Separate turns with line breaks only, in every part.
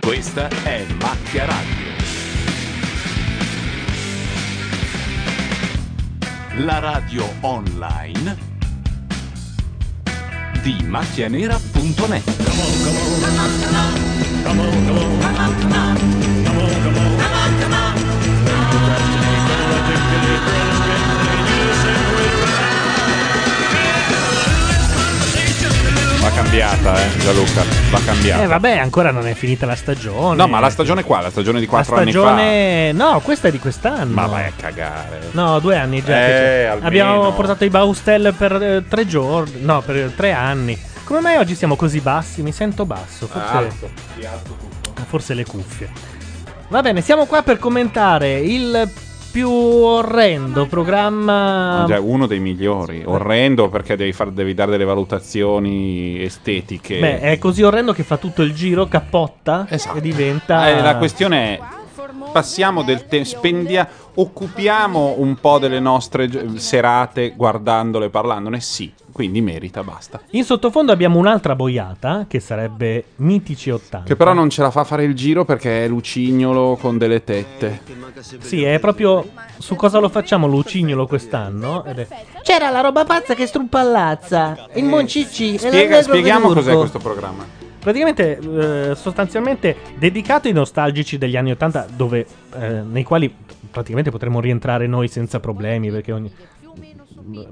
Questa è Macchia Radio. La radio online di macchianera.net.
Va cambiata, eh, Gianluca. Va cambiata.
Eh vabbè, ancora non è finita la stagione.
no, ma la stagione qua, la stagione di
La
4 anni
stagione... No, questa è di quest'anno.
fa. Ma vai a cagare.
No, due anni già. che
Eh,
c'è.
almeno.
Abbiamo portato i Baustel per eh, tre giorni. No, per eh, tre anni. Come mai oggi siamo così bassi? Mi sento basso. Forse, forse le cuffie. Va bene, siamo qua per commentare il più orrendo programma.
Già, Cioè, uno dei migliori. Orrendo perché devi, far- devi dare delle valutazioni estetiche.
Beh, è così orrendo che fa tutto il giro, cappotta e diventa.
Eh, la questione è. Passiamo del tempo, spendia, occupiamo un po' delle nostre gio- serate guardandole, parlandone, sì, quindi merita, basta.
In sottofondo abbiamo un'altra boiata che sarebbe Mitici 80.
Che però non ce la fa fare il giro perché è lucignolo con delle tette.
Sì, è proprio su cosa lo facciamo lucignolo quest'anno. ed è- C'era la roba pazza che struppallazza. Il Moncicci.
Spiega- spieghiamo cos'è questo programma.
Praticamente, eh, sostanzialmente dedicato ai nostalgici degli anni 80, dove, eh, nei quali praticamente potremmo rientrare noi senza problemi, perché ogni-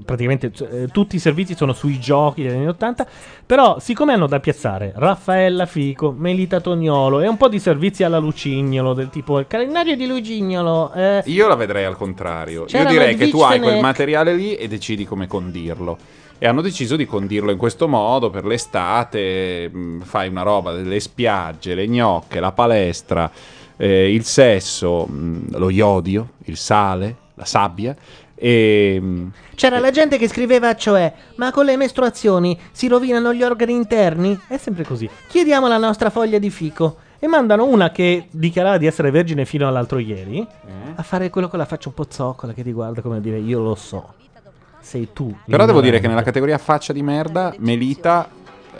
praticamente eh, tutti i servizi sono sui giochi degli anni 80. Però, siccome hanno da piazzare Raffaella Fico, Melita Tognolo e un po' di servizi alla Lucignolo, del tipo il calendario di Lucignolo. eh,
Io la vedrei al contrario.
C'era
Io direi
Mike
che tu hai quel
Dicksenek.
materiale lì e decidi come condirlo. E hanno deciso di condirlo in questo modo per l'estate. mh, Fai una roba delle spiagge, le gnocche, la palestra, eh, il sesso, mh, lo iodio, il sale, la sabbia. E, mm, mh,
C'era la gente che scriveva, cioè, ma con le mestruazioni si rovinano gli organi interni? È sempre così. Chiediamo la nostra foglia di fico. E mandano una che dichiarava di essere vergine fino all'altro ieri a fare quello con la faccia un po' zoccola che ti guarda come a dire io lo so. Sei tu.
però devo
l'ignorante."
dire che nella categoria faccia di merda, Melita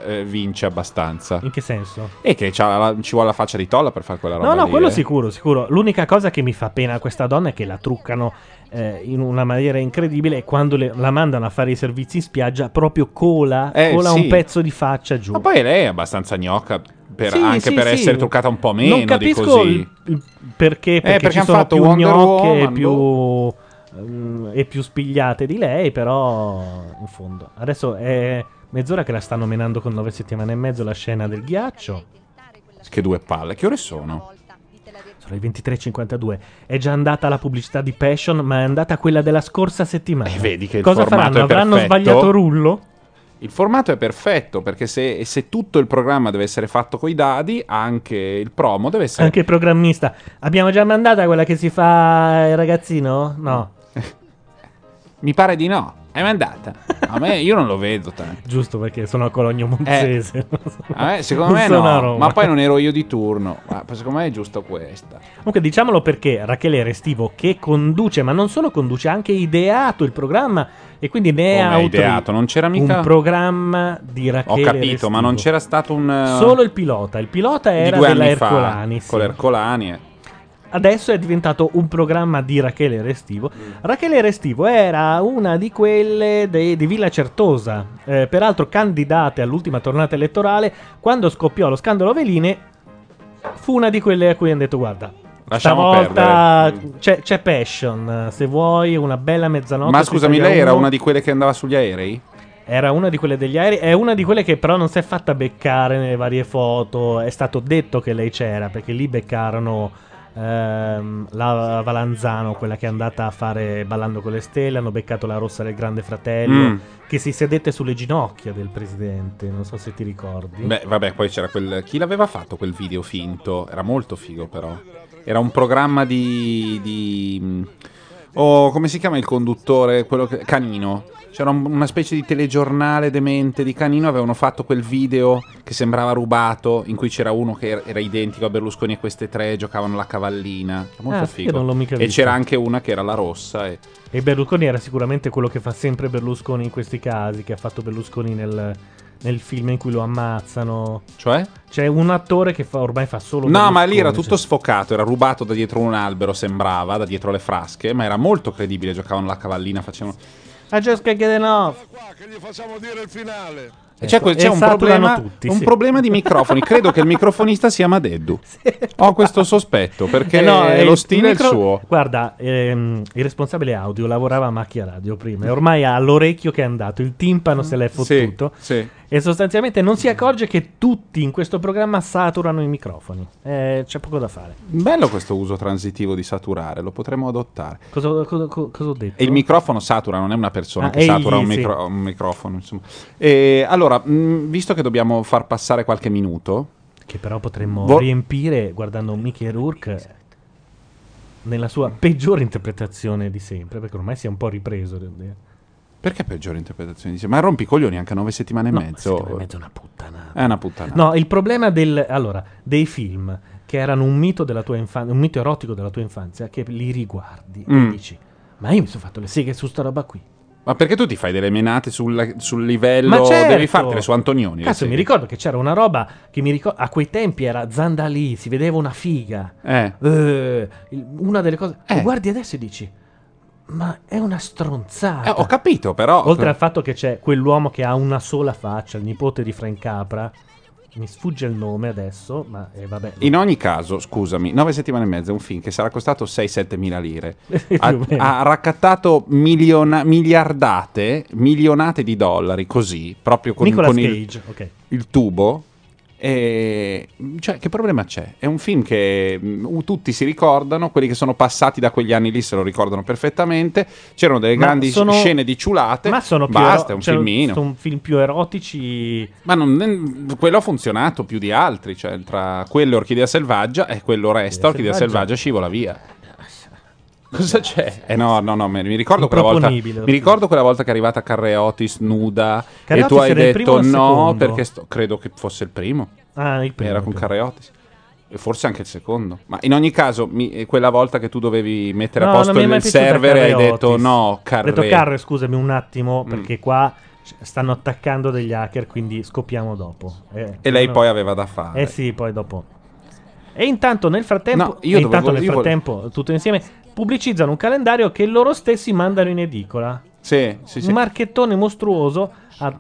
eh, vince abbastanza.
In che senso?
E che c'ha la- ci vuole la faccia di tolla per fare quella roba.
No, no,
lì,
quello
eh.
sicuro, sicuro. L'unica cosa che mi fa pena a questa donna è che la truccano eh, in una maniera incredibile e quando le- la mandano a fare i servizi in spiaggia proprio cola,
Eh,
cola
sì.
un pezzo di faccia giù.
Ma poi lei è abbastanza gnocca per-
Sì,
anche
sì,
per
sì.
essere truccata un po' meno
non capisco
di così. Eh,
il- il perché, perché,
perché
ci
hanno
sono
fatto
più
Wonder
gnocche
Woman, boh.
più, ehm, e più spigliate di lei, però in fondo. Adesso è mezz'ora che la stanno menando con nove settimane e mezzo la scena del ghiaccio.
Che due palle. Che ore sono?
Sono le 23.52. È già andata la pubblicità di Passion, ma è andata quella della scorsa settimana.
Eh, vedi che il
Cosa
formato
faranno?
è
Avranno
perfetto.
sbagliato rullo?
Il formato è perfetto perché se, se tutto il programma deve essere fatto coi dadi, anche il promo deve essere...
Anche il programmista. Abbiamo già mandata quella che si fa il ragazzino? No.
Mi pare di no. È mandata. A me io non lo vedo tanto.
Giusto perché sono a Cologno Monzese.
A me, Eh. secondo
Non
me
sono a
no.
Roma.
Ma poi non ero io di turno. Ma secondo me è giusto questa.
Comunque diciamolo perché Rachele Restivo che conduce, ma non solo conduce, ha anche ideato il programma e quindi ne è
Come ha
autore.
ideato? Non c'era mica-
un programma di Rachele
Ho capito,
Restivo.
ma non c'era stato un... eh,
solo il pilota, il pilota
di
era
due
della
anni fa,
Ercolani, sì.
Con l'Ercolani. eh.
Adesso è diventato un programma di Rachele Restivo.
Mm.
Rachele Restivo era una di quelle de- di Villa Certosa, eh, peraltro candidate all'ultima tornata elettorale, quando scoppiò lo scandalo Veline fu una di quelle a cui hanno detto guarda
Lasciamo
Stavolta c'è, c'è Passion, eh, se vuoi una bella mezzanotte.
ma
su
scusami,
Italia
lei era
uno.
una di quelle che andava sugli aerei?
Era una di quelle degli aerei, è una di quelle che però non si è fatta beccare nelle varie foto, è stato detto che lei c'era perché lì beccarono ehm, la Valanzano, quella che è andata a fare Ballando con le Stelle, hanno beccato la rossa del Grande Fratello,
Mm.
che si sedette sulle ginocchia del presidente, non so se ti ricordi.
Beh, vabbè, poi c'era quel. Chi l'aveva fatto quel video finto? Era molto figo, però. Era un programma di. di mm, oh, come si chiama il conduttore? Quello che- Canino. C'era un- una specie di telegiornale demente di Canino. Avevano fatto quel video che sembrava rubato, in cui c'era uno che era, era identico a Berlusconi e queste tre giocavano la cavallina. Era Molto
Ah, sì,
figo.
io non l'ho mica
e
visto.
c'era anche una che era la rossa. E...
E Berlusconi era sicuramente quello che fa sempre Berlusconi in questi casi, che ha fatto Berlusconi nel, nel film in cui lo ammazzano.
Cioè?
C'è un attore che fa- ormai fa solo.
No, ma
Berlusconi,
lì era
cioè.
tutto sfocato, era rubato da dietro un albero, sembrava, da dietro le frasche, ma era molto credibile, giocavano la cavallina, facevano...
I just can't get enough.
E c'è,
Ecco,
Cioè, c'è
e
un,
saturano
problema,
tutti,
un
sì.
problema di microfoni, credo che il microfonista sia Madeddu. Ho questo sospetto, perché
Eh no, eh,
lo
il
stile è
micro-
il suo.
Guarda, ehm, il responsabile audio lavorava a macchia radio prima e ormai ha l'orecchio che è andato, il timpano se l'è fottuto
sì.
e sostanzialmente non si accorge che tutti in questo programma saturano i microfoni. Eh, c'è poco da fare.
Bello questo uso transitivo di saturare, lo potremmo adottare.
Cosa, cosa- co- cosa ho detto?
E il microfono satura, non è una persona
Ah,
che satura
egli,
un,
sì.
micro- un microfono. Insomma. E, allora, mh, visto che dobbiamo far passare qualche minuto,
Che però potremmo
Vo-
riempire guardando Mickey Rourke nella sua peggiore interpretazione di sempre, perché ormai si è un po' ripreso. devo dire.
perché peggiore interpretazione? Dice, ma rompi i coglioni anche a nove settimane e
No,
mezzo.
settimane e mezzo è una puttana.
È una puttana.
No, il problema del, allora, dei film che erano un mito, della tua infan- un mito erotico della tua infanzia, che li riguardi
Mm.
e dici, ma io mi sono fatto le seghe su sta roba qui.
Ma perché tu ti fai delle menate sul, sul livello?
Ma certo!
Devi fartele su Antonioni. le
Cazzo, mi
serie.
ricordo che c'era una roba che mi ricordo, a quei tempi era Zandalì, si vedeva una figa.
Eh.
Eh, il- una delle cose...
Eh.
Tu guardi adesso e dici, ma è una stronzata.
Eh, ho capito, però.
Oltre al fatto che c'è quell'uomo che ha una sola faccia, il nipote di Frank Capra. Mi sfugge il nome adesso, ma eh, vabbè.
In ogni caso, scusami, nove settimane e mezzo è un film che sarà costato 6-7 mila lire.
Più
ha,
o meno.
ha raccattato miliona- miliardate, milionate di dollari, così, proprio con,
Nicolas
con il,
Cage, ok.
il tubo. E, cioè, che problema c'è? È un film che mh, tutti si ricordano, quelli che sono passati da quegli anni lì se lo ricordano perfettamente. C'erano delle
Ma
grandi
sono-
scene di ciulate.
Ma sono più
Basta, è
ero-
un
cioè,
filmino.
Sono film più erotici.
Ma non- quello ha funzionato più di altri, cioè tra quello Orchidea Selvaggia e quello Resta, Orchidea Selvaggia scivola via. Cosa c'è? Eh no, no, no, me- mi ricordo quella volta, mi
Improponibile,
ricordo quella volta che è arrivata Carreotis nuda e tu
Carreotis
hai
era il primo o
detto
il
no
secondo?
perché sto- credo che fosse il primo,
Ah, il primo.
era con Carreotis. E Forse anche il secondo, ma in ogni caso, mi- eh, quella volta che tu dovevi mettere
No,
a
non
posto
mi è mai
il
piaciuta
server, hai
Carreotis.
detto no,
Ho
Carre.
detto Carre, scusami un attimo,
Mm.
perché qua c- stanno attaccando degli hacker, quindi scoppiamo dopo. Eh,
e lei
no.
poi aveva da fare.
Eh sì, poi dopo. E intanto nel frattempo,
No, io
e intanto
dovevo-
nel
io volevo-
frattempo tutto insieme pubblicizzano un calendario che loro stessi mandano in edicola.
Sì, sì, sì.
Un marchettone mostruoso a,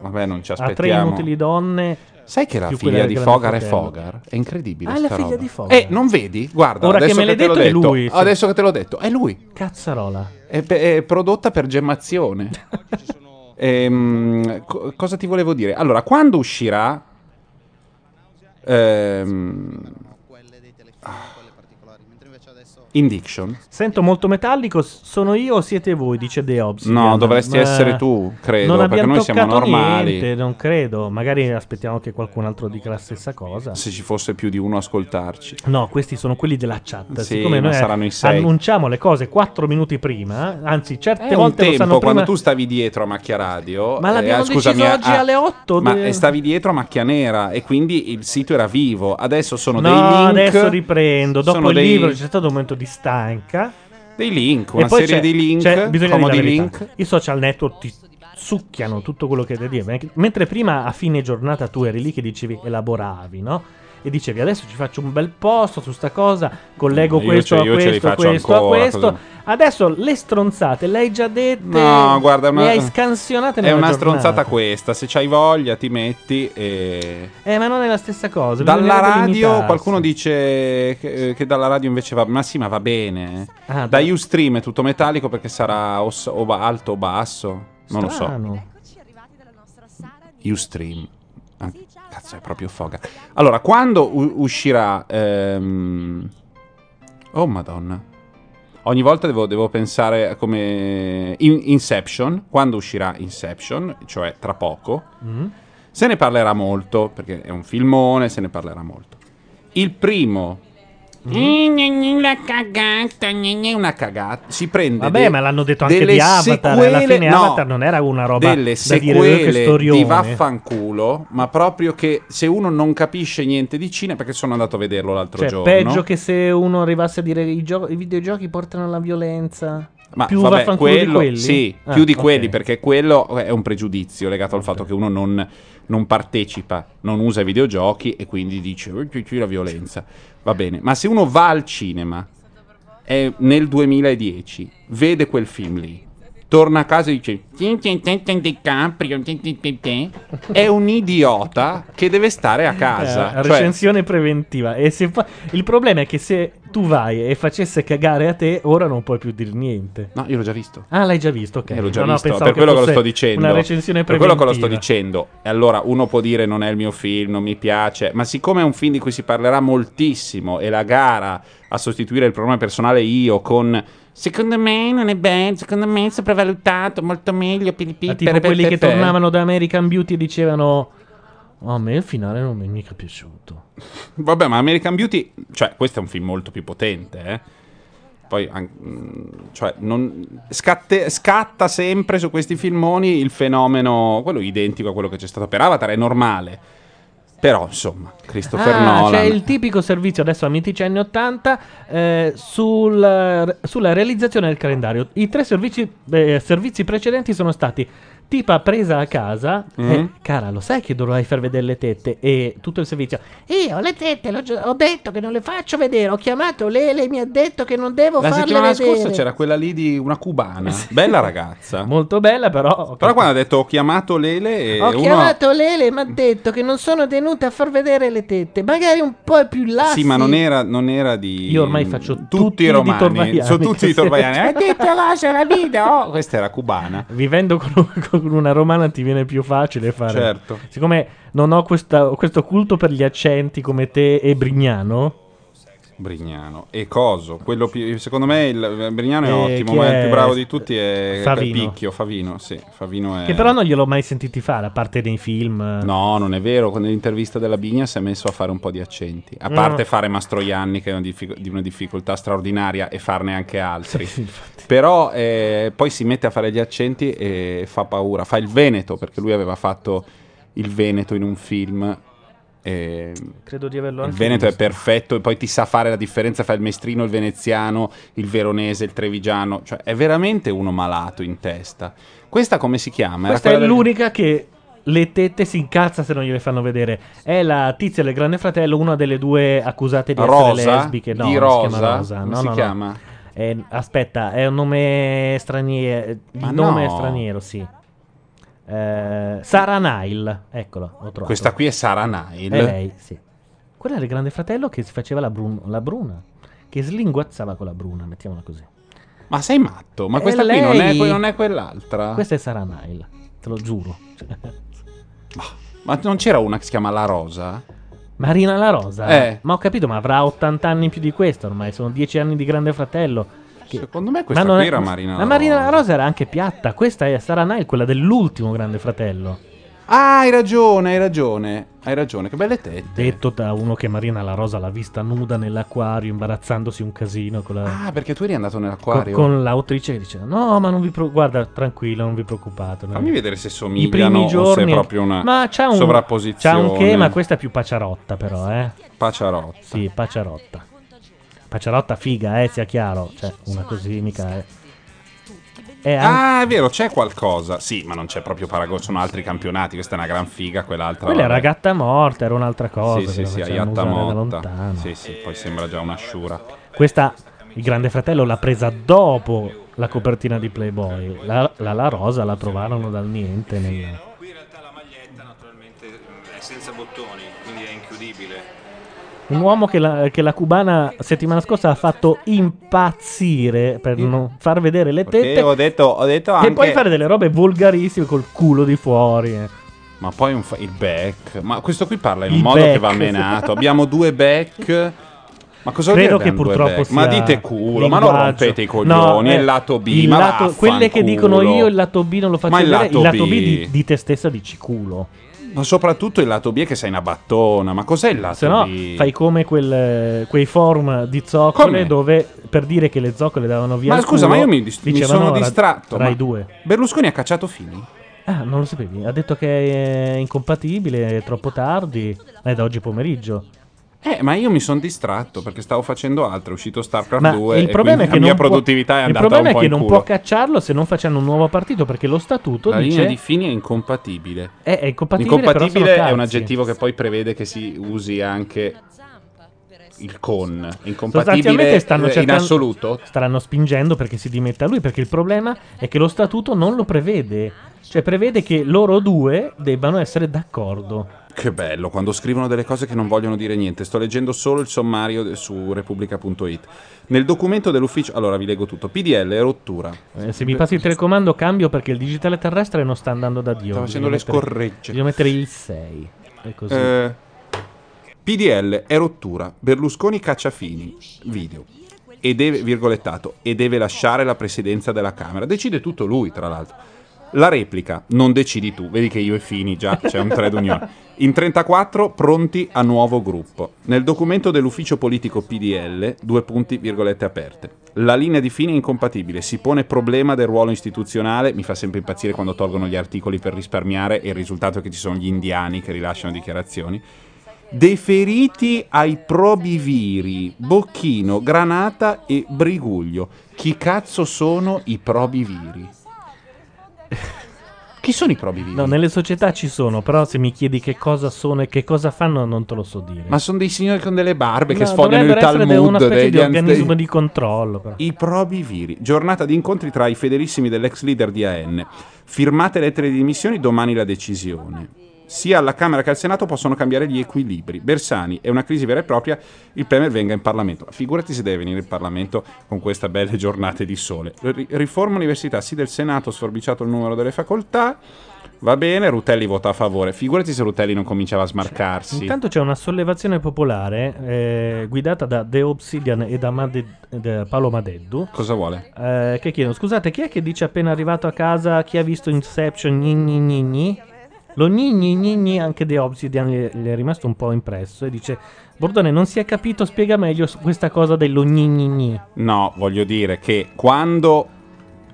Vabbè, non ci
a tre inutili
aspettiamo.
donne.
Sai che la
più
figlia
quella
di
del
Fogar è
Grande Fratello.
Fogar? È incredibile.
Ah, è la
sta
figlia
roba.
di Fogar.
Eh, non vedi? Guarda,
Ora che
adesso
me l'hai
te l'ho
detto è
detto,
lui, sì.
Adesso che te l'ho detto, è lui.
Cazzarola.
È, pe- è prodotta per Gemmazione. Ehm, co- cosa ti volevo dire? Allora, quando uscirà... Ehm, Indiction?
Sento molto metallico, s- sono io o siete voi? Dice The Obsidian.
No, dovresti
Ma
essere tu, credo,
Non
perché
abbiamo
noi siamo
toccato
normali.
Niente, non credo, magari aspettiamo che qualcun altro dica la stessa cosa.
Se ci fosse più di uno a ascoltarci.
No, questi sono quelli della chat.
Sì,
Siccome
ma
noi
saranno in sei.
annunciamo le cose 4 minuti prima, anzi certe
È un
volte lo
tempo
sanno
quando tu
prima.
stavi dietro a macchia radio. eh,
Ma l'abbiamo deciso oggi alle 8
ah, Ma
de-
eh, stavi dietro a macchia nera e quindi il sito era vivo. Adesso sono
No,
dei link.
adesso riprendo. Dopo
sono
il
dei-
libro c'è stato un momento di stanca.
Dei link,
E
una
poi
serie
c'è-
di link,
c'è- bisogna dire la
comodi
verità.
link.
I social network ti succhiano tutto quello che devi dire. Mentre prima a fine giornata tu eri lì che dicevi elaboravi, no? E dicevi adesso ci faccio un bel posto su sta cosa, collego
Mm, Io
questo
ce-
a
io ce li
questo, a
faccio
questo, a
ancora,
questo.
così.
Adesso le stronzate le hai già dette.
No, guarda, è una-
le hai scansionate
È
nella
una
giornata.
stronzata questa. Se c'hai voglia, ti metti e.
Eh, ma non è la stessa cosa.
Dalla
bisognerebbe
radio
limitarsi.
qualcuno dice Eh, che, che dalla radio invece va. Ma sì, ma va bene. eh.
Ah,
da
da-
Ustream è tutto metallico perché sarà o, s- o ba- alto o basso. Non lo so.
Strano.
Ustream. Ah, cazzo, è proprio foga. Allora, quando u- uscirà... ehm, Oh, madonna. Ogni volta devo, devo pensare a come... In- Inception, quando uscirà Inception, cioè tra poco,
Mm?
se ne parlerà molto, perché è un filmone, se ne parlerà molto. Il primo...
Mhm.
Una cagata, gna gna, una cagata. Si prende.
Vabbè,
de-
ma l'hanno detto anche
delle
di Avatar. Alla
sequele-
fine
no,
Avatar non era una roba
delle
da dire "Eh, che
sequele di
storione".
vaffanculo, ma proprio che se uno non capisce niente di Cina, perché sono andato a vederlo l'altro
Cioè,
giorno.
peggio che se uno arrivasse a dire i, gio- i videogiochi portano alla violenza.
Ma
più
vabbè,
vaffanculo di
quello,
quelli?
Sì,
Ah,
più di
ok.
quelli, perché quello è un pregiudizio legato al fatto che uno non, non partecipa, non usa i videogiochi e quindi dice "Oh, c'è la violenza. Va bene, ma se uno va al cinema e nel 2010 vede quel film lì, torna a casa e dice "Tin, tin, tin, tin, di Caprio, tin, tin, tin, tin", è un idiota che deve stare a casa.
Eh,
Cioè,
recensione preventiva. E se fa- Il problema è che se tu vai e facesse cagare a te, ora non puoi più dire niente.
no, io l'ho già visto.
Ah, l'hai già visto, ok.
Eh, l'ho già
No, no,
visto,
pensavo
per quello che lo
fosse
sto dicendo.
Una recensione
per
preventiva.
quello che lo sto dicendo. E allora uno può dire non è il mio film, non mi piace, ma siccome è un film di cui si parlerà moltissimo e la gara a sostituire il problema personale io con secondo me non è bello, secondo me è sopravvalutato, molto meglio per
Ma Ah, tipo quelli che tornavano da American Beauty e dicevano "Oh, a me il finale non mi è mica piaciuto.
Vabbè, ma American Beauty, cioè, questo è un film molto più potente, eh. Poi, an- mm, cioè, non- scatte- scatta sempre su questi filmoni il fenomeno, quello identico a quello che c'è stato per Avatar, è normale. Però, insomma, Christopher
ah,
Nolan.
c'è il tipico servizio adesso amici anni 80 eh, sul- sulla realizzazione del calendario. I tre servizi, eh, servizi precedenti sono stati tipa presa a casa,
Mm.
eh, cara lo sai che dovrai far vedere le tette e tutto il servizio. Io le tette l'ho già- ho detto che non le faccio vedere, ho chiamato lei, lei mi ha detto che non devo
La
farle
settimana
vedere.
scorsa c'era quella lì di una cubana, bella ragazza.
Molto bella però. ho
Però quando ha detto ho chiamato Lele e
Ho
uno-
chiamato Lele e mi ha detto che non sono tenuta a far vedere le tette, magari un po' più lassi.
Sì, ma non era, non era di.
Io ormai faccio tutti
i
di
romani.
Torvaiani.
Sono tutti "Eh, di Torvaiani. Hai detto la la vita. oh. Questa era cubana.
Vivendo con, con una romana ti viene più facile fare.
Certo.
Siccome non ho questa- questo culto per gli accenti come te e Brignano,
Brignano e Coso, quello più, secondo me il Brignano è
Eh,
ottimo,
chi
ma il
è?
più bravo di tutti è
Favino.
Picchio, Favino, sì, Favino è...
che però non gliel'ho mai sentiti fare, a parte nei film.
Eh. No, non è vero, con l'intervista della Bigna si è messo a fare un po' di accenti, a
No.
parte fare Mastroianni che è una diffic- di una difficoltà straordinaria e farne anche altri.
Sì, infatti.
Però eh, poi si mette a fare gli accenti e fa paura. Fa il Veneto, perché lui aveva fatto il Veneto in un film. e-
Credo di averlo
il
anche
Veneto è
visto.
perfetto e poi ti sa fare la differenza fra il mestrino, il veneziano, il veronese, il trevigiano. Cioè, è veramente uno malato in testa. Questa come si chiama? Era
Questa è
quella del-
l'unica che le tette si incazza se non gliele fanno vedere. È la tizia del Grande Fratello, una delle due accusate di essere
Rosa?
lesbiche. No,
di
non
Rosa?
si chiama Rosa.
Come
No,
si
no, no.
chiama?
È- aspetta, è un nome straniero.
Ma
Il nome
no.
straniero, sì. Eh, Sara Nile, eccola, ho trovato.
Questa qui è Sara Nile.
è lei, sì. Quella del grande fratello che si faceva la, brun- la bruna, che slinguazzava con la bruna, mettiamola così.
Ma sei matto? Ma
È
questa qui non è,
lei.
que- non è quell'altra?
Questa è Sara Nile, te lo giuro.
Ma non c'era una che si chiama La Rosa?
Marina La Rosa.
Eh.
Ma ho capito, ma avrà 80 anni in più di questa ormai, sono 10 anni di grande fratello. Che-
Secondo me
Ma
questa
non
qui
è-
era Marina
La Marina La Rosa era anche piatta, questa è Sara Nile, quella dell'ultimo grande fratello.
Ah, hai ragione, hai ragione. Hai ragione, che belle tette.
Detto da uno che Marina La Rosa l'ha vista nuda nell'acquario, imbarazzandosi un casino con, la-
Ah, perché tu eri andato
co-
nell'acquario.
con l'autrice che diceva: No, ma non vi preoccupate, guarda, tranquillo, non vi preoccupate. no."
Fammi vedere se
I
somigliano
primi giorni.
o se è proprio una
ma c'ha un,
sovrapposizione.
C'ha un che, ma questa è più paciarotta, però, eh.
Paciarotta.
Sì, paciarotta. Paciarotta figa, eh, sia chiaro. Cioè, una così mica è. è anche-
Ah, è vero, c'è qualcosa. Sì, ma non c'è proprio paragone, sono altri campionati, questa è una gran figa, quell'altra.
Quella era
vabbè.
gatta morta, era un'altra cosa.
Sì,
che
sì,
la
sì,
facevano
Ayatta
usare da
Motta.
lontano.
Sì, sì, poi sembra già una sciura.
Questa il Grande Fratello l'ha presa dopo la copertina di Playboy. La La, La Rosa la provarono dal niente. nel-
Qui in realtà la maglietta naturalmente mh, è senza bottoni, quindi è inchiudibile.
Un uomo che la, che la cubana settimana scorsa ha fatto impazzire per non far vedere le
Perché
tette.
ho detto, ho detto anche...
E poi fare delle robe volgarissime col culo di fuori. eh.
Ma poi un fa- il back. Ma questo qui parla in
Il
un modo
back.
che va menato. Abbiamo due back. Ma cosa
Credo
vuol dire
che
abbiamo due
purtroppo
back?
sia
Ma dite culo, ma non
linguaggio.
rompete i
No,
coglioni.
eh,
il lato B,
il
ma
lato- quelle che dicono
vaffanculo.
io il lato B non lo faccio
Ma il
vedere.
lato
il lato B,
B
di, di te stessa dici culo.
Ma soprattutto il lato B è che sei una battona. Ma cos'è il lato
Se no,
B?
fai come quel, eh, quei forum di zoccole
Come?
dove per dire che le zoccole davano via.
ma
il
scusa,
culo,
ma io mi, dist- mi
dicevano
sono
ra-
distratto.
Rai
ma
due.
Berlusconi ha cacciato Fini.
Ah, non lo sapevi. Ha detto che è incompatibile, è troppo tardi. Ma È da oggi pomeriggio.
Eh, ma io mi sono distratto perché stavo facendo altro. È uscito StarCraft
Ma
2. e
il problema
quindi
è che
la mia
non può-
produttività è
il
andata
problema
un
è
po'
che
in
non
culo.
può cacciarlo se non facendo un nuovo partito perché lo statuto
La linea
dice
di Fini è incompatibile.
è, è incompatibile. però sono
Incompatibile è un
cazzi.
aggettivo che poi prevede che si usi anche il con. Incompatibile
Sostanzialmente stanno
eh, in
cercando-
assoluto.
Staranno spingendo perché si dimetta lui, perché il problema è che lo statuto non lo prevede. Cioè prevede che loro due debbano essere d'accordo.
Che bello, quando scrivono delle cose che non vogliono dire niente. Sto leggendo solo il sommario de- su repubblica.it. Nel documento dell'ufficio... Allora, vi leggo tutto. PDL, rottura.
Eh, se mi passi il telecomando cambio perché il digitale terrestre non sta andando da Dio.
Sta facendo le scorregge.
Bisogna mettere il 6. È così.
Eh, PDL è rottura. Berlusconi caccia Fini. Video. E deve, virgolettato, e deve lasciare la presidenza della Camera. Decide tutto lui, tra l'altro. La replica, non decidi tu. Vedi che io e Fini già c'è un trade unione. In 34, pronti a nuovo gruppo. Nel documento dell'ufficio politico PDL, due punti, virgolette aperte. La linea di Fini è incompatibile. Si pone problema del ruolo istituzionale. Mi fa sempre impazzire quando tolgono gli articoli per risparmiare. E il risultato è che ci sono gli indiani che rilasciano dichiarazioni. Deferiti ai probiviri, Bocchino, Granata e Briguglio. Chi cazzo sono i probiviri? Chi sono i probiviri?
No, nelle società ci sono, però se mi chiedi che cosa sono e che cosa fanno non te lo so dire.
Ma sono dei signori con delle barbe che
No,
sfogliano il
dovrebbero essere de- una
Talmud.
specie
degli
di
anz-
organismo di controllo, però.
I probiviri. Giornata di incontri tra i fedelissimi dell'ex leader di AN. Firmate lettere di dimissioni, domani la decisione. Sia alla Camera che al Senato possono cambiare gli equilibri. Bersani, è una crisi vera e propria, il Premier venga in Parlamento. Figurati se deve venire in Parlamento con queste belle giornate di sole. Ri- riforma università, sì del Senato, sforbiciato il numero delle facoltà. Va bene, Rutelli vota a favore. Figurati se Rutelli non cominciava a smarcarsi.
Intanto c'è una sollevazione popolare eh, guidata da The Obsidian e da, Made- da Paolo Madeddu.
Cosa vuole?
eh, che chiedono: Scusate, chi è che dice appena arrivato a casa chi ha visto Inception? Gni, gni, gni, gni?" Lo gni, gni, gni, gni, anche The Obsidian gli gli è rimasto un po' impresso e dice: Bordone, non si è capito, spiega meglio su questa cosa dello gni, gni, gni."
No, voglio dire che quando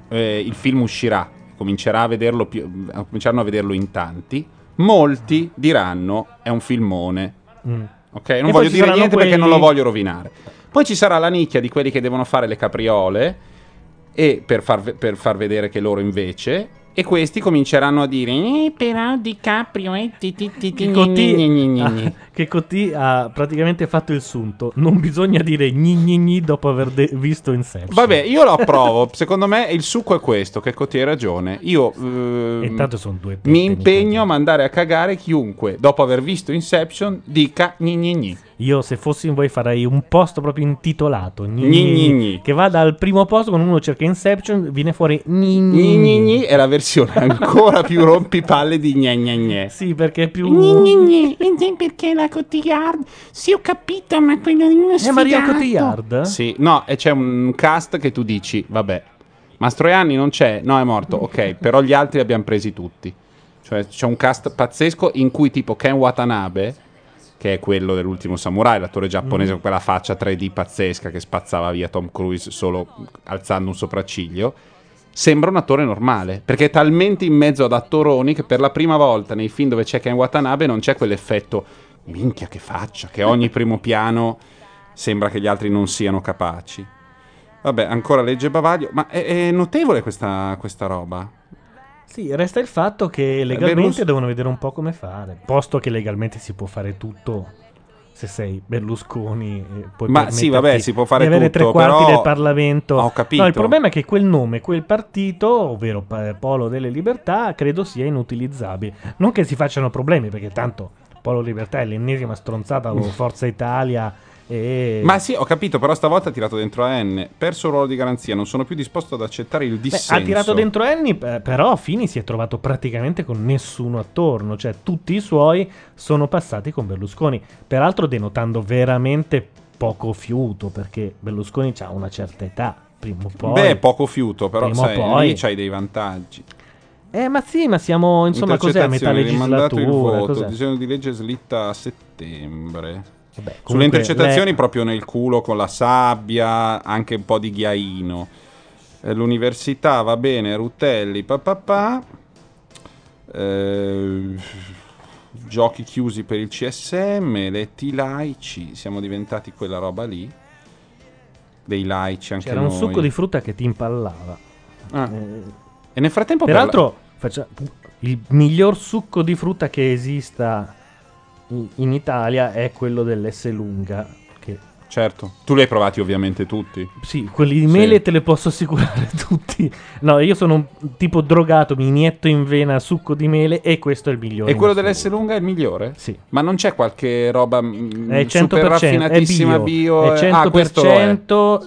eh, il film uscirà, comincerà a vederlo più- eh, cominceranno a vederlo in tanti, molti diranno è un filmone.
Mm.
Ok,
E
non
poi
voglio
ci
dire
saranno
niente perché non lo
quelli-
voglio rovinare. Poi ci sarà la nicchia di quelli che devono fare le capriole e per far, ve- per far vedere che loro invece e questi cominceranno a dire "Eh, però Di Caprio eh, ti, ti, ti, ti,
Che
gni, gni, gni,
Cotti,
gni,
ha,
gni".
che Cotti ha praticamente fatto il sunto. Non bisogna dire gni gni gni dopo aver de- visto Inception.
Vabbè, io lo approvo. Secondo me il succo è questo, che Cotti hai ragione. Io ehm,
E tanto sono due tette,
mi impegno
mica.
a mandare a cagare chiunque, dopo aver visto Inception, dica gni gni gni.
Io se fossi in voi farei un post proprio intitolato gni,
Gni,
gni,
gni,
gni,
gni.
che vada al primo posto quando uno cerca Inception viene fuori gni
Gni gni gni è la versione ancora più rompipalle di gna gna gna.
Sì, perché è più
perché la Cotillard? Sì, ho capito, ma quello di uno
Eh,
È Mario
sfigato.
Eh, Cotillard?
Sì, no, e c'è un cast che tu dici, vabbè, Mastroianni non c'è, no è morto, ok, però gli altri li abbiamo presi tutti. Cioè c'è un cast pazzesco in cui tipo Ken Watanabe, che è quello dell'ultimo samurai, l'attore giapponese con quella faccia 3D pazzesca che spazzava via Tom Cruise solo alzando un sopracciglio, sembra un attore normale, perché è talmente in mezzo ad attoroni che per la prima volta nei film dove c'è Ken Watanabe non c'è quell'effetto minchia che faccia, che ogni primo piano sembra che gli altri non siano capaci. Vabbè, ancora legge Bavaglio, ma è, è notevole questa, questa roba.
Sì, resta il fatto che legalmente
Berlus-
devono vedere un po' come fare, posto che legalmente si può fare tutto se sei Berlusconi e poi
Ma sì, vabbè, si può fare
di avere
tutto,
tre quarti
però-
del Parlamento.
Ah, ho capito.
No, il problema è che quel nome, quel partito, ovvero pa- Polo delle Libertà, credo sia inutilizzabile. Non che si facciano problemi, perché tanto Polo Libertà è l'ennesima stronzata con Forza Italia e
Ma sì, ho capito, però stavolta ha tirato dentro a N. Perso il ruolo di garanzia, non sono più disposto ad accettare il
Beh,
dissenso.
ha tirato dentro Annie, pe- però Fini si è trovato praticamente con nessuno attorno, cioè tutti i suoi sono passati con Berlusconi, peraltro denotando veramente poco fiuto, perché Berlusconi ha una certa età, prima o poi.
Beh, poco fiuto, però
Prima o
sai,
poi.
lì c'hai dei vantaggi.
Eh, ma sì, ma siamo, insomma, cos'è a metà
Intercettazioni, rimandato
legislatura?
il voto,
cos'è?
disegno di legge slitta a settembre.
Vabbè, comunque,
Sulle intercettazioni
lei-
proprio nel culo con la sabbia, anche un po' di ghiaino. Eh, L'università va bene, Rutelli, papà. Eh, giochi chiusi per il CSM, letti laici, siamo diventati quella roba lì. Dei laici anche
C'era
noi.
un succo di frutta che ti impallava.
Ah.
Eh,
E nel frattempo per la-
Peraltro, faccia- il miglior succo di frutta che esista in, in Italia è quello dell'S lunga. Che,
Certo, tu li hai provati ovviamente tutti.
sì, quelli di mele te le posso assicurare tutti. No, io sono un tipo drogato, mi inietto in vena succo di mele e questo è il migliore.
E quello dell'S lunga è il migliore?
Sì.
Ma non c'è qualche roba mm,
È 100%,
super raffinatissima
è bio,
bio?
è
eh?
100%,
Ah, questo lo è.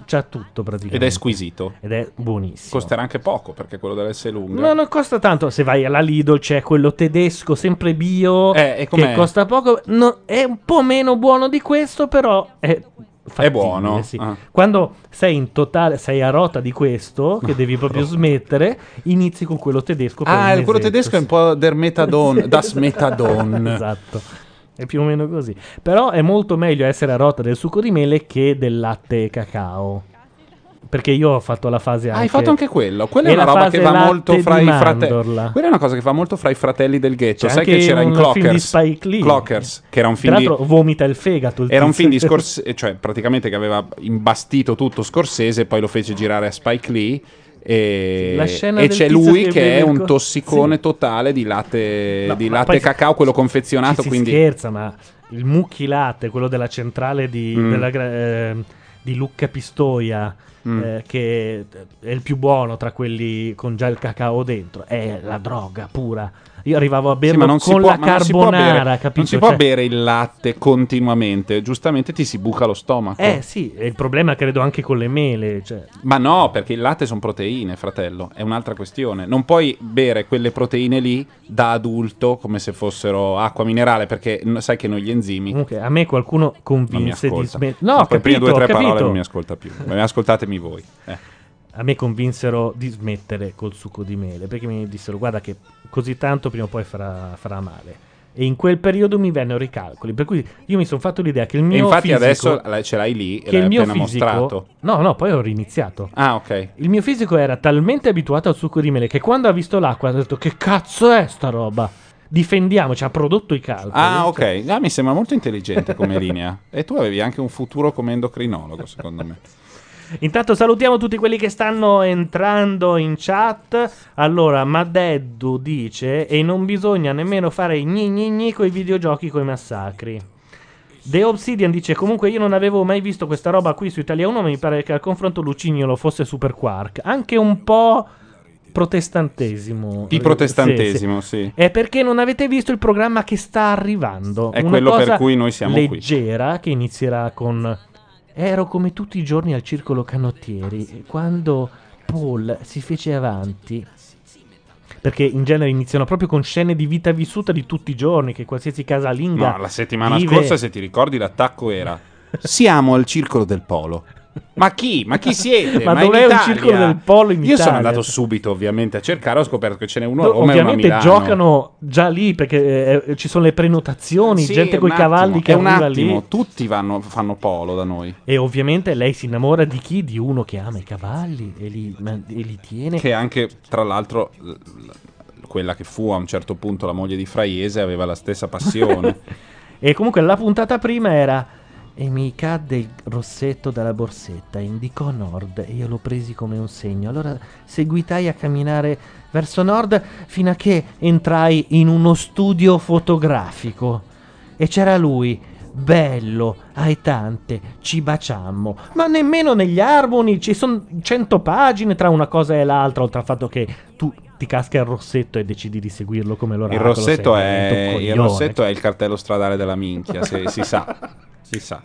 c'ha tutto praticamente.
Ed è squisito.
Ed è buonissimo.
Costerà anche poco perché quello dell'S lunga.
No, non costa tanto. Se vai alla Lidl c'è quello tedesco, sempre bio,
Eh, e com'è?
che costa poco. No, è un po' meno buono di questo, però è, fattibile,
buono,
sì.
ah.
Quando sei in totale, sei a rota di questo, che devi proprio smettere, inizi con quello tedesco. per un
Ah, quello
mesetto,
tedesco è un
sì.
po' der metadon, das metadon. Ah,
esatto. È più o meno così. Però è molto meglio essere a rotta del succo di mele che del latte e cacao. Perché io ho fatto la fase
Ah,
anche...
hai fatto anche quello. Quella
E
è una
la
roba
fase
che va
latte
molto
di
fra i
mandorla.
fratelli. Quella è una cosa che va molto fra i fratelli del ghetto.
C'è
Sai che
anche
c'era in
un film di
Clockers,
Spike Lee.
Clockers, che era un
Tra
film di
l'altro vomita il fegato. il
Era un
tizio.
film di Scorsese, cioè praticamente che aveva imbastito tutto Scorsese, poi lo fece girare a Spike Lee. E,
La scena
e
del
c'è
tizio
lui
che
che è
beve il
un
co-
tossicone
sì.
totale di latte,
No,
di
ma
latte
poi
e cacao, quello confezionato.
Ci si
quindi
scherza, ma il mucchi latte, quello della centrale di,
Mm.
della gra- ehm, di Lucca Pistoia,
Mm.
eh, che è il più buono tra quelli con già il cacao dentro, è la droga pura. Io arrivavo a
Sì,
berlo con la
ma non si può
carbonara,
bere-
capito?
Non si può
Cioè-
bere il latte continuamente, giustamente ti si buca lo stomaco.
Eh sì, e il problema credo anche con le mele, cioè,
Ma no, perché il latte sono proteine, fratello, è un'altra questione. Non puoi bere quelle proteine lì da adulto come se fossero acqua minerale, perché n- sai che noi gli enzimi
comunque a me qualcuno
non mi
convinse di
ascolta.
smettere. No,
Ma
ho
poi prima
capito,
due o
ho
tre parole
capito.
non mi ascolta più. Ma ascoltatemi voi. Eh.
a me convinsero di smettere col succo di mele perché mi dissero guarda che così tanto prima o poi farà, farà male e in quel periodo mi vennero i calcoli per cui io mi sono fatto l'idea che il
E
mio
infatti
fisico
adesso la- ce l'hai lì e
che
l'hai
il mio
appena
fisico
mostrato.
no no poi ho riniziato
Ah, ok.
il mio fisico era talmente abituato al succo di mele che quando ha visto l'acqua ha detto che cazzo è sta roba difendiamoci ha prodotto i calcoli
Ah,
Cioè,
ok. Ah, mi sembra molto intelligente come linea. E tu avevi anche un futuro come endocrinologo, secondo me.
Intanto salutiamo tutti quelli che stanno entrando in chat. Allora, Madeddu dice: E non bisogna nemmeno fare gni gni gni coi videogiochi coi massacri. The Obsidian dice: Comunque, io non avevo mai visto questa roba qui su Italia 1. Ma mi pare che al confronto Lucignolo fosse Super Quark. Anche un po' protestantesimo.
Di protestantesimo, sì.
È perché non avete visto il programma che sta arrivando.
È
Una
quello per
cosa
cui noi siamo qui.
leggera che inizierà con Ero come tutti i giorni al circolo canottieri quando Paul si fece avanti. Perché in genere iniziano proprio con scene di vita vissuta di tutti i giorni, che qualsiasi casalinga.
No, la settimana
vive.
scorsa, se ti ricordi, l'attacco era Siamo al circolo del polo. Ma chi? Ma chi siete?
Ma
in
dov'è un
Italia?
circolo del polo in
Io sono
Italia?
andato subito, ovviamente, a cercare. Ho scoperto che ce n'è uno a
No,
Roma e uno a
ovviamente
Milano.
giocano già lì perché eh, ci sono le prenotazioni,
Sì,
gente con
un
i
attimo,
cavalli che
è un
arriva
attimo,
lì.
tutti vanno, fanno polo da noi.
E ovviamente lei si innamora di chi? Di uno che ama i cavalli e li, ma- e li tiene.
Che anche, tra l'altro, l- l- quella che fu a un certo punto la moglie di Fraiese aveva la stessa passione.
E comunque la puntata prima era. E mi cadde il rossetto dalla borsetta, indicò nord e io lo presi come un segno. Allora seguitai a camminare verso nord fino a che entrai in uno studio fotografico. E c'era lui, bello, ai tante, ci baciammo. Ma nemmeno negli armoni, ci sono cento pagine tra una cosa e l'altra, oltre al fatto che tu ti casca il rossetto e decidi di seguirlo come l'oracolo.
Il rossetto,
sei
è,
un
il
coglione.
rossetto è il cartello stradale della minchia, se- si sa. Si sa.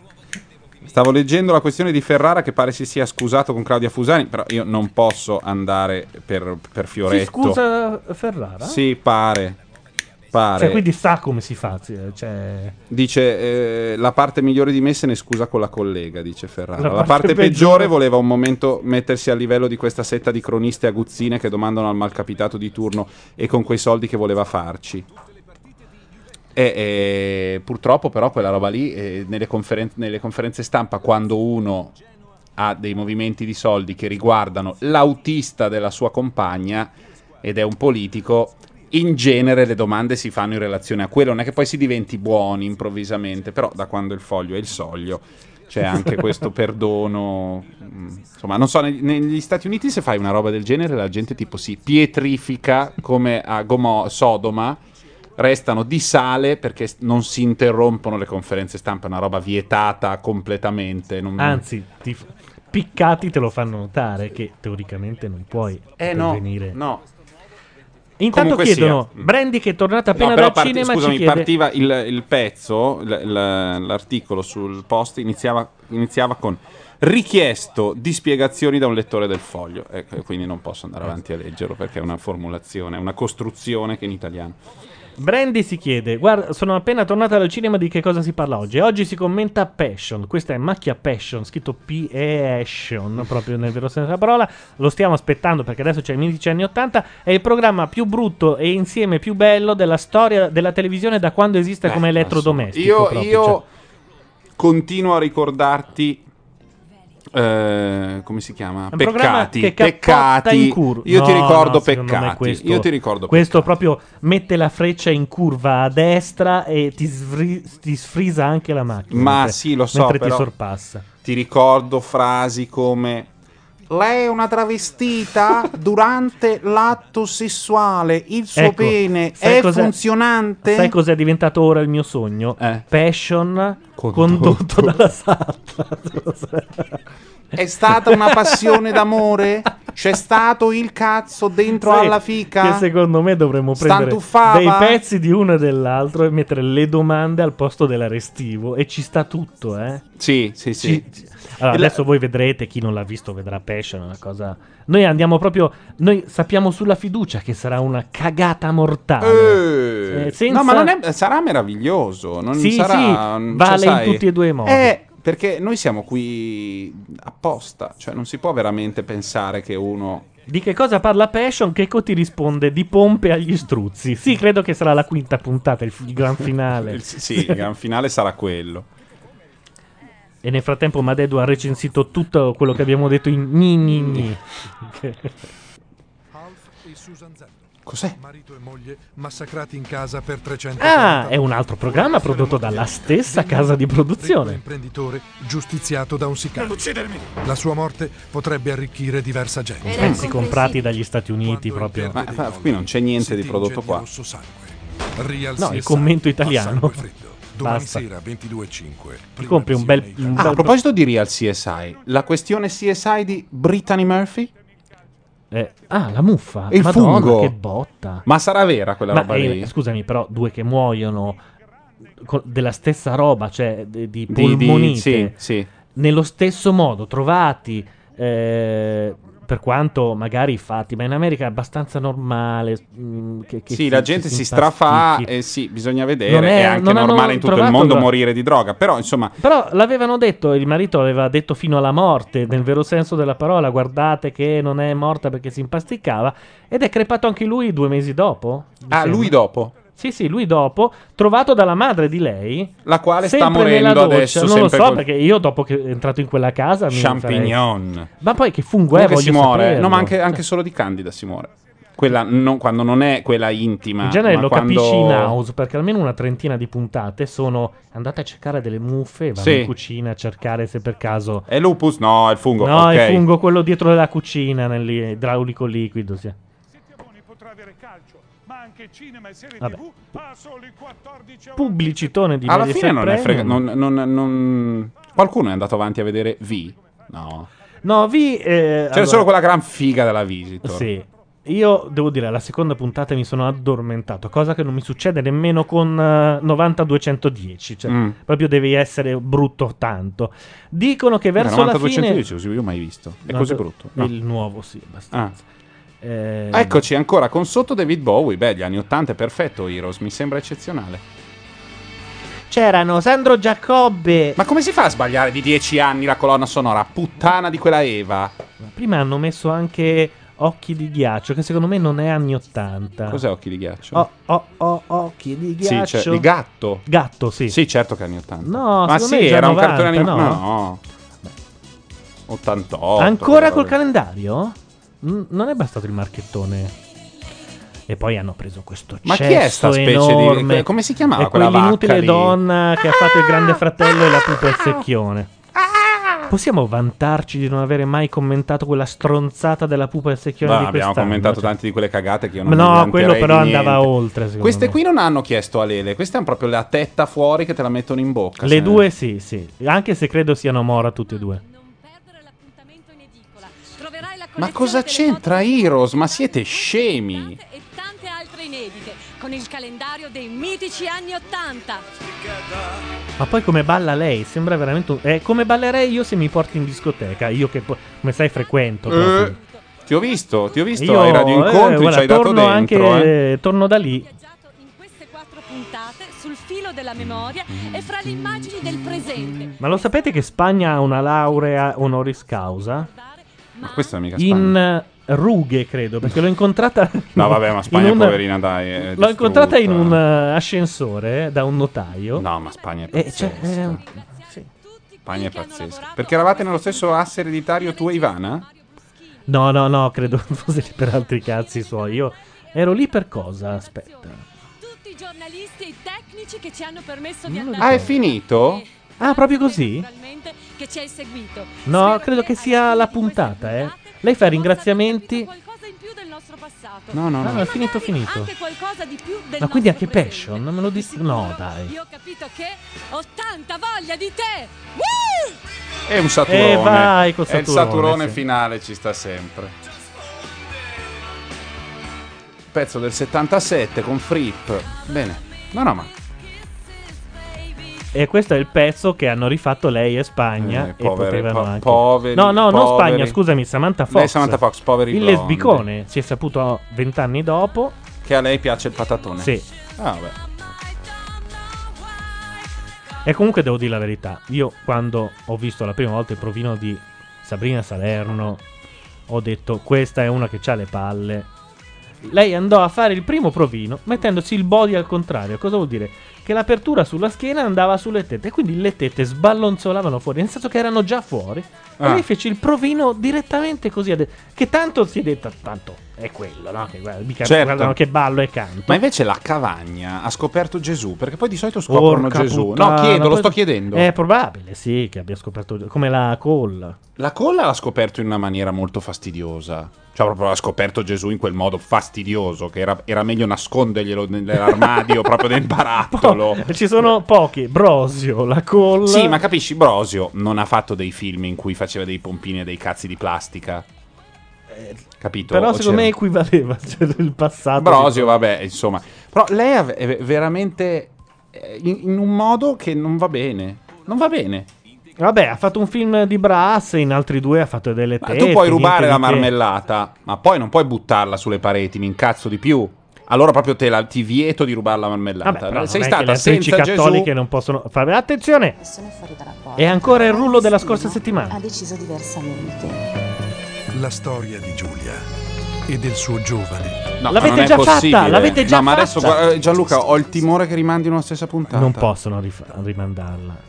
Stavo leggendo la questione di Ferrara che pare si sia scusato con Claudia Fusani, però io non posso andare per, per Fioretto.
Si scusa Ferrara?
Sì, pare. Pare.
Cioè, quindi sa come si fa. sì, eh, Cioè...
Dice eh, la parte migliore di me se ne scusa con la collega, dice Ferrara. La parte, peggiore,
peggiore
voleva un momento mettersi a livello di questa setta di croniste aguzzine che domandano al malcapitato di turno e con quei soldi che voleva farci. E, e purtroppo però quella roba lì eh, nelle, conferen- nelle conferenze stampa quando uno ha dei movimenti di soldi che riguardano l'autista della sua compagna ed è un politico in genere le domande si fanno in relazione a quello, non è che poi si diventi buoni improvvisamente, però da quando il foglio è il soglio c'è anche questo perdono. mm, Insomma, non so, neg- negli Stati Uniti se fai una roba del genere la gente tipo si pietrifica come a Gomo- Sodoma, restano di sale perché s- non si interrompono le conferenze stampa, è una roba vietata completamente. non-
Anzi, ti f- piccati te lo fanno notare che teoricamente non puoi
eh no,
intervenire.
no.
Intanto
Comunque
chiedono,
sia.
Brandy che è tornata appena
No, però
dal
parti-
cinema
scusami,
ci chiede...
partiva il, il pezzo, l- l- l'articolo sul post iniziava, iniziava con richiesto di spiegazioni da un lettore del foglio, Ecco, e quindi non posso andare avanti a leggerlo perché è una formulazione, è una costruzione che in italiano.
Brandy si chiede: Guarda, sono appena tornata dal cinema di che cosa si parla oggi? E Oggi si commenta Passion. Questa è macchia Passion, scritto P-E-Passion, proprio nel vero senso della parola. Lo stiamo aspettando perché adesso c'è i mitici anni 80. È il programma più brutto e insieme più bello della storia della televisione da quando esiste come
Eh,
elettrodomestico.
Io,
proprio,
io
cioè.
continuo a ricordarti. eh, come si chiama?
È un programma
Peccati.
che cappotta
peccati.
in curva.
Io ti
No,
ricordo
no, secondo me
peccati.
questo-
Io ti ricordo
Questo proprio mette la freccia in curva a destra e ti, svri- ti sfrisa anche la macchina.
Ma
mentre-
sì, lo so,
Mentre
però-
ti sorpassa.
Ti ricordo frasi come lei è una travestita durante l'atto sessuale, il suo
Ecco,
pene
sai
è
cos'è-
funzionante.
Sai cos'è diventato ora il mio sogno?
Eh.
Passion
Condotto.
condotto, dalla salta.
È stata una passione d'amore? C'è stato il cazzo dentro
Sai
alla
Che
fica?
secondo me dovremmo prendere
Stantuffava?
dei pezzi di uno e dell'altro e mettere le domande al posto dell'arestivo. E ci sta tutto, eh.
Sì, sì, sì.
Allora,
E la-
adesso voi vedrete, chi non l'ha visto vedrà Passion, è una cosa... Noi andiamo proprio... Noi sappiamo sulla fiducia che sarà una cagata mortale.
Eh,
Eh, senza-
No, ma non è- sarà meraviglioso. Non
Sì,
sarà,
sì,
cioè,
vale in
sai,
tutti e due i modi.
eh, perché noi siamo qui apposta, cioè non si può veramente pensare che uno
Di che cosa parla Passion? Checo ti risponde di pompe agli struzzi. Sì, credo che sarà la quinta puntata, il, il gran finale.
Il- sì, il gran finale sarà quello.
E nel frattempo Madedo ha recensito tutto quello che abbiamo detto in gni gni gni.
Alf e Susan Zandro.
Cos'è? Ah,
Marito e moglie massacrati in casa per 300
Ah, è un altro programma prodotto dalla stessa casa di produzione.
imprenditore giustiziato da un sicario. La sua morte potrebbe arricchire diversa gente. Ecco,
Pezzi comprati dagli Stati Eh, Uniti
Quando
proprio.
il
Ma,
verde
ma
dei
qui non c'è
nobili
niente
si
di
tinge
prodotto qua.
rosso sangue. Rialzi
No,
e
il
sali
commento
a
italiano.
sangue freddo. Domani
Basta.
sera 22:05. Ti
compri un bel- un
Ah, a proposito di Real CSI, la questione CSI di Brittany Murphy?
Eh, ah, la muffa.
E il
Madonna,
fungo.
che botta.
Ma sarà vera quella
Ma
roba
eh,
lì?
scusami, però, due che muoiono co- della stessa roba, cioè di,
Di-
di
di-
polmonite.
sì, sì.
nello stesso modo trovati eh, per quanto magari fatti ma in America è abbastanza normale mm, che, che
Sì,
si-
la
ci
gente si strafa
impasticchi.
e sì, bisogna vedere.
Non
è,
è-
anche
non hanno
normale in tutto il
trovato
mondo
la-
morire di droga. Però, insomma,
però l'avevano detto, il marito aveva detto fino alla morte, nel vero senso della parola, guardate che non è morta perché si impasticcava, ed è crepato anche lui due mesi dopo. mi
ah,
sembra.
lui dopo,
Sì, sì, lui dopo, trovato dalla madre di lei,
la quale sta
sempre nella
morendo
doccia.
adesso.
Non lo
sempre
so,
col-
perché io dopo che è entrato in quella casa... mi farei-
Champignon.
Ma poi che fungo è,
Comunque
voglio
si muore.
saperlo. Cioè,
No, ma anche, anche solo di Candida si muore. Quella non- quando non è quella intima.
In genere
ma
lo
quando...
capisci in house perché almeno una trentina di puntate sono andate a cercare delle muffe, vanno
Sì.
in cucina a cercare se per caso.
È lupus? No, è il fungo.
No,
ok.
è il fungo quello dietro la cucina, nell'idraulico liquido. Sì.
potrà avere calcio, ma anche cinema e serie
Vabbè.
TV a soli 14 euro.
Pubblicitone di
Alla
Mediaset
fine non è frega.
Premium.
non- non- non- Qualcuno è andato avanti a vedere V. No.
No, vi. eh,
C'era
allora-
solo quella gran figa della Visitor.
Sì. Io devo dire, alla seconda puntata mi sono addormentato, cosa che non mi succede nemmeno con eh, 90-210. Cioè,
Mm.
proprio devi essere brutto tanto. Dicono che verso la fine.
210, così io mai visto. Eh, È così brutto. No. Ah.
Il nuovo, sì, abbastanza. Eh,
Eccoci ancora con sotto David Bowie. Beh, gli anni 80 è perfetto, Heroes. Mi sembra eccezionale.
C'erano Sandro Giacobbe.
Ma come si fa a sbagliare di 10 anni la colonna sonora? Puttana di quella Eva.
Ma prima hanno messo anche Occhi di ghiaccio, che secondo me non è anni 80.
Cos'è Occhi di Ghiaccio?
Oh, oh, oh, occhi di
sì,
ghiaccio.
c'è- di gatto.
Gatto, sì.
Sì, certo che anni 80.
No,
ma
secondo
sì,
me è già
era un
90,
cartone animato.
no?
No, no. 88.
Ancora col
quella roba lì.
calendario? Mm, non è bastato il marchettone. E poi hanno preso questo cesso
Ma chi è sta specie di-
enorme.
come si chiamava
È
quella
quell'inutile
vacca lì? Ah!
donna che ha fatto il grande fratello e la pupa e il secchione. Possiamo vantarci di non avere mai commentato quella stronzata della pupa e il secchione
Bah,
di quest'anno?
abbiamo commentato tante di quelle cagate che io non
Ma
mi
no,
vanterei
quello
di
però
niente.
andava oltre, secondo
Queste
me.
qui non hanno chiesto a Lele, queste hanno proprio la tetta fuori che te la mettono in bocca.
Le
se-
due sì, sì. Anche se credo siano mora tutte e due.
Ma cosa c'entra Heroes? Ma siete scemi.
e tante altre inedite con il calendario dei mitici anni 80.
Ma poi come balla lei? Sembra veramente un... È come ballerei io se mi porti in discoteca. Io che poi, come sai, frequento. proprio.
Eh, ti ho visto, ti ho visto
Io,
ai radioincontri,
eh,
ci
guarda,
hai dato
torno
dentro. eh.
anche, Torno da lì.
Puntate sul filo della memoria e fra le immagini del presente.
Ma lo sapete che Spagna ha una laurea honoris causa?
Ma questa è mica Spagna.
In eh, rughe, credo, perché l'ho incontrata...
No, vabbè, ma Spagna,
in un-
poverina, dai. è
L'ho
distrutta.
incontrata in un eh, ascensore eh, da un notaio.
No, ma Spagna è
E c'è,
pazzesca.
eh, sì.
Spagna è pazzesca. Perché eravate nello stesso asse ereditario tu e Ivana?
No, no, no, credo fosse lì per altri cazzi suoi. Io ero lì per cosa? Aspetta.
Tutti i giornalisti e i tecnici che ci hanno permesso di
Non lo
andare
Ah, è finito?
Ah, proprio così?
naturalmente che ci hai seguito.
No, credo che sia la puntata, eh. Lei fa i ringraziamenti.
Qualcosa in più del nostro passato.
No, no,
No, no,
no.
Ah, è finito, finito.
Anche qualcosa di più del
Ma quindi anche
nostro presente.
Passion? Me lo
Di
dis-
sicuro
No, dai.
Io ho capito che ho tanta voglia di te. Woo!
È un saturone.
Eh, vai col
È il
saturone,
saturone
sì.
finale, ci sta sempre. Pezzo del 77 con Fripp. Bene. No, no, ma
E questo è il pezzo che hanno rifatto lei e Spagna.
Eh,
e
povere,
potevano
po-
anche...
poveri,
no, no, non
poveri.
Spagna, scusami, Samantha Fox.
Lei è Samantha Fox, poveri
Il
blondi.
lesbicone, si è saputo vent'anni dopo.
che a lei piace il patatone.
Sì.
Ah, vabbè.
E comunque devo dire la verità. Io quando ho visto la prima volta il provino di Sabrina Salerno, ho detto questa è una che ha le palle. Lei andò a fare il primo provino mettendosi il body al contrario. Cosa vuol dire? Che l'apertura sulla schiena andava sulle tette. E quindi le tette sballonzolavano fuori, nel senso che erano già fuori. E
Ah.
lei fece il provino direttamente così. ha de- Che tanto si è detta, tanto è quello, no? Che guarda, mica
Certo.
guardano che ballo e canto.
Ma invece la cavagna ha scoperto Gesù, perché poi di solito scoprono
Porca
Gesù.
puttana,
no, chiedo, lo
poi- Eh.
sto chiedendo.
È probabile, sì, che abbia scoperto come la colla.
La colla l'ha scoperto in una maniera molto fastidiosa. Cioè, proprio l'ha scoperto Gesù in quel modo fastidioso, che era, era meglio nasconderglielo nell'armadio, proprio nel barattolo.
Ci sono pochi, Brosio, la colla.
Sì, ma capisci, Brosio non ha fatto dei film in cui faceva dei pompini e dei cazzi di plastica. Capito?
però
O
secondo me
c'era-
equivaleva cioè, il passato.
certo, Brosio, vabbè, insomma. Però lei ave- è veramente eh, in, in un modo che non va bene. Non va bene.
Vabbè, ha fatto un film di Brass, in altri due ha fatto delle
Ma
tette.
tu puoi
niente
rubare
di
la
che.
marmellata, ma poi non puoi buttarla sulle pareti, mi incazzo di più. Allora proprio te la, ti vieto di rubare la marmellata.
Vabbè,
Sei
però non è che le
stata
attrici
senza Gesù.
cattoliche non possono fare attenzione. E ancora il rullo della scorsa settimana.
Ha deciso diversamente.
La storia di Giulia e del suo giovane.
No, ma
L'avete
non è
già fatta,
possibile.
l'avete già
No, ma adesso
fatta.
guarda, Gianluca, ho il timore che rimandino la stessa puntata.
Non possono rif- rimandarla.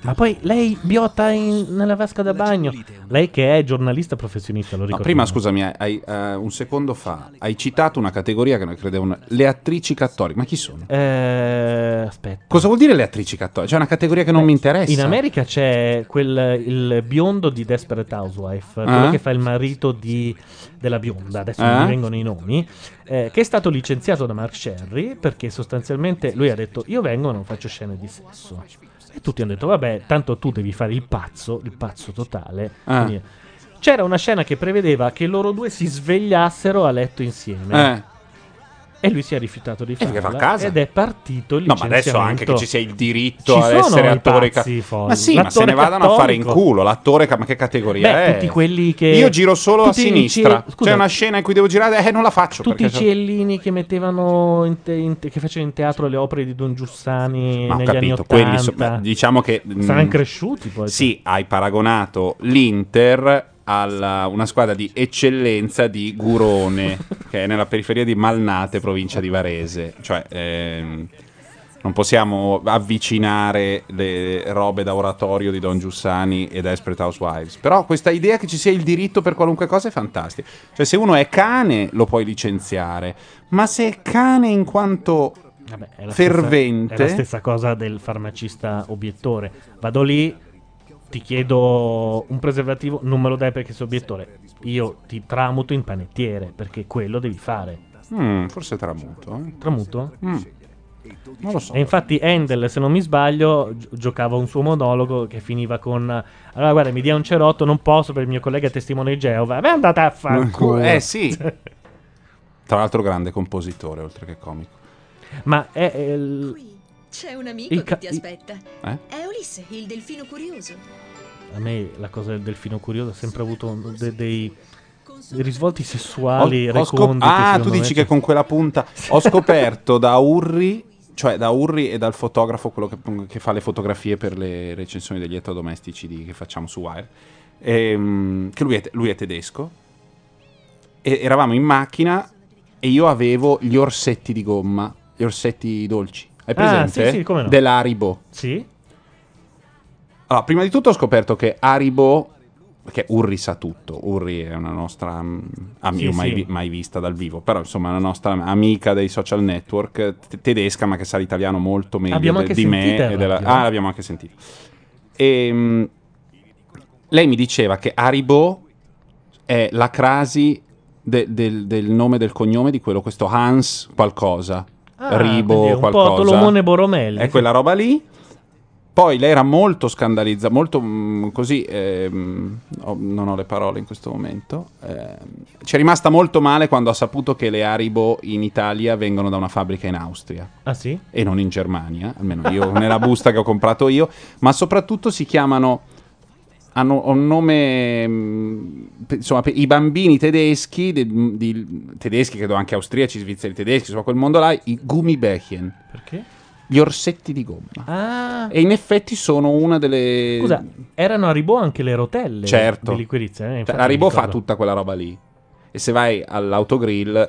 Ma poi lei biotta in- nella vasca da bagno. Lei che è giornalista professionista, lo
No,
ricordo.
prima scusami, hai- eh, un secondo fa hai citato una categoria che noi credevano le attrici cattoliche. Ma chi sono?
Eh, aspetta.
Cosa vuol dire le attrici cattoliche? C'è una categoria che non mi interessa.
Eh, In America c'è quel, il biondo di Desperate Housewife, quello
Ah.
che fa il marito di- della bionda, adesso non
Ah.
mi vengono i nomi, eh, che è stato licenziato da Mark Sherry perché sostanzialmente lui ha detto io vengo e non faccio scene di sesso. E tutti hanno detto vabbè, tanto tu devi fare il pazzo, il pazzo totale.
Ah.
Quindi- c'era una scena che prevedeva che loro due si svegliassero a letto insieme.
Eh.
E lui si è rifiutato di
perché fa a
farla
casa.
ed è partito il
No, ma adesso anche che
licenziamento.
ci sia il diritto
Ci
ad
sono
essere
i
attore
pazzi
ca-
folli.
Ma sì, ma se
L'attore
ne vadano a fare in
cattolico.
culo. L'attore, ca- ma che categoria
Beh,
è?
tutti quelli che-
Io giro solo a
tutti i
sinistra.
cieli- scusa.
C'è una scena in cui devo girare e non la faccio.
Tutti i
perché-
ciellini che mettevano in te- in te- che facevano in teatro le opere di Don Giussani
Ma ho
negli anni
capito,
80.
quelli so- beh, diciamo che. mm,
Saranno cresciuti poi.
Sì, hai paragonato l'Inter a una squadra di eccellenza di Gurone, che è nella periferia di Malnate, provincia di Varese. Cioè, ehm, Non possiamo avvicinare le robe da oratorio di Don Giussani e Desperate Housewives. Però questa idea che ci sia il diritto per qualunque cosa è fantastica. Cioè, se uno è cane, lo puoi licenziare. Ma se è cane in quanto
È la stessa-
fervente.
è la stessa cosa del farmacista obiettore. Vado lì, ti chiedo un preservativo, non me lo dai perché sei obiettore. Io ti tramuto in panettiere perché quello devi fare.
Mm, forse tramuto. eh.
Tramuto?
Non lo so.
E infatti Handel, se non mi sbaglio, gi- giocava un suo monologo che finiva con Allora guarda, mi dia un cerotto, non posso per il mio collega testimone di Geova. Beh, andate a fanculo.
Eh, sì. Tra l'altro, grande compositore, oltre che comico.
Ma è, è il-
C'è un amico
Il ca-
che ti aspetta.
Eh?
È Ulisse, il delfino curioso.
a me la cosa del delfino curioso ha sempre avuto un- de- dei dei risvolti sessuali
Ho- ho scop-
reconditi,
ah, tu
secondo me,
dici
cioè-
che con quella punta. Ho scoperto da Urri, cioè da Urri e dal fotografo, quello che, che fa le fotografie per le recensioni degli elettrodomestici di- che facciamo su Wire, ehm, che lui è, te- lui è tedesco. E eravamo in macchina e io avevo gli orsetti di gomma, gli orsetti dolci. Hai
Ah,
presente?
sì, sì, come no.
Dell'Aribo.
Sì.
Allora, prima di tutto ho scoperto che Haribo, perché Urri sa tutto, Urri è una nostra mm, am-
Sì,
io mai,
sì.
vi- mai vista dal vivo, però insomma è una nostra amica dei social network te- tedesca, ma che sa l'italiano molto meglio
Abbiamo
de-
anche
di me.
sentita,
e della-
l'abbiamo.
ah, l'abbiamo anche sentita. Ehm, lei mi diceva che Haribo è la crasi de- del, del nome del cognome di quello, questo Hans qualcosa,
Ah, quindi è
Ribo
un po'
qualcosa.
Tolomone Boromelli.
È quella roba lì. Poi lei era molto scandalizzata, molto mm, così, ehm, ho- non ho le parole in questo momento, ehm, ci è rimasta molto male quando ha saputo che le Haribo in Italia vengono da una fabbrica in Austria
Ah sì?
e non in Germania, almeno io nella busta che ho comprato io, ma soprattutto si chiamano hanno un nome mm, pe- insomma pe- i bambini tedeschi de- mm, di- tedeschi credo anche austriaci, svizzeri tedeschi, insomma quel mondo là, i Gummibärchen,
Perché?
gli orsetti di gomma.
Ah.
E in effetti sono una delle
Scusa, erano a Ribò anche le rotelle
Certo.
di liquirizia. eh?
Cioè,
Infatti
la Ribò
mi
fa
ricordo.
tutta quella roba lì. E se vai all'autogrill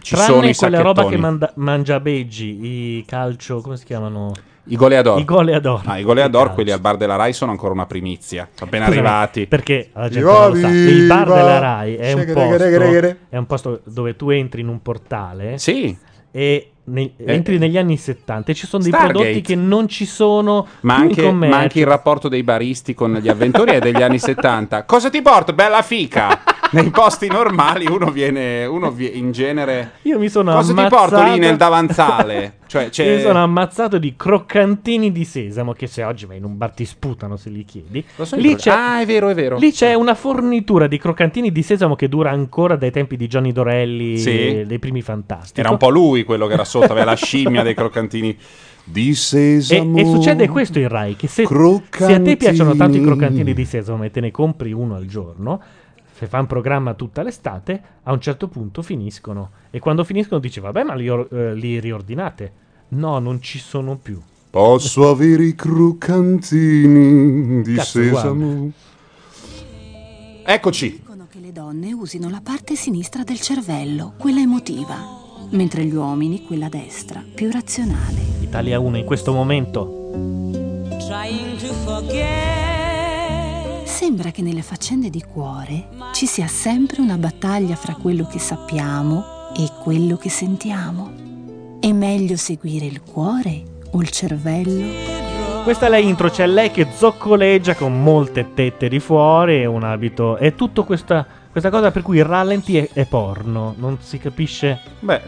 ci
Tranne
sono i
quella
sacchettoni.
roba che manda- mangia beggi, i calcio, come si chiamano?
I goleador.
I goleador.
Ah, i goleador,
I
quelli al
calcio.
bar della Rai, sono ancora una primizia. Appena
Scusami,
arrivati.
Perché la gente non lo sa, il bar della Rai è un, posto, è un posto dove tu entri in un portale
Sì, Eh,
e ne- entri negli anni 70 e ci sono dei
Stargate.
prodotti che non ci sono
ma
più in
anche,
commercio.
ma anche il rapporto dei baristi con gli avventori è degli anni 70. Cosa ti porto? Bella fica! Nei posti normali uno viene, uno vie- in genere...
Io mi sono
Cosa ti
ammazzato-
porto lì nel davanzale? Cioè, c'è-
Io sono ammazzato di croccantini di sesamo. Che se oggi vai in un bar ti sputano se li chiedi.
Lo so
Lì
io-
c'è,
Ah, è vero, è vero.
lì c'è una fornitura di croccantini di sesamo che dura ancora dai tempi di Johnny Dorelli,
Sì.
eh, dei primi fantastici.
Era un po' lui quello che era sotto, aveva la scimmia dei croccantini di
E,
sesamo.
e succede questo in Rai: che se, se a te piacciono tanto i croccantini di sesamo e te ne compri uno al giorno, se fa un programma tutta l'estate, a un certo punto finiscono. E quando finiscono dici, vabbè, ma li, or- eh, li riordinate. No, non ci sono più. Eh.
Posso avere i croccantini di
Cazzo,
Eccoci.
Dicono che le donne usino la parte sinistra del cervello, quella emotiva, mentre gli uomini quella destra, più razionale.
Italia 1 in questo momento.
Trying to forget.
Sembra che nelle faccende di cuore ci sia sempre una battaglia fra quello che sappiamo e quello che sentiamo. È meglio seguire il cuore o il cervello?
Questa è la intro, c'è lei che zoccoleggia con molte tette di fuori e un abito. È tutto questa, questa cosa per cui il rallenti è, è porno, non si capisce.
Beh,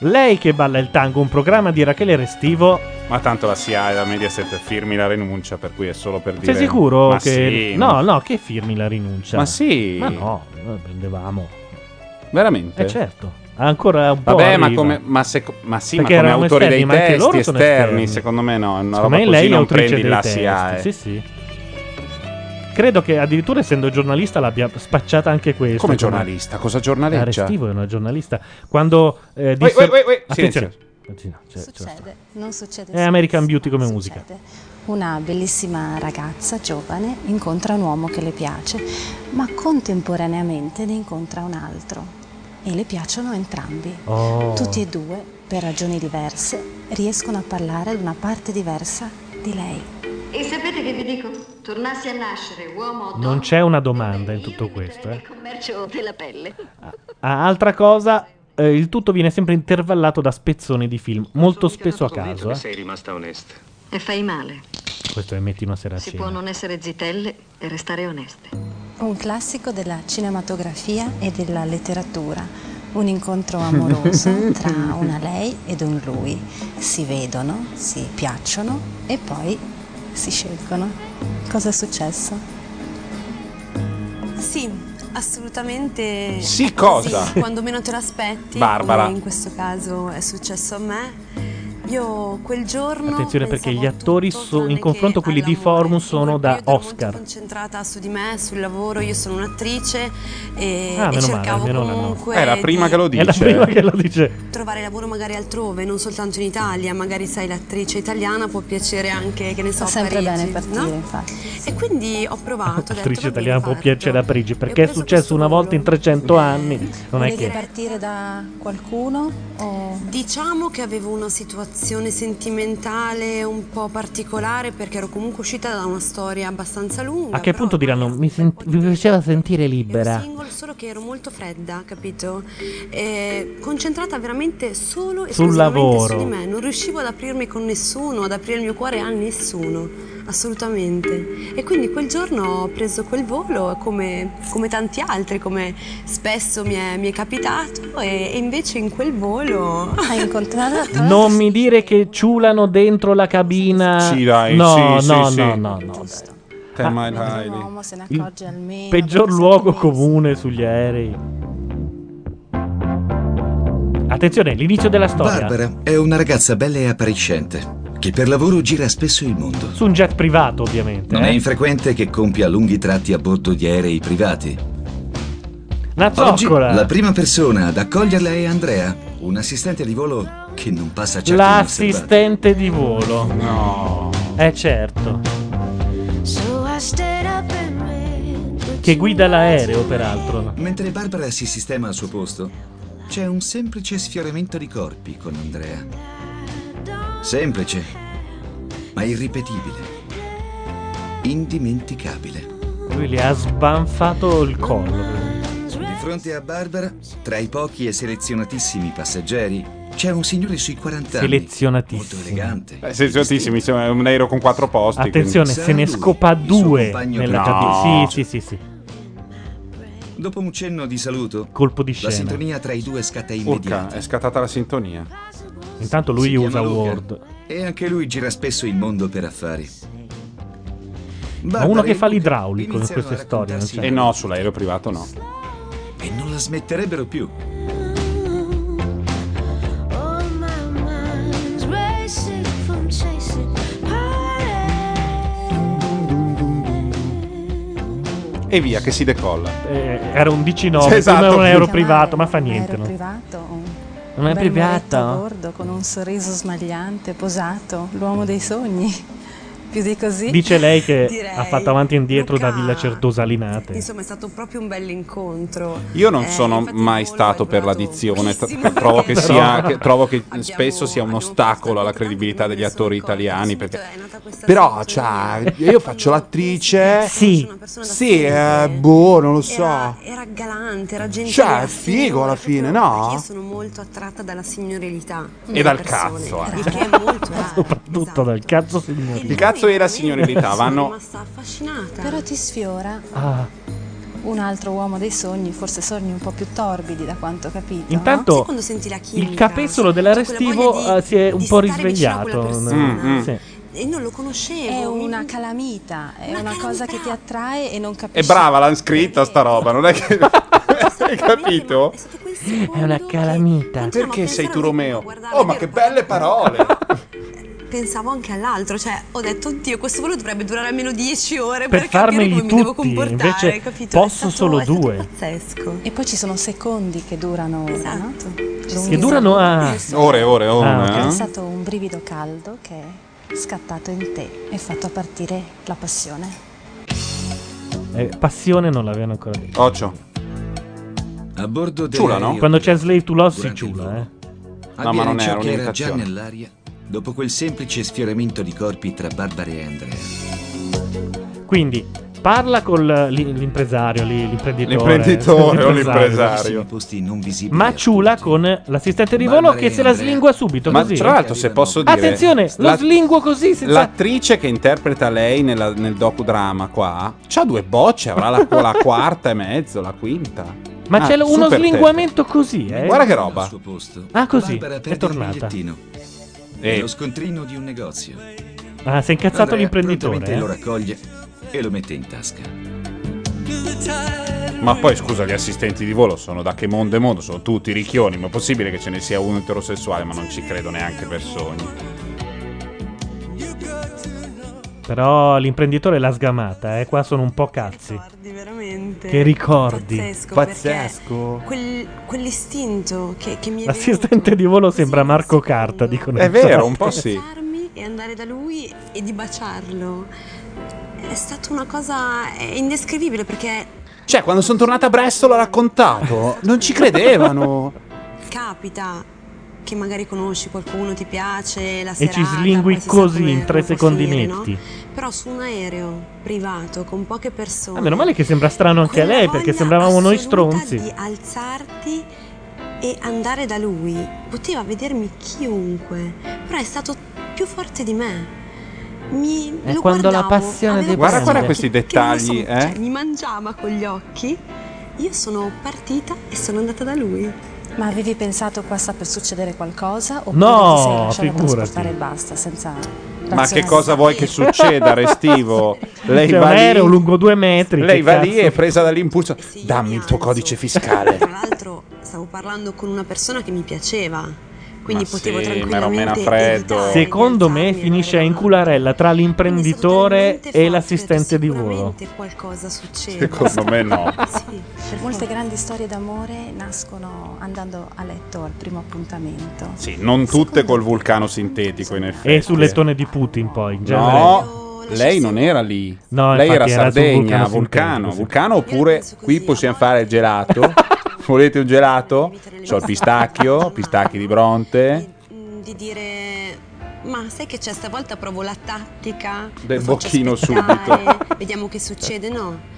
Lei che balla il tango, un programma di Rachele Restivo.
ma tanto la SIA e la Mediaset firmi la rinuncia, per cui è solo per
Sei
dire...
sicuro
Ma
che...
sì,
no, no, che firmi la rinuncia.
Ma sì.
Ma no, noi prendevamo.
Veramente?
Eh certo, ancora un po'...
Vabbè, ma,
arriva.
come, ma, se- ma sì,
Perché
ma come
erano
autori
esterni,
dei
ma anche
testi
loro sono esterni.
esterni, secondo me no, è una
Secondo
roba
me
così
lei è
non
autrice
prendi
dei
la eh.
testi.
SIA.
Sì, sì. Credo che addirittura essendo giornalista l'abbia spacciata anche questo.
Come giornalista, cosa
Ah,
giornaleggia?
Restivo è una giornalista. Quando eh, disse...
wait, wait, wait,
Attenzione. Attenzione, c'è- c'è-
Succede, non succede.
È American Beauty come
Succede.
musica.
Una bellissima ragazza giovane incontra un uomo che le piace, ma contemporaneamente ne incontra un altro e le piacciono entrambi.
Oh.
Tutti e due, per ragioni diverse,
riescono a parlare ad una parte diversa di lei.
E sapete che vi dico? Tornassi a nascere uomo o
Non c'è una domanda in tutto questo. Eh.
commercio della pelle.
Ah, altra cosa, eh, il tutto viene sempre intervallato da spezzoni di film, molto spesso a caso. eh.
sei rimasta onesta.
E fai male.
Questo è metti una sera a
Si può
cena.
non essere zitelle e restare oneste.
Un classico della cinematografia e della letteratura. Un incontro amoroso tra una lei ed un lui. Si vedono, si piacciono e poi si scelgono. Cosa è successo?
Sì, assolutamente.
Sì,
è
cosa?
così. Quando meno te l'aspetti.
Barbara.
come In questo caso è successo a me. Io quel giorno.
Attenzione
pensavo
perché gli attori so- in confronto a quelli di Forum sono da Oscar.
concentrata su di me, sul lavoro, io sono un'attrice
Ah,
e, e
meno male,
cercavo
mia nonna no.
comunque
È la Eh, prima che lo
È la
dice. Eh,
prima che lo dice.
di trovare lavoro magari altrove, non soltanto in Italia, magari sai l'attrice italiana può piacere anche, che ne so,
Fa sempre
a Parigi,
bene partire,
no?
infatti.
E quindi ho provato, ho detto,
Attrice
"Vabbè,
italiana può piacere a Parigi perché è
preso
successo una volta in 300 anni. Non è
Volevi
che.
partire da qualcuno?
Diciamo che avevo una situazione sentimentale un po' particolare perché ero comunque uscita da una storia abbastanza lunga.
A che punto diranno? Mi sent- vi piaceva sentire libera.
Single, solo che ero molto fredda, capito? E concentrata veramente solo e
Sul
esclusivamente
lavoro.
su di me. Non riuscivo ad aprirmi con nessuno, ad aprire il mio cuore a nessuno, assolutamente. E quindi quel giorno ho preso quel volo come, come tanti altri, come spesso mi è, mi è capitato, e, e invece in quel volo.
Hai incontrato?
Non mi dire che ciulano dentro la cabina.
Sì, dai,
no,
sì,
no,
sì,
no,
sì.
no, no,
Te mai
dai.
dai lì.
Accorge almeno.
Il peggior luogo comune sugli aerei. Attenzione, l'inizio della storia.
Barbara è una ragazza bella e appariscente che per lavoro gira spesso il mondo.
Su un jet privato, ovviamente.
Non è
eh.
infrequente che compia lunghi tratti a bordo di aerei privati.
Una
Oggi
zoccola.
la prima persona ad accoglierla è Andrea, un assistente di volo che non passa certo inosservato.
L'assistente di volo. No. Eh certo. Che guida l'aereo, peraltro.
Mentre Barbara si sistema al suo posto, c'è un semplice sfioramento di corpi con Andrea. Semplice, ma irripetibile. Indimenticabile.
Lui le ha sbanfato il collo.
Di fronte a Barbara, tra i pochi e selezionatissimi passeggeri, c'è un signore sui 40 anni.
Selezionatissimo.
Molto elegante.
Eh, sei giustissimo, insomma, è un aereo con quattro posti.
Attenzione,
quindi-
se ne scopa due nella
No.
cabina. Sì, sì, sì, sì.
Dopo un cenno di saluto,
Colpo di
la
scena.
sintonia tra i due scatta
Urca,
immediata.
è scattata la sintonia.
Intanto lui
Si chiama
usa
Luca,
Word.
E anche lui gira spesso il mondo per affari.
Ma
Barbara
uno che
e
fa
Luca
l'idraulico in
iniziano
queste
a
storie. non
raccontarsi-
c'è.
E Eh no, sull'aereo privato no.
E non la smetterebbero più.
E via, che si decolla.
Eh, era un 19,
Sì, esatto.
prima era un aereo
Chiamare
privato, ma fa
Un
niente.
aereo
no?
privato, un
Non è
bel
privato?
moretto a bordo con un sorriso smagliante, posato, l'uomo dei sogni. Più di così.
Dice lei che
Direi.
ha fatto avanti e indietro da Villa Certosalinate.
Insomma, è stato proprio un Eh, bell'incontro.
Io non sono mai stato per l'addizione, tro- trovo che,
pochissimo.
sia,
Però-
che- trovo che spesso sia un ostacolo alla credibilità degli attori italiani. Perché...
cioè,
Però, cioè, io faccio l'attrice. Sì. Sì, eh, boh, non lo so.
Era galante, era gentile.
Cioè,
era
è figo alla fine, no?
Io sono molto attratta dalla signorilità.
E dal cazzo, eh.
Esatto.
Soprattutto dal cazzo signore.
Il cazzo e la signorilità vanno.
Però ti sfiora
Ah,
un altro uomo dei sogni, forse sogni un po' più torbidi da quanto ho capito.
Intanto,
no?
Sai quando
senti la chimica? cioè,
il capezzolo dell'arestivo eh, si è un po' risvegliato.
persona.
Mm, mm. Sì.
E non lo conoscevo.
È una calamita, è una, cosa che ti attrae e non
È
capisci.
brava, l'hanno scritta sta roba, non è che. Hai capito?
È una calamita.
Perché sei tu Romeo? Oh, ma che belle parole!
Pensavo anche all'altro, cioè ho detto, oddio, questo volo dovrebbe durare almeno 10 ore per,
Per
capire come
farmeli
mi
tutti,
devo comportare,
invece
capito?
posso solo due.
Pazzesco.
E poi ci sono secondi che durano ora, no? Lunghi
Che durano a...
Ore, ore, ore.
Ah,
È
eh?
stato un brivido caldo che è scattato in te e fatto partire la passione.
Eh, passione non l'avevano ancora detto.
Occio.
A bordo
Ciula, no?
dell'aereo,
Quando c'è Slave to Love si ciula, eh.
avviene
ma non
ciò
era
che era già
un'imitazione.
nell'aria dopo quel semplice sfioramento di corpi tra Barbara e Andrea.
Quindi parla con l'impresario, lì, l'imprenditore.
Ci sono posti non visibili.
Ma ciula con l'assistente di volo che se la slingua subito.
Ma
così.
tra l'altro, se posso dire.
Attenzione, lo
la-
slinguo così. senza-
L'attrice che interpreta lei nella- nel docudrama qua c'ha due bocce, avrà la, la quarta e mezzo, la quinta.
Ma
Ah,
c'è lo- uno
super
slinguamento così,
testa.
eh.
Guarda che roba.
Ah, così.
Barbara
È
perde Il
tornata.
bigliettino.
Eh.
Lo scontrino di un negozio.
Ah, si è incazzato
Andrea
l'imprenditore.
prontamente
eh.
lo raccoglie e lo mette in tasca.
Ma poi scusa, gli assistenti di volo sono da che mondo e mondo, sono tutti ricchioni. Ma è possibile che ce ne sia uno eterosessuale? Ma non ci credo neanche per sogni.
Però l'imprenditore l'ha sgamata, eh. Qua sono un po' cazzi.
veramente.
Che ricordi.
Pazzesco.
Pazzesco.
perché quel- quell'istinto che, che mi è
L'assistente di volo sembra Marco Carta, dicono.
È
in
vero,
chat.
un po' sì.
venuto e andare da lui e di baciarlo. È stata una cosa eh, indescrivibile perché
Cioè, quando sono tornata a Brestol l'ho raccontato. Non ci credevano.
capita che magari conosci qualcuno, ti piace, la
E
serata,
ci slingui
poi si sa
così
come-
in tre
come può
secondi
finire, no?
netti.
Però su un aereo privato con poche persone.
Ah, meno male che sembra strano anche a
quella
lei, perché
voglia
sembravamo noi
assoluta
stronzi.
di alzarti e andare da lui. Poteva vedermi chiunque, però è stato più forte di me. Mi,
È
lo
quando la
guardavo,
passione
avevo
guarda,
questi
guarda
occhi
questi
che non lo so,
dettagli,
cioè,
eh?
mi mangiava con gli occhi. Io sono partita e sono andata da lui.
Ma avevi pensato qua sta per succedere qualcosa? Oppure
No,
ti sei lasciata
figurati.
trasportare e basta, senza...
Ma che cosa vuoi che succeda, Restivo? Lei
C'è
va
Cioè, un
lì-
aereo lungo due metri.
Lei
che
va lì
cazzo.
e è presa dall'impulso. Dammi il tuo codice fiscale.
Tra l'altro stavo parlando con una persona che mi piaceva. Quindi potevo
ma era un mena
tranquillamente
freddo.
Secondo me finisce a incularella tra l'imprenditore e l'assistente di volo.
evitare qualcosa succede.
Secondo me no.
Sì, per
Molte grandi storie d'amore nascono andando a letto al primo appuntamento.
Sì, non tutte col vulcano sintetico, in effetti.
E sul lettone di Putin poi, in genere.
No, lei non era lì.
No,
lei era
infatti, era sul
Sardegna,
vulcano
vulcano, vulcano,
sintetico, sì.
oppure qui possiamo fare il gelato. Volete un gelato? C'ho il pistacchio, pistacchi di Bronte,
di dire ma sai che c'è stavolta provo la tattica
del
lo faccio
bocchino
aspettare,
subito.
vediamo che succede no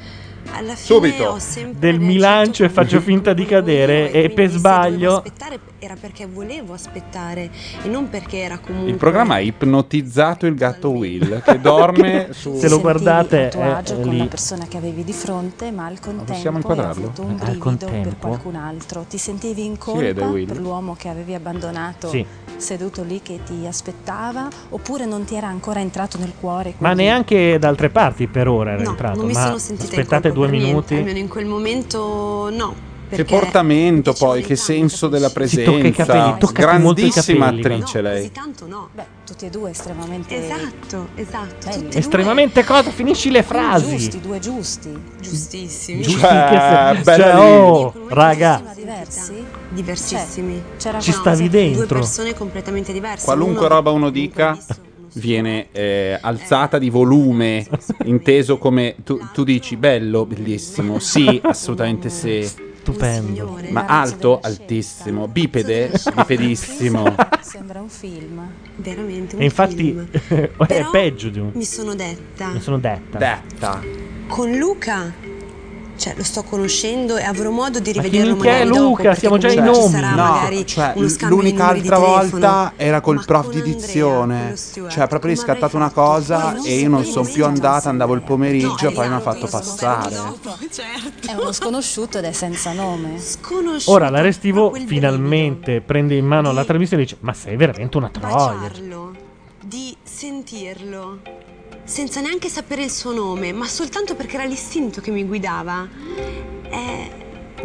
alla fine ho
Subito
sempre
del Milancio e faccio finta di cadere e per sbaglio
aspettare era perché volevo aspettare e non perché era comunque
Il programma ha ipnotizzato il gatto Will che dorme su
Se lo guardate,
a tuo
è-
agio
è
con
lì.
la persona che avevi di fronte, ma al
possiamo
contempo hai
inquadrarlo?
avuto
Eh,
un
Al
brivido per
contempo?
qualcun altro. Ti sentivi in
vede,
colpa
Will?
per l'uomo che avevi abbandonato
Sì.
seduto lì che ti aspettava, oppure non ti era ancora entrato nel cuore.
ma
quindi-
neanche da altre parti per ora era
No,
entrato,
non mi
ma
sono sentita in
aspettate
colpa
due
per niente,
minuti.
almeno in quel momento no
Che
perché
portamento poi, che senso della
Si tocca i capelli,
presenza.
toccati molto i
Cioè, Grandissima
capelli,
attrice lei.
tanto no
Beh, tutti e due estremamente
esatto esatto
tutti
Estremamente cosa? Finisci
Eh,
le
giusti
frasi.
due giusti
giustissimi
Giusti
Cioè,
in che sen-
bella
cioè,
lì.
oh, raga,
diversi
diversissimi
Cioè,
c'era
Ci stavi
due
dentro.
persone completamente diverse
Qualunque
uno-
roba uno dica viene eh, alzata di volume, inteso come tu, tu dici bello, bellissimo, sì, assolutamente sì.
Stupendo.
Ma alto, altissimo, bipede, bipedissimo.
sembra un film
veramente un
E infatti
film.
è
Però
peggio di un
mi sono detta
mi sono detta.
Detta.
con Luca cioè lo sto conoscendo e avrò modo di
Ma chi
rivederlo
minchia è
magari dopo,
Luca?
perché
Siamo già in
comunque Cioè, ci
omni.
sarà
No,
magari
cioè,
uno
l-
scambio di
l'unica
numeri di
altra
telefono.
volta era col prof di dizione. Cioè, proprio lì è scattata una cosa e io non sono più andata, andavo il pomeriggio e poi mi ha fatto passare.
cioè,
è uno sconosciuto ed è senza nome
sconosciuto
Ora la Restivo finalmente prende in mano la trasmissione e dice "Ma sei veramente una troia".
Baciarlo, di sentirlo, senza neanche sapere il suo nome, ma soltanto perché era l'istinto che mi guidava. Eh,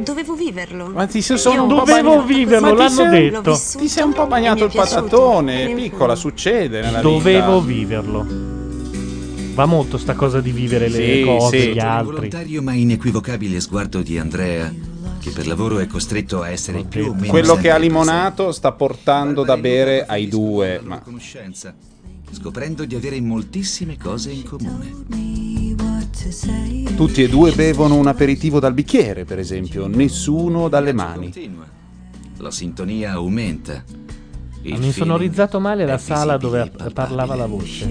dovevo viverlo.
Ma ti sei- sono un po'
Dovevo
bagnato.
viverlo,
Ma ti
l'hanno
sei-
detto.
Ti sei un po' bagnato il patatone, piccola, succede nella
Dovevo
vita.
viverlo. Va molto sta cosa di vivere le
Sì,
cose,
sì.
gli
Il
altri.
volontario ma inequivocabile sguardo di Andrea, che per lavoro è costretto a essere più o meno
Quello che ha
sempre
limonato sta portando da bere ai due, ma
conoscenza, scoprendo di avere moltissime cose in comune.
tutti e due bevono un aperitivo dal bicchiere, per esempio, nessuno dalle mani.
La sintonia aumenta.
Hanno insonorizzato male la sala dove eh, parlava la voce.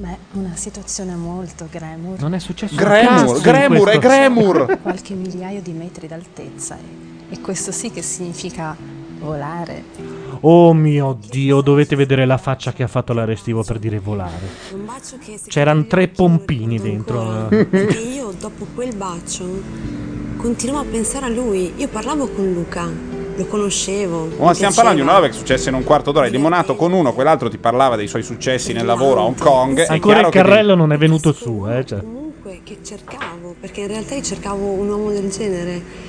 Beh, una situazione molto Gremur.
Non è successo Gremur, un cazzo in Gremur, questo- è Gremur!
Qualche migliaio di metri d'altezza e, e questo sì che significa volare.
Oh mio dio, dovete vedere la faccia che ha fatto l'arestivo per dire
Eh,
volare. C'erano tre pompini dentro.
Perché io dopo quel bacio continuavo a pensare a lui. Io parlavo con Luca, lo conoscevo.
Oh, Ma
mi
stiamo
piaceva.
parlando di una roba che è successa in un quarto d'ora. Hai limonato con uno, quell'altro ti parlava dei suoi successi nel lavoro a Hong Kong. È
Ancora il
chiaro che devi-
carrello non è venuto su, eh. cioè.
Comunque che cercavo, perché in realtà io cercavo un uomo del genere.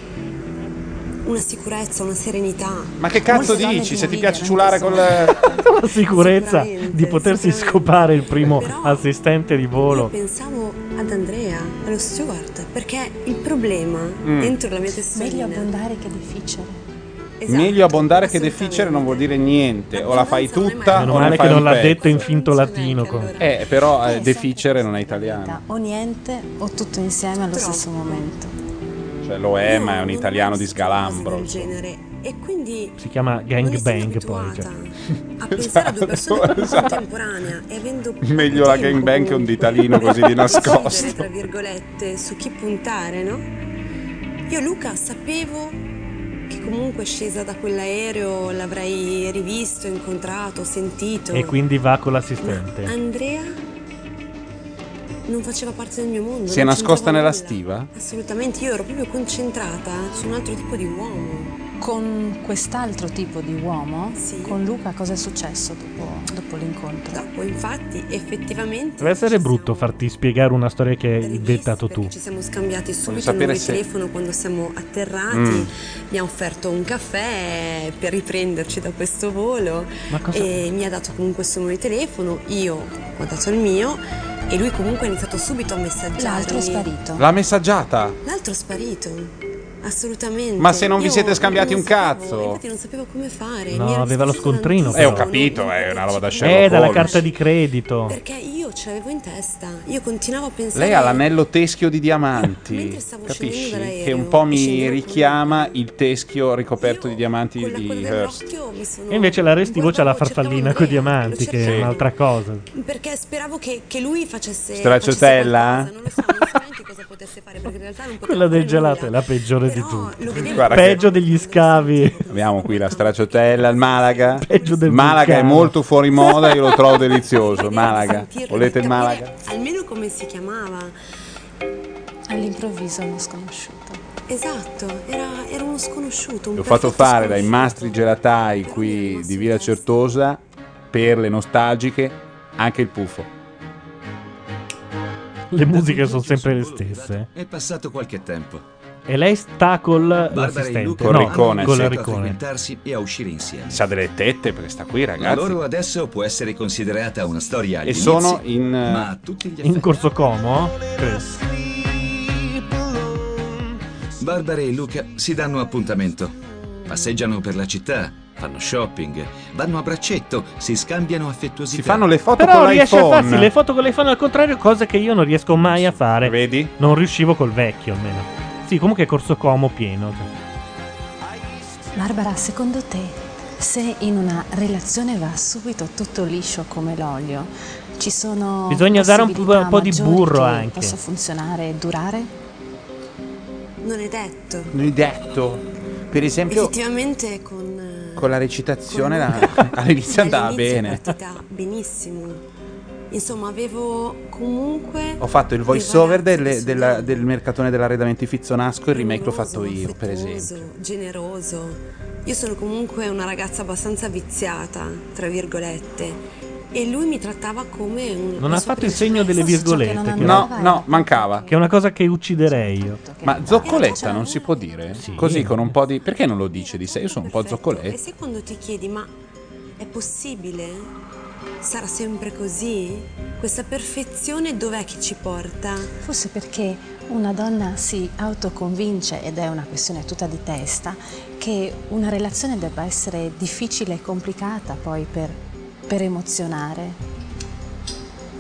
Una sicurezza, una serenità.
Ma che cazzo
Molte donne
dici? Se ti
invidiano
piace ciulare
questo.
col.
la sicurezza di potersi scopare il primo assistente di
Io
volo.
pensavo ad Andrea, allo steward, perché il problema
Mm.
dentro la mia testolina...
Meglio abbondare che difficile.
Esatto.
Meglio abbondare che deficere non vuol dire niente. O la fai tutta o
Meno
ne
male che
fai
non
un
l'ha
pezzo.
detto in finto latino. co-
Eh, però eh, deficere non è italiano.
O niente o tutto insieme allo stesso momento.
Cioè lo è, ma è un italiano di sgalambro.
del genere e quindi
Si chiama gangbang poi. cioè.
a pensare a due persone
Esatto.
contemporanee e avendo
Meglio la gangbang che un ditalino così di
decidere,
nascosto.
tra virgolette su chi puntare no? io Luca sapevo che comunque scesa da quell'aereo l'avrei rivisto incontrato sentito
E quindi va con l'assistente.
Andrea non faceva parte del mio mondo
Si è
non
nascosta
c'entrava
nella
nulla.
stiva?
Assolutamente, io ero proprio concentrata su un altro tipo di uomo.
Con quest'altro tipo di uomo, con Luca cosa è successo dopo, dopo l'incontro?
Dopo, infatti, effettivamente
Deve essere brutto farti spiegare una storia che hai dettato tu.
ci siamo scambiati subito il
sapere
numero
se-
di telefono quando siamo atterrati,
Mm.
mi ha offerto un caffè per riprenderci da questo volo
Ma cosa-
e mi ha dato comunque il suo numero di telefono, io ho dato il mio e lui comunque ha iniziato subito a messaggiarmi.
L'altro è sparito.
L'ha messaggiata.
L'altro è sparito, assolutamente.
Ma se non vi
Io
siete scambiati
non
un
sapevo,
cazzo.
Infatti non sapevo come fare. mi
No,
ero
aveva lo scontrino.
Eh, ho
però.
capito, è una roba da Sherlock
Eh, dalla
Holmes.
carta di credito.
Perché io ce l'avevo in testa, io continuavo a pensare.
Lei ha l'anello teschio di diamanti,
stavo
capisci?
scendendo dall'aereo
Che un po' mi richiama il teschio ricoperto di diamanti di Hearst.
E invece l'arestivo c'ha la
certo
farfallina
eh,
con i diamanti, che è un'altra cosa.
Perché speravo che, che lui facesse.
Stracciatella?
Quella del gelato è la peggiore di tutte.
Guarda che-
Peggio degli scavi.
Abbiamo qui la straciotella, il Malaga.
del
Malaga è
vulcano.
molto fuori moda, io lo trovo delizioso. Malaga, volete il Malaga?
Almeno come si chiamava.
All'improvviso uno sconosciuto.
Esatto, era, era uno sconosciuto. Un
L'ho fatto
perfetto
fare dai mastri gelatai qui di Villa Certosa per le nostalgiche, anche il puffo.
Le musiche sono sempre le stesse.
È passato qualche tempo.
E lei sta col
Barbara e
l'assistente.
Luca
no,
hanno
Col
iniziato a
riccone.
frequentarsi e a uscire insieme.
Sa delle tette perché sta qui,
La
ragazzi.
loro adesso può essere considerata una storia agli
E sono
inizi,
in, eh,
ma a tutti gli
In
effetti.
corso Como? Chris.
Barbara e Luca si danno appuntamento. Passeggiano per la città, fanno shopping, vanno a braccetto, si scambiano
Si
affettuosità.
fanno le foto
Però
con
riesce a
l'iPhone.
farsi le foto con l'iPhone al contrario, cosa che io non riesco mai a fare.
Vedi?
Non riuscivo col vecchio almeno. Sì, comunque è corso Como pieno.
Barbara, secondo te, se in una relazione va subito tutto liscio come l'olio, ci sono.
Bisogna usare un po-
possibilità
un po' di
maggiori
burro
che
anche.
Possa funzionare e durare?
Non è detto.
Non è detto. Per esempio,
Effettivamente con
con la recitazione la- all'inizio andava bene.
partita benissimo. Insomma, avevo comunque
Ho fatto il voice over del, della- del mercatone dell'arredamento di Fizzonasco, il remake l'ho fatto io, per esempio.
generoso, generoso. Io sono comunque una ragazza abbastanza viziata, tra virgolette, e lui mi trattava come un
Non ha fatto il segno delle virgolette. che-
No, no, mancava.
Che è una cosa che ucciderei io.
Ma zoccoletta non si può dire? Così con un po' di... Perché non lo dice di sé? Io sono un po'
E
zoccoletta.
se quando ti chiedi ma è possibile? Sarà sempre così? Questa perfezione dov'è che ci porta?
Forse perché una donna si autoconvince, ed è una questione tutta di testa, che una relazione debba essere difficile e complicata poi per, per emozionare.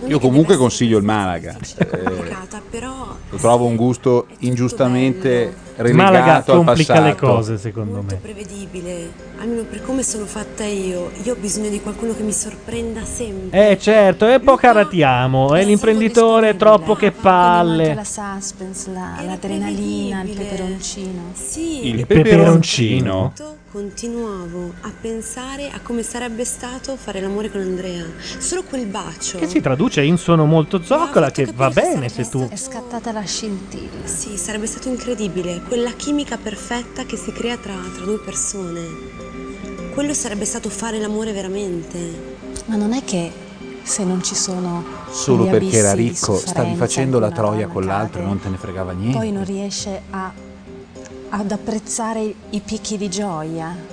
Io comunque consiglio il Malaga. Eh,
certo, Però
lo trovo un gusto ingiustamente esatto. relegato
Malaga
al
complica
passato.
le cose, secondo me.
Prevedibile, almeno per come sono fatta io, io ho bisogno di qualcuno che mi sorprenda sempre.
Eh certo, e poi caratiamo, è l'imprenditore troppo che
Manca
palle.
la suspense, la, l'adrenalina, il peperoncino. Sì,
Il peperoncino.
Continuavo a pensare a come sarebbe stato fare l'amore con Andrea. Solo quel bacio.
Che si traduce in sono molto zoccola, che va bene se tu...
È scattata la scintilla. Sì, sarebbe stato incredibile, quella chimica perfetta che si crea tra, tra due persone. Quello sarebbe stato fare l'amore veramente.
Ma non è che se non ci sono
Solo
gli
perché era
abissi di
ricco, stavi
sofferenza,
facendo la
una
troia
donna
con l'altro,
cade,
non te ne fregava
Poi
niente.
non riesce a- ad apprezzare i picchi di gioia.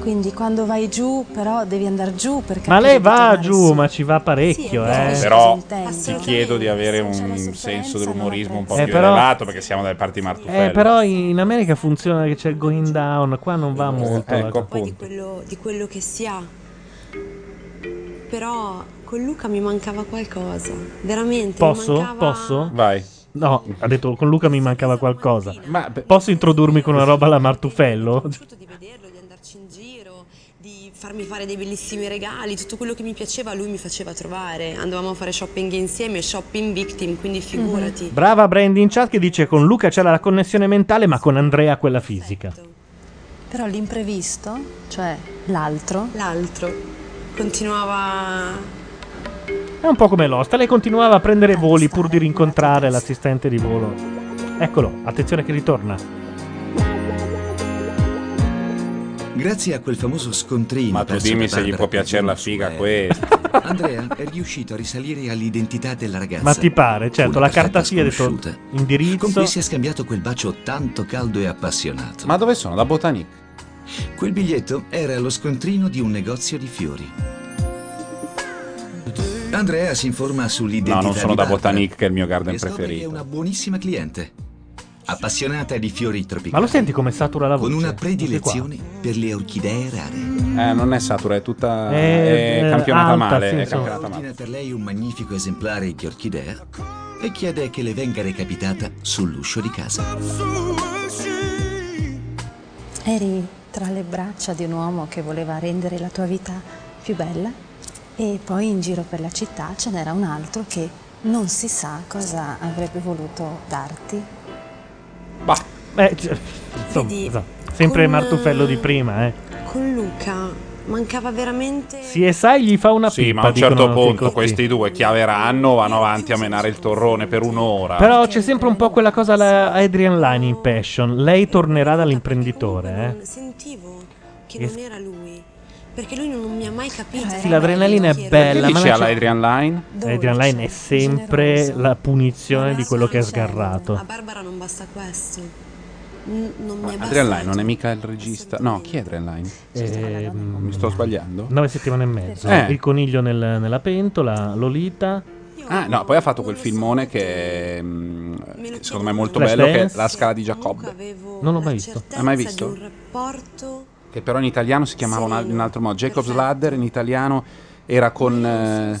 Quindi quando vai giù, però devi andare giù perché
Ma lei va giù, ma ci va parecchio, eh.
Però ti chiedo di avere un senso dell'umorismo un po'
Eh,
più
però-
elevato perché siamo dalle parti martufello.
Eh, però in America funziona che c'è il going down, qua non va molto.
ecco,
la-
appunto.
Quello- di quello che si ha. Però con Luca mi mancava qualcosa. Veramente. Mi
Posso?
mancava...
Posso?
Vai.
No, ha detto con Luca mi mancava qualcosa. Posso introdurmi con una roba alla Martufello?
di farmi fare dei bellissimi regali, tutto quello che mi piaceva lui mi faceva trovare. Andavamo a fare shopping insieme, shopping victim, quindi figurati.
Brava Brandy in chat che dice con Luca c'era la connessione mentale ma con Andrea quella fisica.
Però l'imprevisto, cioè l'altro.
L'altro. Continuava.
È un po' come l'osta, lei continuava a prendere voli pur di rincontrare l'assistente di volo. Eccolo, attenzione che ritorna.
Grazie a quel famoso scontrino.
Ma tu
perso
dimmi
da
se gli
Barbara
può piacere la
Pavino su
figa
Aereo,
questa.
Andrea è riuscito a risalire all'identità della ragazza.
Ma ti pare, certo, la
una perfetta
carta sia detto
sconosciuta,
indirizzo.
Con cui si è scambiato quel bacio tanto caldo e appassionato.
Ma dove sono? Da Botanic?
Quel biglietto era lo scontrino di un negozio di fiori. Andrea si informa sull'identità
No, non sono
di
da
Barbara
Botanic che è il mio garden
e scopre che è
preferito.
una buonissima cliente. Appassionata di fiori tropicali.
Ma lo senti come satura la voce?
Con una
predilezione
per le orchidee rare.
Eh, non è satura, è tutta
Eh,
è
eh,
campionata
alta,
male,
sì,
è
insomma.
campionata male.
Ordina per lei un magnifico esemplare di orchidea e chiede che le venga recapitata sull'uscio di casa.
Eri tra le braccia di un uomo che voleva rendere la tua vita più bella e poi in giro per la città ce n'era un altro che non si sa cosa avrebbe voluto darti.
Beh, Eh, c- insomma,
Vedi,
insomma, sempre
con-
Martufello di prima, eh.
Con Luca mancava veramente.
Sì, e sai gli fa una
Sì,
pippa,
ma a un certo
dicono
punto
Ticotti.
questi due chiaveranno, vanno avanti a menare il torrone per un'ora.
Però c'è sempre un po' quella cosa alla Adrian Lani in Passion. Lei tornerà dall'imprenditore, eh.
Sentivo che
Che-
non era lui. Perché lui non mi ha mai capito.
Sì, l'adrenalina è bella.
Perché
ma
dice
non c'è-
alla Adrian Line?
Adrian Line è sempre la punizione di quello che è sgarrato.
Barbara non basta questo. N- non mi è
Adrian
bastato.
Line non è mica il regista. No, chi è Adrian Line?
Mi
sto sbagliando?
Ehm, Nove settimane e mezzo.
Eh.
Il coniglio nel- nella pentola, Lolita.
Ah, no, poi ha fatto quel filmone che mm, secondo me è molto
Flash
bello, che è
Dance?
La scala di Giacobbe.
Non l'ho mai visto.
Hai mai visto? Che però in italiano si chiamava un, al- un altro modo. Jacob's Ladder in italiano era con eh,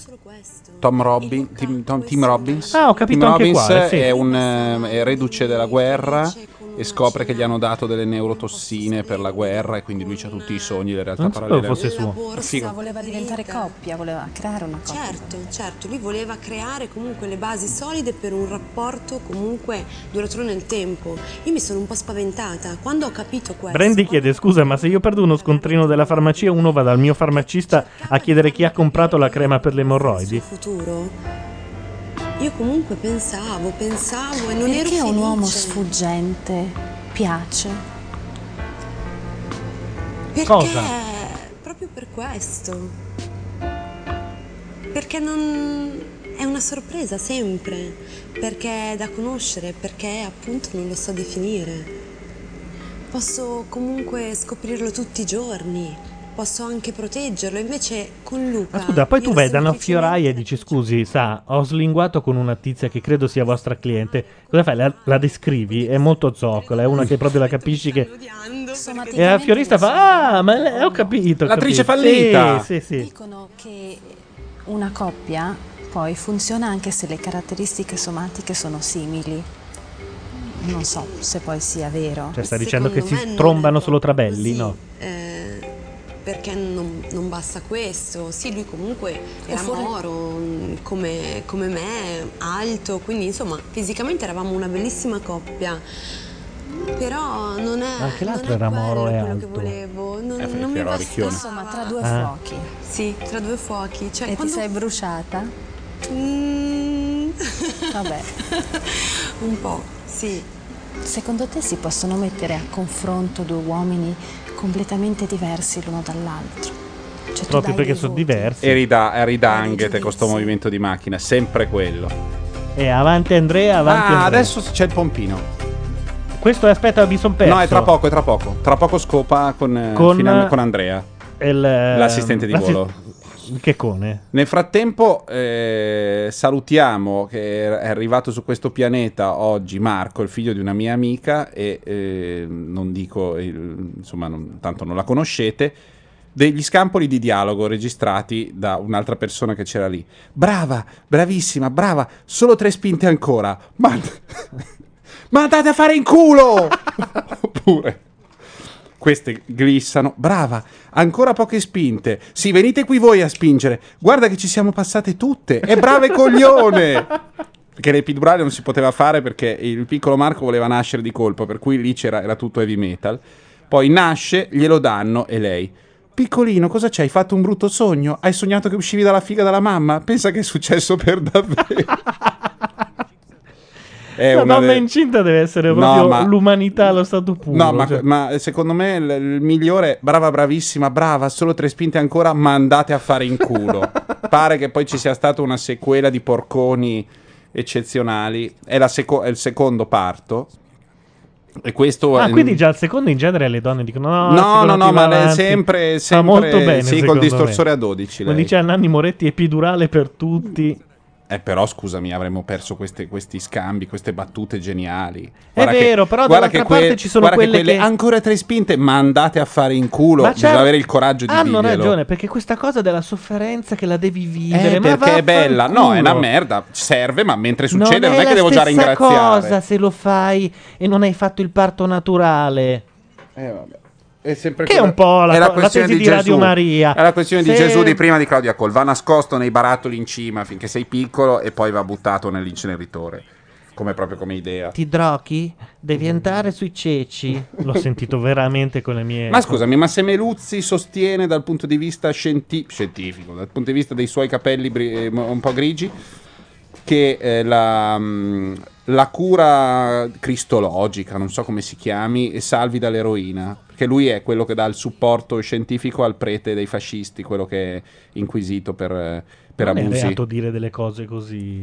Tom
ah,
Robbins. Tim, Tom- Tim Robbins.
Ah, ho capito
Tim
anche
Robbins
quale, sì.
è un eh, è reduce della guerra e scopre che gli hanno dato delle neurotossine per la guerra e quindi lui ha tutti i sogni, le realtà
Non sapevo
parallele.
fosse suo.
È
Ma
Figo.
voleva diventare coppia, voleva creare una
Ecco.
coppia.
Certo, certo, lui voleva creare comunque le basi solide per un rapporto comunque duraturo nel tempo. Io mi sono un po' spaventata quando ho capito questo.
Brandy chiede scusa, ma se io perdo uno scontrino della farmacia, uno va dal mio
Cioè,
farmacista a chiedere chi ha comprato la crema per le emorroidi.
futuro. Io comunque pensavo, pensavo e non ero
Perché
felice.
un uomo sfuggente piace?
Perché?
Cosa?
Proprio per questo. Perché non... È una sorpresa sempre, perché è da conoscere, perché appunto non lo so definire. Posso comunque scoprirlo tutti i giorni, posso anche proteggerlo, invece con Luca...
Ma scusa, poi tu
io
vai da una
semplicemente-
fioraia e dici scusi, sa, ho slinguato con una tizia che credo sia vostra cliente. Cosa fai? La, la descrivi? È molto zoccola, è una che proprio la capisci che... E la fiorista fa, ah, ma le- ho capito. ho
L'attrice
capito."
fallita.
Sì, sì, sì.
Dicono che una coppia poi funziona anche se le caratteristiche somatiche sono simili. non so se poi sia vero.
Cioè, stai dicendo che
Secondo
si
me non-
trombano solo tra belli? No.
Eh, perché non, non basta questo? Sì, lui comunque era
forse-
moro, mh, come, come me, alto, quindi insomma fisicamente eravamo una bellissima coppia. Però non è...
Anche
non
l'altro
è
era
quello
moro e
che
alto.
volevo, non,
Eh, perché
non mi
era
bastava.
ricchione.
Insomma, tra due
Ah.
fuochi.
Sì, tra due fuochi. Cioè,
e
quando- Mm.
ti sei bruciata? Vabbè.
Un po', sì.
Secondo te si possono mettere a confronto due uomini completamente diversi l'uno dall'altro? Cioè, tu
Proprio
dai
perché
dei
sono
voti.
diversi.
Eri da, eri da Anghete con sto movimento di macchina, sempre quello.
E avanti Andrea, avanti
ah,
Andrea.
adesso c'è il pompino.
Questo aspetta, mi son perso.
No, è tra poco, è tra poco. Tra poco scopa con, eh,
Con-
fino a- con Andrea,
Il, eh,
l'assistente di
l'assi-
volo.
Il checone.
Nel frattempo eh, salutiamo che è arrivato su questo pianeta oggi Marco, il figlio di una mia amica e eh, non dico, il- insomma, non- tanto non la conoscete, degli scampoli di dialogo registrati da un'altra persona che c'era lì. Brava, bravissima, brava, solo tre spinte ancora. Ma, ma andate a fare in culo! Oppure... Queste glissano. Brava, ancora poche spinte. Sì, venite qui voi a spingere. Guarda che ci siamo passate tutte. È brave coglione! Perché l'epidurale non si poteva fare perché il piccolo Marco voleva nascere di colpo, per cui lì c'era era tutto heavy metal. Poi nasce, glielo danno e lei. Piccolino, cosa c'hai? Hai fatto un brutto sogno? Hai sognato che uscivi dalla figa dalla mamma? Pensa che è successo per davvero. È
La
una
donna
de-
incinta deve essere
No,
proprio
ma-
l'umanità allo stato puro.
No, ma,
cioè.
ma secondo me il, il migliore, brava, bravissima, brava, solo tre spinte ancora, ma andate a fare in culo. Pare che poi ci sia stata una sequela di porconi eccezionali. È, la seco- è il secondo parto. E questo
Ah,
è-
quindi già al secondo in genere le donne dicono
No,
no,
no,
figurati,
no,
va
ma lei
avanti.
sempre-
Fa
sempre-
molto bene,
sì, col
secondo me.
distorsore a 12
Quando
lei.
dice a Nanni Moretti epidurale per tutti.
Eh, però scusami, avremmo perso queste- questi scambi, queste battute geniali.
vero, però
guarda
dall'altra
que-
parte ci sono
guarda
quelle che-
Ancora tre spinte, ma andate a fare in culo.
Ma c'è- Ah,
Bisogna avere il coraggio di
Hanno
dirglielo.
ragione, perché questa cosa della sofferenza che la devi vivere,
Eh,
ma
perché è bella. No, è una
vaffanculo.
merda. Serve, ma mentre succede non è,
la
che devo già
stessa
ringraziare.
cosa se lo fai e non hai fatto il parto naturale.
Eh, vabbè. È sempre
Che è
quella-
un po' la
è
co- la
questione
tesi di Radio Maria.
È la questione di
Se-
Gesù di prima di Claudia Col. Va nascosto nei barattoli in cima finché sei piccolo e poi va buttato nell'inceneritore. Come proprio come idea.
Ti drochi? Devi
Mm.
andare sui ceci. L'ho sentito veramente con le mie...
Ma scusami, ma se Meluzzi sostiene dal punto di vista scienti- scientifico, dal punto di vista dei suoi capelli bri- eh, un po' grigi, che eh, la, mm, la cura cristologica, non so come si chiami, e salvi dall'eroina, perché lui è quello che dà il supporto scientifico al prete dei fascisti, quello che è inquisito per, eh, per
Non È
abusi.
reato dire delle cose così...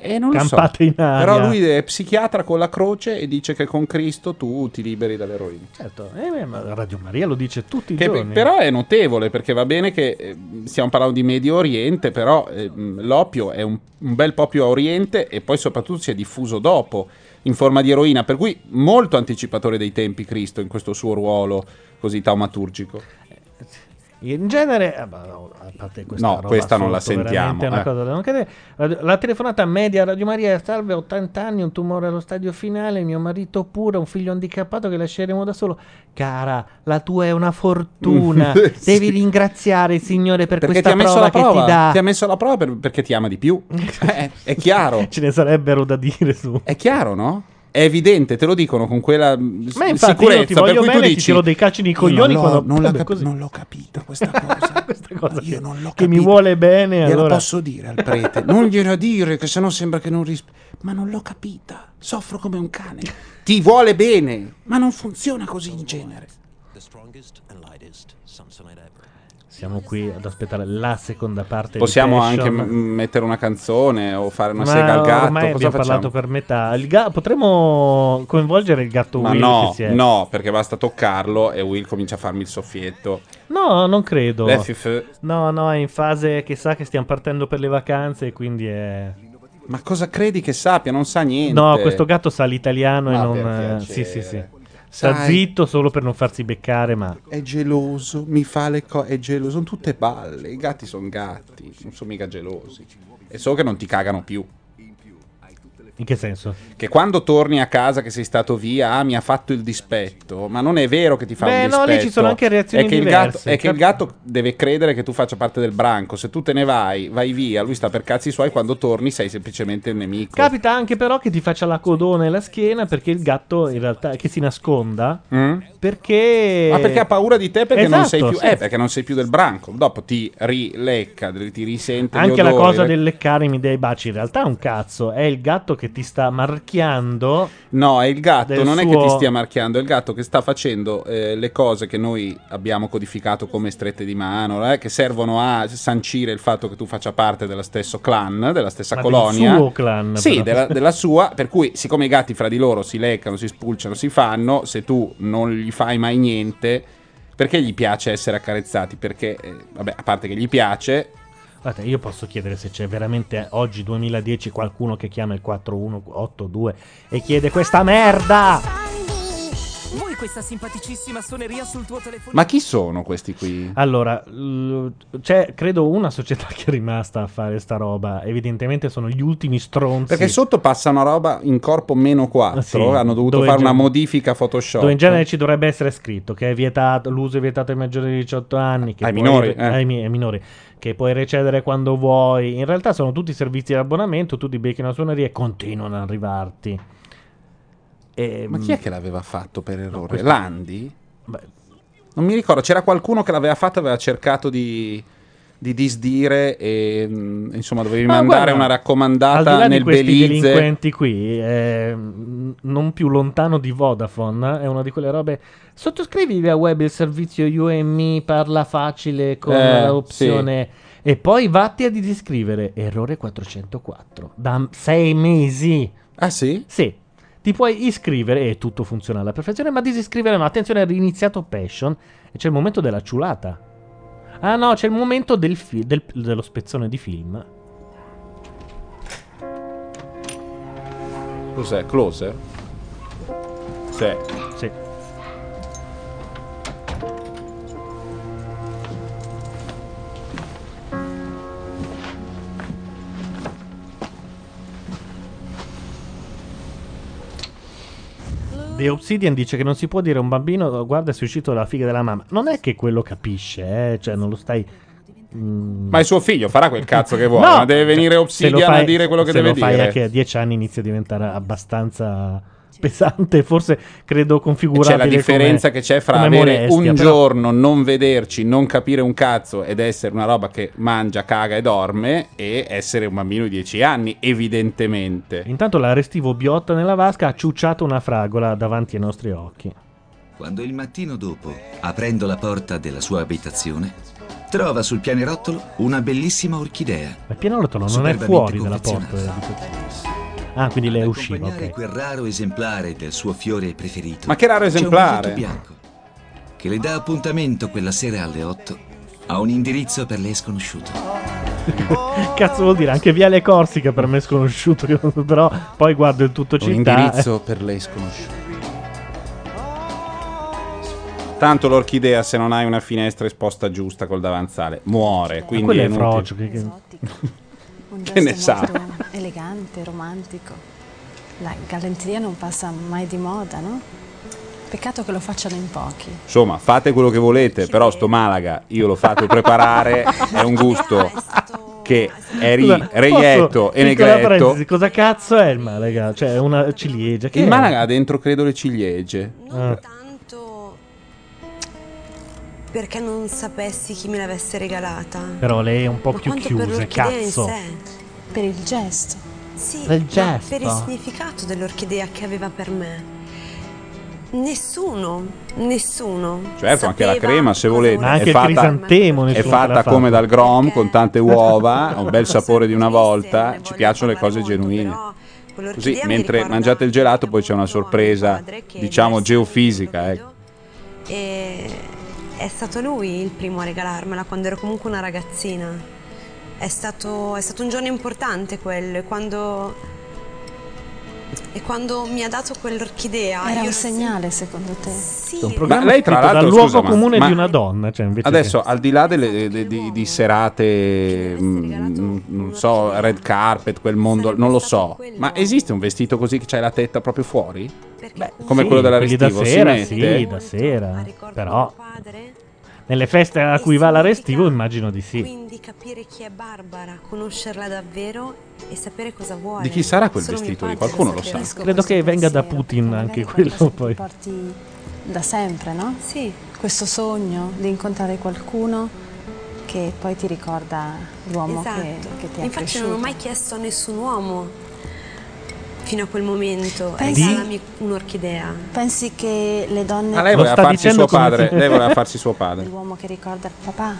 E non lo so.
Campate in aria.
Però lui è psichiatra con la croce e dice che con Cristo tu ti liberi dall'eroina.
Certo, eh, beh, ma Radio Maria lo dice tutti i
Che
giorni.
pe- però è notevole perché va bene che eh, stiamo parlando di Medio Oriente, però ehm, l'oppio è un, un bel po' più a Oriente e poi soprattutto si è diffuso dopo in forma di eroina, per cui molto anticipatore dei tempi Cristo in questo suo ruolo così taumaturgico.
In genere, eh, ma no, a parte questa
No,
roba
questa non la
assurda,
sentiamo,
veramente è una
eh.
cosa da non credere. La, la telefonata media a Radio Maria, salve, 80 anni, un tumore allo stadio finale, mio marito pure, un figlio handicappato che lasceremo da solo. Cara, la tua è una fortuna,
Sì.
devi ringraziare il Signore per
Perché ti
questa
ha messo
prova,
alla prova,
che ti dà.
ha messo alla prova per- perché ti ama di più. Eh, è chiaro. Eh,
Ce ne sarebbero da dire su.
È chiaro, no? È evidente, te lo dicono con quella mm,
Ma infatti io ti
sicurezza per
voglio
cui tu
bene, ti
dici
tiro dei calci nei
"Io
coglioni
non l'ho-
quando...
non l'ho
vabbè,
capito,
così.
non l'ho capito questa cosa.
questa cosa che,
che
mi vuole bene,
Glielo
allora...
posso dire al prete. Non glielo dire, che sennò sembra che non risponda. Ma non l'ho capita. Soffro come un cane. Ti vuole bene. Ma non funziona così in genere.
Siamo qui ad aspettare la seconda parte.
Possiamo
di
anche
Passion.
m- mettere una canzone o fare una
Ma
sega al gatto.
ormai
Cosa
abbiamo
facciamo?
parlato per metà. Il ga- potremmo coinvolgere il gatto
Ma
Will
no,
che si è-
no, perché basta toccarlo e Will comincia a farmi il soffietto.
No, non credo.
Le fife.
No, no, è in fase che sa che stiamo partendo per le vacanze e quindi è...
Ma cosa credi che sappia? Non sa niente.
No, questo gatto sa l'italiano
Ma
e non...
Ah, per
eh,
piacere.
Sì, sì, sì. Sta
Sai-
zitto solo per non farsi beccare, ma...
È geloso, mi fa le cose. È geloso, sono tutte balle. I gatti sono gatti, non sono mica gelosi. È solo che non ti cagano più.
In che senso?
Che quando torni a casa che sei stato via, ah, mi ha fatto il dispetto. Ma non è vero che ti fa
Beh,
un
no,
dispetto.
lì ci sono anche reazioni
è che Il gatto,
diverse,
è che il gatto deve credere che tu faccia parte del branco. Se tu te ne vai, vai via, lui sta per cazzi suoi. Quando torni, sei semplicemente il nemico.
Capita anche però che ti faccia la codona e la schiena perché il gatto in realtà che si nasconda
Mm?
perché
Ma perché ha paura di te perché non
Eh, Esatto,
sei più
sì.
eh, perché non sei più del branco. Dopo ti rilecca, ti risente gli
anche la
odori,
cosa
le-
del leccarmi dei baci in realtà è un cazzo, è il gatto che ti sta marchiando.
No, è il gatto,
del
non è che
suo-
ti stia marchiando, è il gatto che sta facendo eh, le cose che noi abbiamo codificato come strette di mano, eh, che servono a sancire il fatto che tu faccia parte dello stesso clan, della stessa
Ma del
colonia.
suo clan,
Sì,
però.
della, della sua, per cui siccome i gatti fra di loro si leccano, si spulciano, si fanno, se tu non gli fai mai niente, perché gli piace essere accarezzati? Perché, eh, vabbè, a parte che gli piace,
Guarda, io posso chiedere se c'è veramente oggi 2010 qualcuno che chiama il 4182 e chiede questa merda.
Vuoi questa simpaticissima suoneria sul tuo telefono?
ma chi sono questi qui?
Allora, l- c'è credo una società che è rimasta a fare sta roba. Evidentemente sono gli ultimi stronzi.
Perché sotto passa una roba in corpo meno 4,
Ah, Sì,
hanno dovuto
dove
fare
già-
una modifica Photoshop.
Dove in genere ci dovrebbe essere scritto che è vietato, l'uso è vietato ai maggiori di 18 anni, che
Ai
puoi-
minori, eh.
ai, mi- ai minori, che puoi recedere quando vuoi. In realtà sono tutti servizi di abbonamento, tu ti becchi una suoneria e continuano ad arrivarti. Ehm,
Ma chi è che l'aveva fatto per errore?
questo-
Landi? Non mi ricordo, c'era qualcuno che l'aveva fatto, aveva cercato di, di disdire e mh, insomma dovevi
Ma
mandare
guarda,
una
Al di
raccomandata
là di
nel
questi
Belize.
delinquenti qui, eh, mh, non più lontano di Vodafone, è una di quelle robe. Sottoscrivi via web il servizio UMI, parla facile con
Eh,
l'opzione. E poi vatti a disiscrivere. Errore 404. Da sei mesi.
Ah sì?
Sì. Ti puoi iscrivere e tutto funziona alla perfezione, ma disiscrivere no. Attenzione, è riniziato Passion e c'è il momento della ciulata. Ah no, c'è il momento del fi- del- dello spezzone di film.
Cos'è? Closer? Sì.
Sì. The Obsidian dice che non si può dire a un bambino guarda sei uscito dalla figa della mamma. Non è che quello capisce, eh? cioè non lo stai...
Ma il suo figlio farà quel cazzo che vuole, ma deve venire Obsidian a dire quello che deve
Se lo fai
dire.
anche a 10 anni inizia a diventare abbastanza pesante, forse credo configurabile
C'è la differenza
come-
che c'è fra
come
avere
molestia,
un
però-
giorno non vederci, non capire un cazzo ed essere una roba che mangia, caga e dorme e essere un bambino di 10 anni, evidentemente.
Intanto la restivo Biotta nella vasca ha ciucciato una fragola davanti ai nostri occhi.
Quando il mattino dopo, aprendo la porta della sua abitazione, trova sul pianerottolo una bellissima orchidea.
Ma il pianerottolo non è
Superbamente
fuori dalla porta
confezionata.
della biblioteca. Ah, quindi lei è usciva,
Accompagnare
ok.
quel raro esemplare del suo fiore preferito.
Ma che raro
c'è un
esemplare?
biglietto bianco che le dà appuntamento quella sera alle 8 a un indirizzo per lei sconosciuto.
Cazzo vuol dire anche Viale Corsica per me è sconosciuto, che- però poi guardo il tutto
Un
città. eh.
indirizzo per lei sconosciuto. Tanto l'orchidea, se non hai una finestra esposta giusta col davanzale, muore.
Ma
Quindi
quello è
inutile.
frocio, che- che-
Un
Che ne
gesto
sa?
molto elegante, romantico. La galanteria non passa mai di moda, no? Peccato che lo facciano in pochi.
Insomma, fate quello che volete, però sto Malaga io lo faccio preparare, è un gusto che è ri-
Scusa,
reietto
posso-
e
piccola
negretto.
parentesi, Cosa cazzo è il Malaga? Cioè, è una ciliegia. Che
Il
è?
Malaga ha dentro, credo, le ciliegie.
Ah.
Perché non sapessi chi me l'avesse regalata.
Però lei è un po'
Ma
più
quanto per
chiusa,
l'orchidea in
cazzo.
sé.
Per il gesto.
Sì,
Per il
ma
gesto.
per il significato dell'orchidea che aveva per me. Nessuno, nessuno.
Certo, anche la
sapeva-
crema se volete.
Ma anche
è
il
fatta,
crisantemo
è
nessuno te l'ha
fatta
fatto.
come dal Grom con tante uova, ha un bel sapore di una volta. Ci piacciono le cose genuine.
quell'orchidea
Così,
mi
mentre
ricorda
mangiate il gelato, poi c'è una sorpresa, diciamo geofisica. ecco.
E è stato lui il primo a regalarmela quando ero comunque una ragazzina. È stato, è stato un giorno importante quello, e quando E quando mi ha dato quell'orchidea...
Era
Ah, io
un segnale secondo te?
Sì.
Un
programma
Ma lei, tra
scritto dal
l'altro,
luogo
scusa, ma-
comune
ma-
di una donna. Cioè, invece
Adesso, al di là delle- de- di, di serate, mh, non so, red carpet, quel mondo, non lo so, ma esiste un vestito così che c'hai la tetta proprio fuori? Come
Sì,
quello della
quelli da
Restivo? si
sera,
mette?
sì, da sera. Però nelle feste a cui va la Restivo, immagino di sì.
Quindi capire chi è Barbara, conoscerla davvero e sapere cosa vuole.
Di chi sarà quel
Solo mio
vestito? Di
padre
qualcuno
sapeva.
lo sa? Cioè, Credo che venga da Putin anche quello poi.
porti da sempre, no? Sì. Questo sogno di incontrare qualcuno che poi ti ricorda l'uomo
Esatto.
che, che ti ha
Infatti
cresciuto.
non ho mai chiesto a nessun uomo fino a quel momento.
Pensi-
Regalami un'orchidea.
Pensi che le donne...
Ma Ah, lei voleva farsi suo padre. Lei voleva farsi suo padre.
L'uomo che ricorda il papà.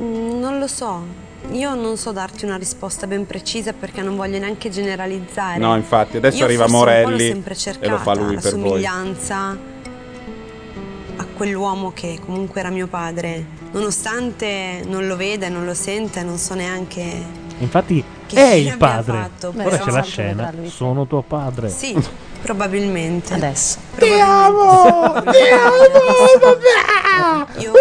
Mm, Non lo so. Io non so darti una risposta ben precisa perché non voglio neanche generalizzare.
No, infatti, adesso
Io
arriva
forse un po' l'ho
Morelli
sempre
e lo fa
cercata,
lui
la
per voi.
somiglianza a quell'uomo che comunque era mio padre, nonostante non lo veda e non lo sente, non so neanche
Infatti,
Che
è
fine
il
abbia
padre.
fatto? Beh,
Ora c'è la
santo
scena.
vedrà lui.
Sono tuo padre.
Sì, probabilmente.
Adesso.
Ti
Oh,
amo! Ti
amo,
papà! Io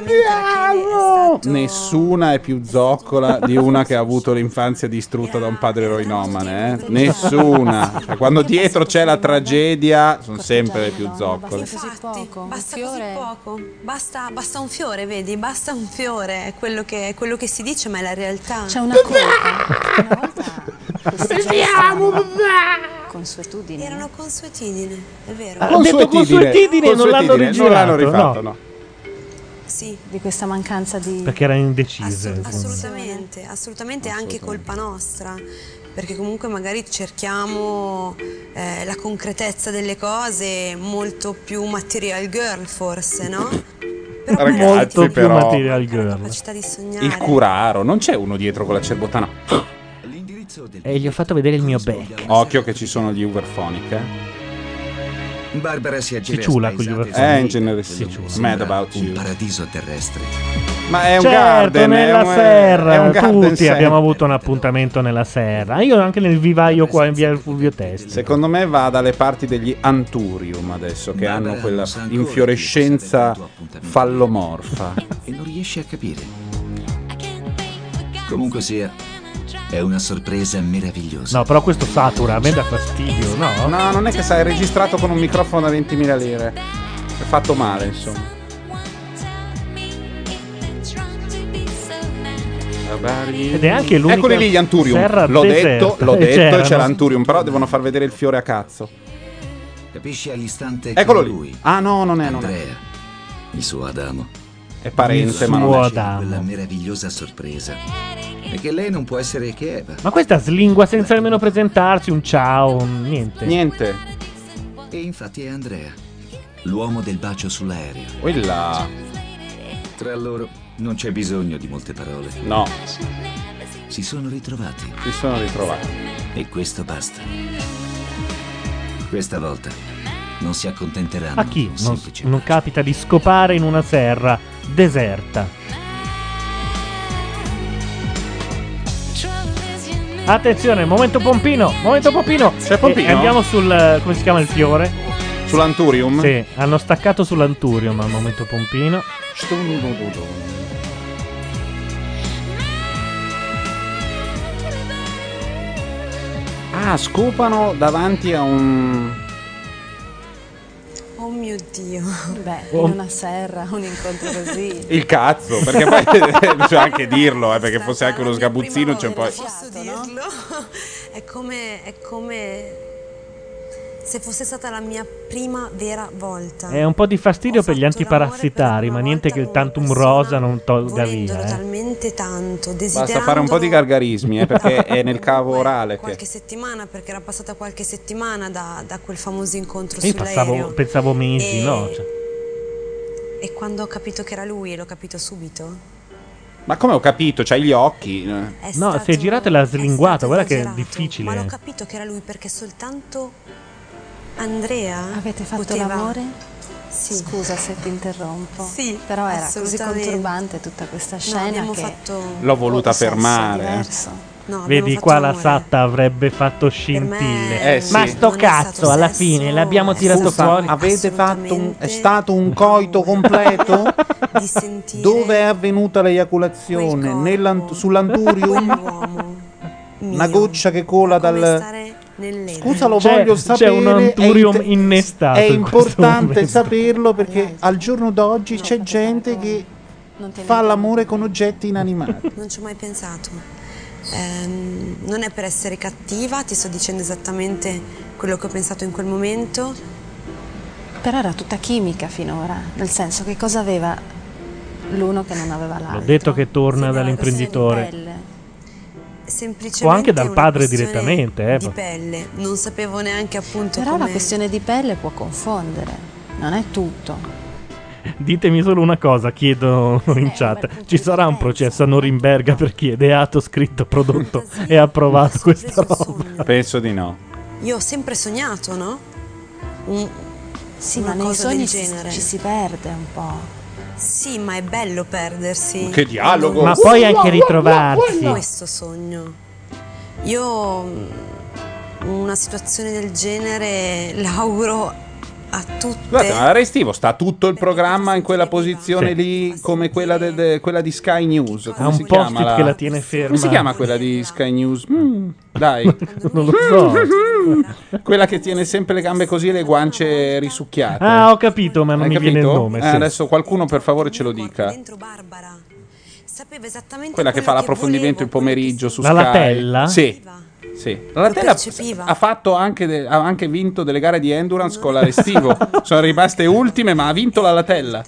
ti amo.
Nessuna è più zoccola di una che ha avuto l'infanzia distrutta da un padre eroinomane. eh? Nessuna. Cioè, quando dietro c'è la tragedia, sono sempre le più zoccole.
Infatti, basta così poco. Basta, basta un fiore, vedi? Basta un fiore. È quello che, è quello che si dice, ma è la realtà. C'è
una
Ah! Vediamo, Ah!
Consuetudine.
Erano consuetudine, è vero.
Ah, ho detto consuetudine, non l'hanno
Consuetudine, non l'hanno
rigirato,
rifatto,
no.
no.
Sì.
Di questa mancanza di...
Perché era indecisa.
Assolutamente, assolutamente è anche colpa nostra, perché comunque magari cerchiamo eh, la concretezza delle cose molto più material girl forse, no?
Ragazzi,
Molto più
però,
material girl.
Capacità di sognare.
Il curaro, non c'è uno dietro con la cerbottana.
E gli ho fatto vedere il mio becco.
Occhio che ci sono gli Uberphonic, eh.
Barbara si aggira
ciula
spaesata
con gli
e
Uberphonic.
sorride.
Eh, in genere sì.
Quello che
Mad
sembra
about
un
you.
paradiso terrestre.
Ma è un
certo,
garden, è
nella
un-
serra.
è un garden
Tutti
center.
abbiamo avuto un appuntamento nella serra. Io anche nel vivaio qua in via del Fulvio Testi.
Secondo me va dalle parti degli Anturium adesso, che hanno quella infiorescenza fallomorfa.
E non riesce a capire. Comunque sia, è una sorpresa meravigliosa.
No, però questo satura, a me dà fastidio, no?
No, non è che sai, è registrato con un microfono da 20.000 lire. È fatto male, insomma.
Ed è anche l'unica
Eccoli lì gli Anturium.
serra
l'ho
deserta.
detto, l'ho
Eh,
detto e
c'erano.
c'è l'Anturium, però devono far vedere il fiore a cazzo.
Capisce all'istante che
Eccolo
lui,
lì. Ah no, non è, non è.
Andrea, il suo Adamo,
È parente,
il
ma
suo
non è.
Adamo. quella meravigliosa sorpresa. E che lei non può essere che Eva.
Ma questa slingua senza nemmeno presentarsi, un ciao, un niente.
Niente.
E infatti è Andrea, l'uomo del bacio sull'aereo.
Quella.
Tra loro non c'è bisogno di molte parole.
No.
Si sono ritrovati.
Si sono ritrovati.
E questo basta. Questa volta non si accontenteranno.
A chi
di un
non,
semplice-
non capita di scopare in una serra deserta? Attenzione, momento pompino, momento pompino.
C'è Pompino?
E andiamo sul, eh, come si chiama il fiore?
Sull'Anturium?
Sì, hanno staccato sull'Anturium al momento pompino.
Ah, scopano davanti a un.
Oh mio Dio.
Beh,
Oh.
in una serra, un incontro così.
Il cazzo, perché poi bisogna anche dirlo, eh, perché fosse anche uno sgabuzzino c'è un po'.
Posso dirlo? È come, è come se fosse stata la mia prima vera volta.
È un po' di fastidio per gli antiparassitari, ma niente che il tantum rosa non tolga via. eh.
Talmente tanto, desiderando
Basta fare un po' di gargarismi, eh, perché è nel cavo orale che.
qualche settimana, perché era passata qualche settimana da, da quel famoso incontro
Io
sull'aereo.
passavo, pensavo mesi,
E-
no? Cioè,
E quando ho capito che era lui, e l'ho capito subito,
Ma come ho capito, c'hai gli occhi.
È
no, se girate la slinguata, guarda che è difficile.
ma l'ho capito che era lui perché soltanto Andrea
Avete fatto
poteva
l'amore? Scusa se ti interrompo.
Sì,
Però era così
assolutamente.
conturbante tutta questa
No,
scena
abbiamo
che
fatto...
L'ho voluta
Sesso
fermare.
diverso.
Vedi, qua la Satta avrebbe fatto scintille.
Eh, sì.
Ma sto cazzo, alla fine l'abbiamo tirato
Scusa,
fuori.
Avete fatto un, è stato un coito completo? Dove è avvenuta l'eiaculazione? Nell'ant- sull'anturium? Una goccia che cola dal. Scusa, lo
C'è-
voglio
c'è
sapere.
un
è
anturium
inte-
innestato
È
in questo
importante
momento.
saperlo perché al giorno d'oggi c'è gente che
Non te ne-
fa l'amore con oggetti inanimati.
Non ci ho mai pensato. Ehm, non è per essere cattiva, ti sto dicendo esattamente quello che ho pensato in quel momento.
Però era tutta chimica finora, nel senso che cosa aveva l'uno che non aveva
L'ho
l'altro.
detto che torna dall'imprenditore.
Semplicemente
O anche dal
una
padre
questione
direttamente, eh,
Di
ma-
pelle, non sapevo neanche appunto
Però la
Cioè, come...
questione di pelle può confondere, non è tutto.
Ditemi solo una cosa, chiedo in chat. Ci sarà un processo a Norimberga per chi è ideato, scritto, prodotto e Esatto, approvato questa roba?
Penso di no.
Io ho sempre sognato, no? Un-
Sì,
una
ma nei
cosa del
sogni ci,
genere.
ci si perde un po'.
Sì, ma è bello perdersi.
Che dialogo!
Ma poi anche ritrovarsi.
Questo sogno. Io mm, una situazione del genere l'auguro a tutte.
Guarda, ma restivo sta tutto il programma in quella posizione lì, come quella, del- de- quella di Sky News.
Ha un
po'
post-it che la tiene ferma.
Come si chiama quella di Sky News? Mm, dai,
non lo so.
quella che tiene sempre le gambe così e le guance risucchiate.
Ah, ho capito, ma non
Hai
mi
capito?
viene il nome.
Eh,
sì.
Adesso qualcuno per favore ce lo dica.
Sapeva esattamente
Quella che fa l'approfondimento il pomeriggio su
La
Sky.
Latella?
Sì. Sì. La Latella ha, fatto anche de- ha anche vinto delle gare di endurance con la Restivo. Sono rimaste ultime, ma ha vinto la Latella.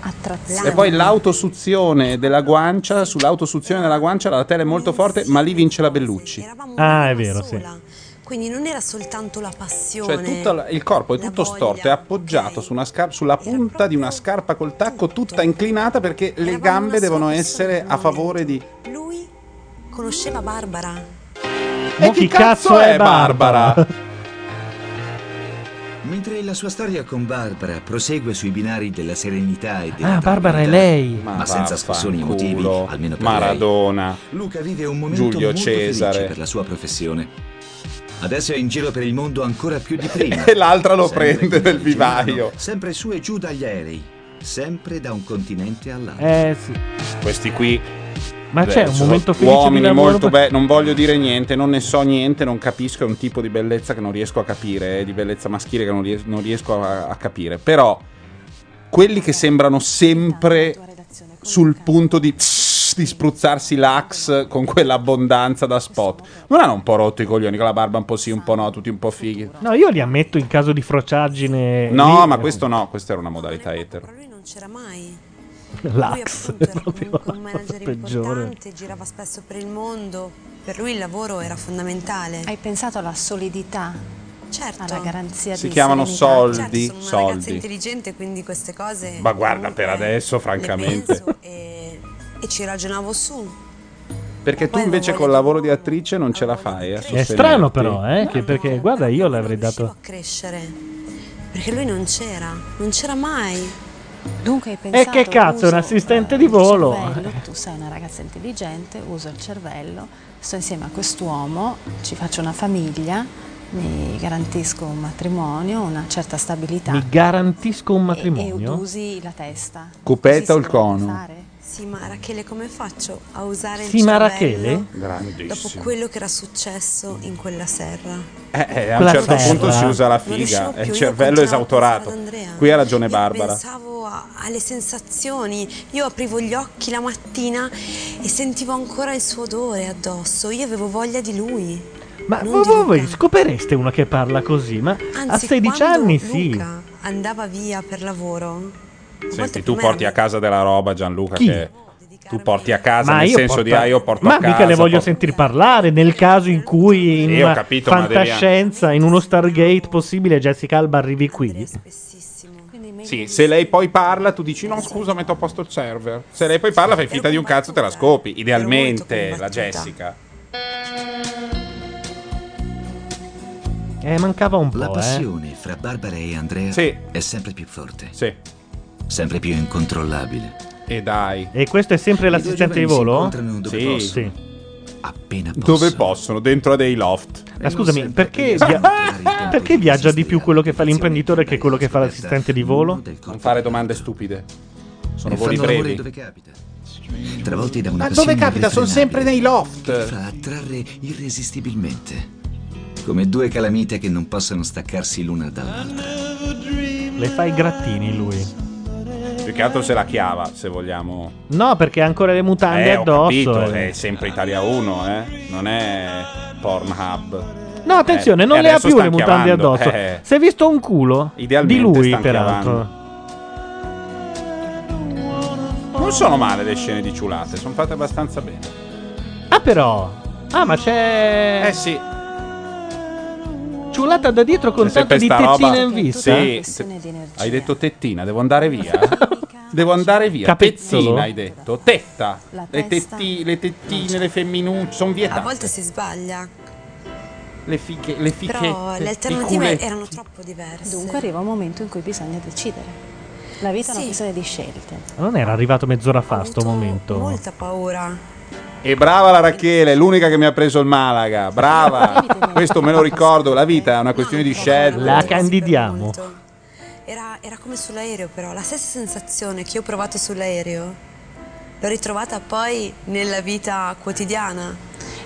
Attrazione.
E poi l'autosuzione della guancia, sull'autosuzione della guancia la tela è molto forte, ma lì vince la Bellucci.
Ah, è vero, sì.
Quindi non era soltanto la passione.
Cioè tutto l- il corpo è tutto storto, è appoggiato su una scar- sulla punta di una scarpa col tacco tutta inclinata perché le gambe devono essere a favore di...
Conosceva Barbara.
E chi cazzo è Barbara?
Mentre la sua storia con Barbara prosegue sui binari della serenità e della
Ah, Barbara è lei.
ma senza scassoni emotivi,
vaffanculo.
almeno per
Maradona.
lei. Luca vive un momento
Giulio
molto
Cesare.
felice per la sua professione. Adesso è in giro per il mondo ancora più di prima.
E l'altra lo
Sempre
prende
con
del
il gigano,
vivaio.
Sempre su e giù dagli aerei, sempre da un continente all'altro.
Eh sì.
Questi qui...
Ma c'è un
sono
momento felice di
Uomini
lavoro
molto
per-
belli, non voglio dire niente, non ne so niente, non capisco, è un tipo di bellezza che non riesco a capire, eh, di bellezza maschile che non ries- non riesco a, a capire. Però quelli che sembrano sempre sul punto di, di spruzzarsi l'ax con quell'abbondanza da spot, non hanno un po' rotto i coglioni con la barba un po' sì, un po' no, tutti un po' fighi.
No, io li ammetto in caso di frociaggine.
No,
lì,
ma
eh,
questo no, questa era una modalità etero.
Non c'era mai.
L'ax è
Lui appunto era
proprio
comunque un
la cosa
manager
peggiore.
importante, girava spesso per il mondo. Per lui il lavoro era fondamentale.
Hai pensato alla solidità? Certo. Alla garanzia
Si
di
chiamano
solidità.
soldi,
Certo, sono una ragazza
soldi.
intelligente, quindi queste cose.
Ma guarda, per adesso,
le
francamente.
penso e, e ci ragionavo su.
Perché tu invece col lavoro di attrice non ce la fai. eh, a
È strano però, eh, che- perché guarda, io l'avrei dato...
crescere. Perché lui non c'era, non c'era mai.
Cioè, Dunque hai
E
pensato
che cazzo, un
uso
assistente di volo.
il cervello, tu sei una ragazza intelligente, uso il cervello, sto insieme a quest'uomo, ci faccio una famiglia, mi garantisco un matrimonio, una certa stabilità.
Mi garantisco un
e- E,
matrimonio?
usi la testa.
Cupetta o il cono?
Sì, ma Rachele, come faccio a usare il
Sì, ma
cervello
Rachele?
dopo
Grandissimo.
quello che era successo in quella serra?
Eh, eh, a un
Quella
certo
terra.
punto si usa la
Non riuscivo
figa,
più,
è il
io
cervello
continuavo a
esautorato.
pensare ad Andrea.
Qui ha ragione Barbara.
Pensavo a- alle sensazioni, io aprivo gli occhi la mattina e sentivo ancora il suo odore addosso, io avevo voglia di lui.
Ma
non
voi,
di Luca.
voi scopereste una che parla così? Ma a
Anzi,
16
quando
anni sì.
Luca andava via per lavoro.
Senti, tu porti a casa della roba, Gianluca,
Chi?
che tu porti a casa
Ma
nel
io
senso di
porto-
ah, io porto
ma
a casa.
mica le voglio
porto-
sentir parlare nel caso in cui in
Sì, ho
una
capito, ma devi anche-
fantascienza, in uno Stargate possibile, Jessica Alba arrivi qui.
Sì, se lei poi parla, tu dici no, scusa, metto a posto il server. Se lei poi parla, fai finta di un cazzo, te la scopi. Idealmente, la Jessica.
Eh, mancava un po'.
La
eh.
passione fra Barbara e Andrea è sempre più forte. Sempre più incontrollabile.
E dai.
E questo è sempre
I due
l'assistente di
giovani si
volo?
incontrano dove
Sì.
possono. Appena
Dove possono? Dentro a dei
Ecco.
loft.
Ma scusami, perché, via- perché viaggia di più quello che fa l'imprenditore che quello che fa l'assistente di volo?
Non fare domande stupide. Sono
E
voli
fanno
brevi.
lavori dove capita. Travolti da una
Ma
passione
dove capita? Sono sempre
irrefrenabile
nei
Che
loft.
fa attrarre irresistibilmente. Come due calamite che non possono staccarsi l'una dall'altra.
Le fa i grattini lui.
Più che altro se la chiava, se vogliamo.
No, perché ha ancora le mutande
eh, ho
addosso.
capito,
eh.
è sempre Italia 1, eh. Non è Pornhub.
No, attenzione,
Eh,
non
e
le ha
adesso
più le
stanno
mutande
chiavando,
addosso.
eh.
Si è visto un culo di
Idealmente
lui,
stanno
peraltro.
Non sono male le scene di ciulate, sono fatte abbastanza bene.
Ah, però. Ah, ma c'è.
Eh sì.
Ciulata da dietro con tanto
sempre
di
sta
tezzina
roba-
in vista.
Sì, te- hai detto tettina, devo andare via. devo andare via.
Capezzolo?
Tezzina hai detto, tetta.
La
Le,
testa-
tetti- le tettine, le femminucce, sono
A
vietate.
volte si sbaglia,
Le fiche, le fiche.
però le alternative erano troppo diverse.
Dunque arriva un momento in cui bisogna decidere. La vita è una
Sì.
questione di scelte.
Ma Non era arrivato mezz'ora fa sto momento.
Molta paura.
E brava la Rachele, l'unica che mi ha preso il Malaga. Brava. Questo me lo ricordo, la vita è una questione di scelte.
La candidiamo.
Era, era come sull'aereo, però, la stessa sensazione che io ho provato sull'aereo. L'ho ritrovata poi nella vita quotidiana.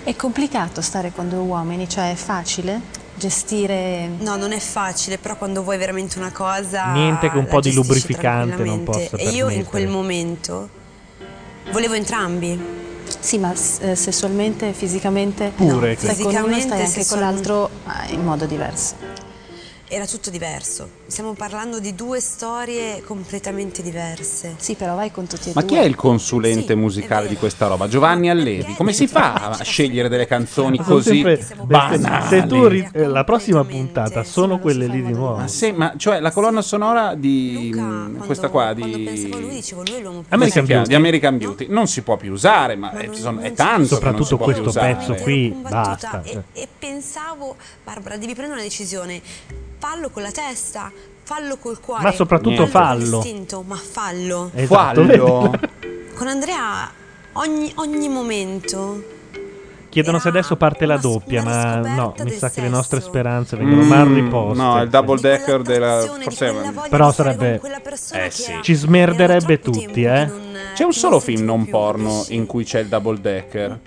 È complicato stare con due uomini, cioè è facile gestire...
No, non è facile, però quando vuoi veramente una cosa.
Niente che un
la
po' di
gestisci
lubrificante non possa
tranquillamente. E io in
permettere.
quel momento volevo entrambi.
Sì, ma eh, sessualmente, fisicamente...
Pure,
no, stai con uno,
fisicamente,
stai anche con
sessual-
l'altro ah, in modo diverso.
Era tutto diverso. Stiamo parlando di due storie completamente diverse.
Sì, però vai con tutti e
Ma chi è il consulente musicale di questa roba? Giovanni Allevi. Come si fa a scegliere delle canzoni
Sono
così
sempre-
banali?
Se tu ri- eh, la prossima puntata sono quelle lì di nuovo.
Ma sì, ma cioè la colonna sonora di mh, questa qua di Come si
American
chiama?
Beauty.
Di American Beauty non si può più usare, ma è, sono- è tanto
Soprattutto
che non si
questo
può più
pezzo
usare.
qui, basta.
E pensavo, Barbara, devi prendere una decisione. Fallo con la testa, fallo col cuore.
Ma soprattutto
fallo con
fallo.
l'istinto, ma fallo.
Esatto,
Fallo.
vedi?
Con Andrea ogni, ogni momento
Chiedono se adesso parte la doppia, ma no, mi sa che le nostre speranze vengono
Mm,
mal riposte.
No, il double decker della forse
Però sarebbe.
Eh sì.
Ci smerderebbe tutti, eh.
C'è un solo film non porno in cui c'è il double decker.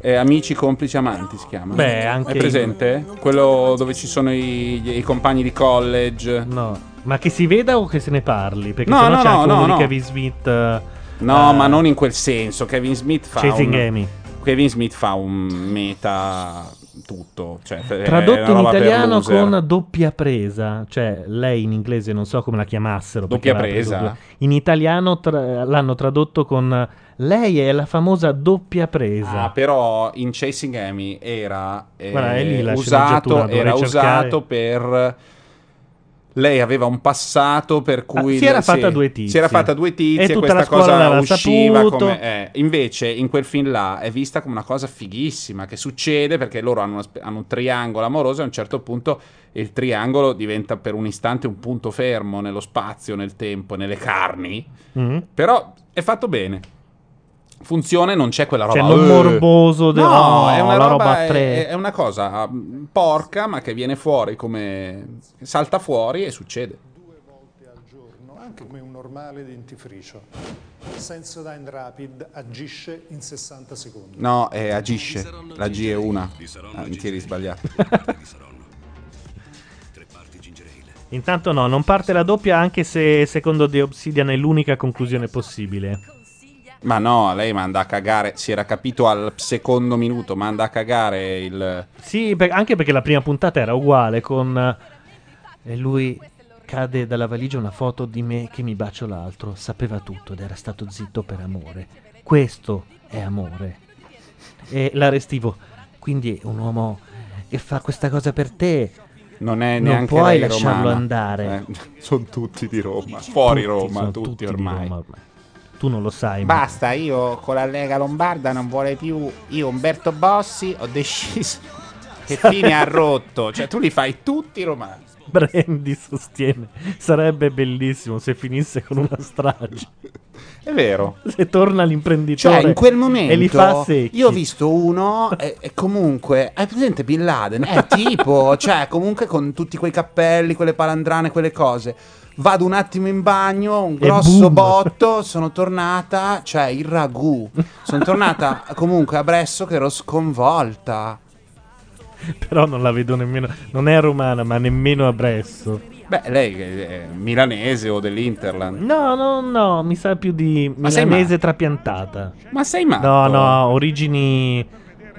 Eh, Amici, complici, amanti si chiama.
Beh, anche
È presente? Quello dove ci sono i, i compagni di college.
No. Ma che si veda o che se ne parli? Perché
No,
sennò
no,
c'è
no,
anche
no,
uno
no.
di Kevin Smith. eh,
No, ma non in quel senso. Kevin Smith fa.
Chasing
un- Eh,
Amy.
Kevin Smith fa un meta tutto. Cioè, è una
Tradotto in
roba per
italiano
loser.
con doppia presa, cioè lei in inglese non so come la chiamassero. perché
Doppia
l'ha preso
presa?
due- In italiano tra- l'hanno tradotto con lei è la famosa doppia presa.
Ah, però in Chasing Amy era eh,
Esatto. Guarda, è lì la sceneggiatura,
usato,
dovrei
era
cercare.
usato per. Lei aveva un passato per cui.
Ah, si era
le-
fatta due tizi.
Si era fatta due tizi
E
e,
tutta
questa
la scuola
cosa
l'aveva
usciva.
saputo.
Come, eh, invece in quel film là è vista come una cosa fighissima che succede perché loro hanno, una spe- hanno un triangolo amoroso e a un certo punto il triangolo diventa per un istante un punto fermo nello spazio, nel tempo, nelle carni.
Mm.
Però è fatto bene. Funziona e non c'è quella roba.
Cioè, non
"Eh".
morboso de-
No,
no,
è una
la
roba,
roba a
è-
tre.
È, una cosa mm, porca, ma che viene fuori come. salta fuori e succede.
anche come un normale dentifricio. Il Sensodyne Rapid agisce in 60 secondi.
No, eh, agisce. La G è una. Ah, mi tiri sbagliato.
Intanto no, non parte la doppia anche se secondo The Obsidian è l'unica conclusione possibile.
ma no, lei manda a cagare. Si era capito al secondo minuto. Manda a cagare il.
Sì, per- anche perché la prima puntata era uguale con... eh, E lui cade dalla valigia una foto di me che mi bacio l'altro. Sapeva tutto ed era stato zitto per amore. Questo è amore. E l'arrestivo. Quindi un uomo che fa questa cosa per te...
Non è
Non
neanche
puoi
lei
lasciarlo
romana.
andare.
sono tutti di Roma. Fuori
Tutti,
Roma,
sono
tutti,
tutti di
ormai.
Roma ormai. Tu non lo sai. ma-
Basta, io con la Lega Lombarda non vuole più. Io, Umberto Bossi, ho deciso
Che fine ha rotto? Cioè, tu li fai tutti i romanzi.
Brandy sostiene. Sarebbe bellissimo se finisse con una strage.
È vero.
Se torna l'imprenditore
Cioè, in quel momento
e li fa secchi.
io ho visto uno e, e comunque hai presente Bin Laden? È tipo, cioè, comunque con tutti quei cappelli, quelle palandrane, quelle cose. Vado un attimo in bagno, un
E
grosso
boom.
botto, sono tornata, cioè il ragù. Sono tornata comunque a Bresso che ero sconvolta.
Però non la vedo nemmeno. Non è romana, ma nemmeno a Bresso.
Beh, lei è milanese o dell'Interland.
No, no, no, mi sa più di
sei Ah,
milanese trapiantata.
Ma sei matto?
No, no, origini.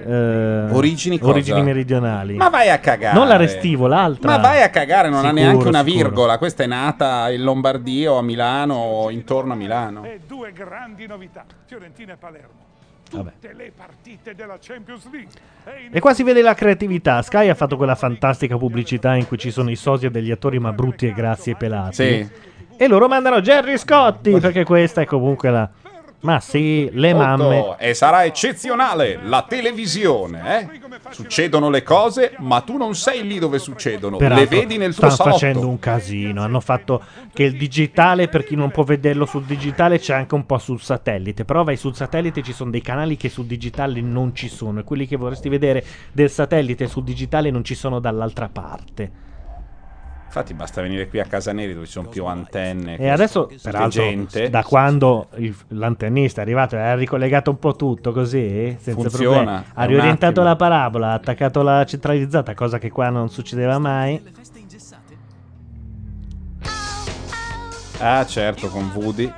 eh,
Origini cosa?
origini meridionali.
Ma vai a cagare.
Non la Restivo, l'altra.
Ma vai a cagare, non ha
Sicuro,
neanche una
sicuro.
virgola. Questa è nata in Lombardia o a Milano o intorno a Milano.
Eh,
E due grandi novità, Fiorentina e Palermo.
Vabbè.
Tutte le partite della Champions League. E in
E qua si vede la creatività. Sky ha fatto quella fantastica pubblicità in cui ci sono i sosia degli attori ma brutti e grassi e pelati.
Sì.
E loro mandano Jerry Scotti perché questa è comunque la. Ma sì, le mamme.
Otto, E sarà eccezionale la televisione, eh? Succedono le cose, ma tu non sei lì dove succedono.
Peraltro,
le vedi nel tuo
stanno
salotto.
facendo un casino. Hanno fatto che il digitale, per chi non può vederlo sul digitale, c'è anche un po' sul satellite. Però vai sul satellite, ci sono dei canali che sul digitale non ci sono. E quelli che vorresti vedere del satellite sul digitale non ci sono dall'altra parte.
Infatti, basta venire qui a Casa Neri dove ci sono più antenne.
E adesso, peraltro, da quando il- l'antennista è arrivato e ha ricollegato un po' tutto così, senza
Funziona,
problemi,
è
ha
un
riorientato
attimo.
la parabola, ha attaccato la centralizzata, cosa che qua non succedeva mai.
Ah, certo, con Woody.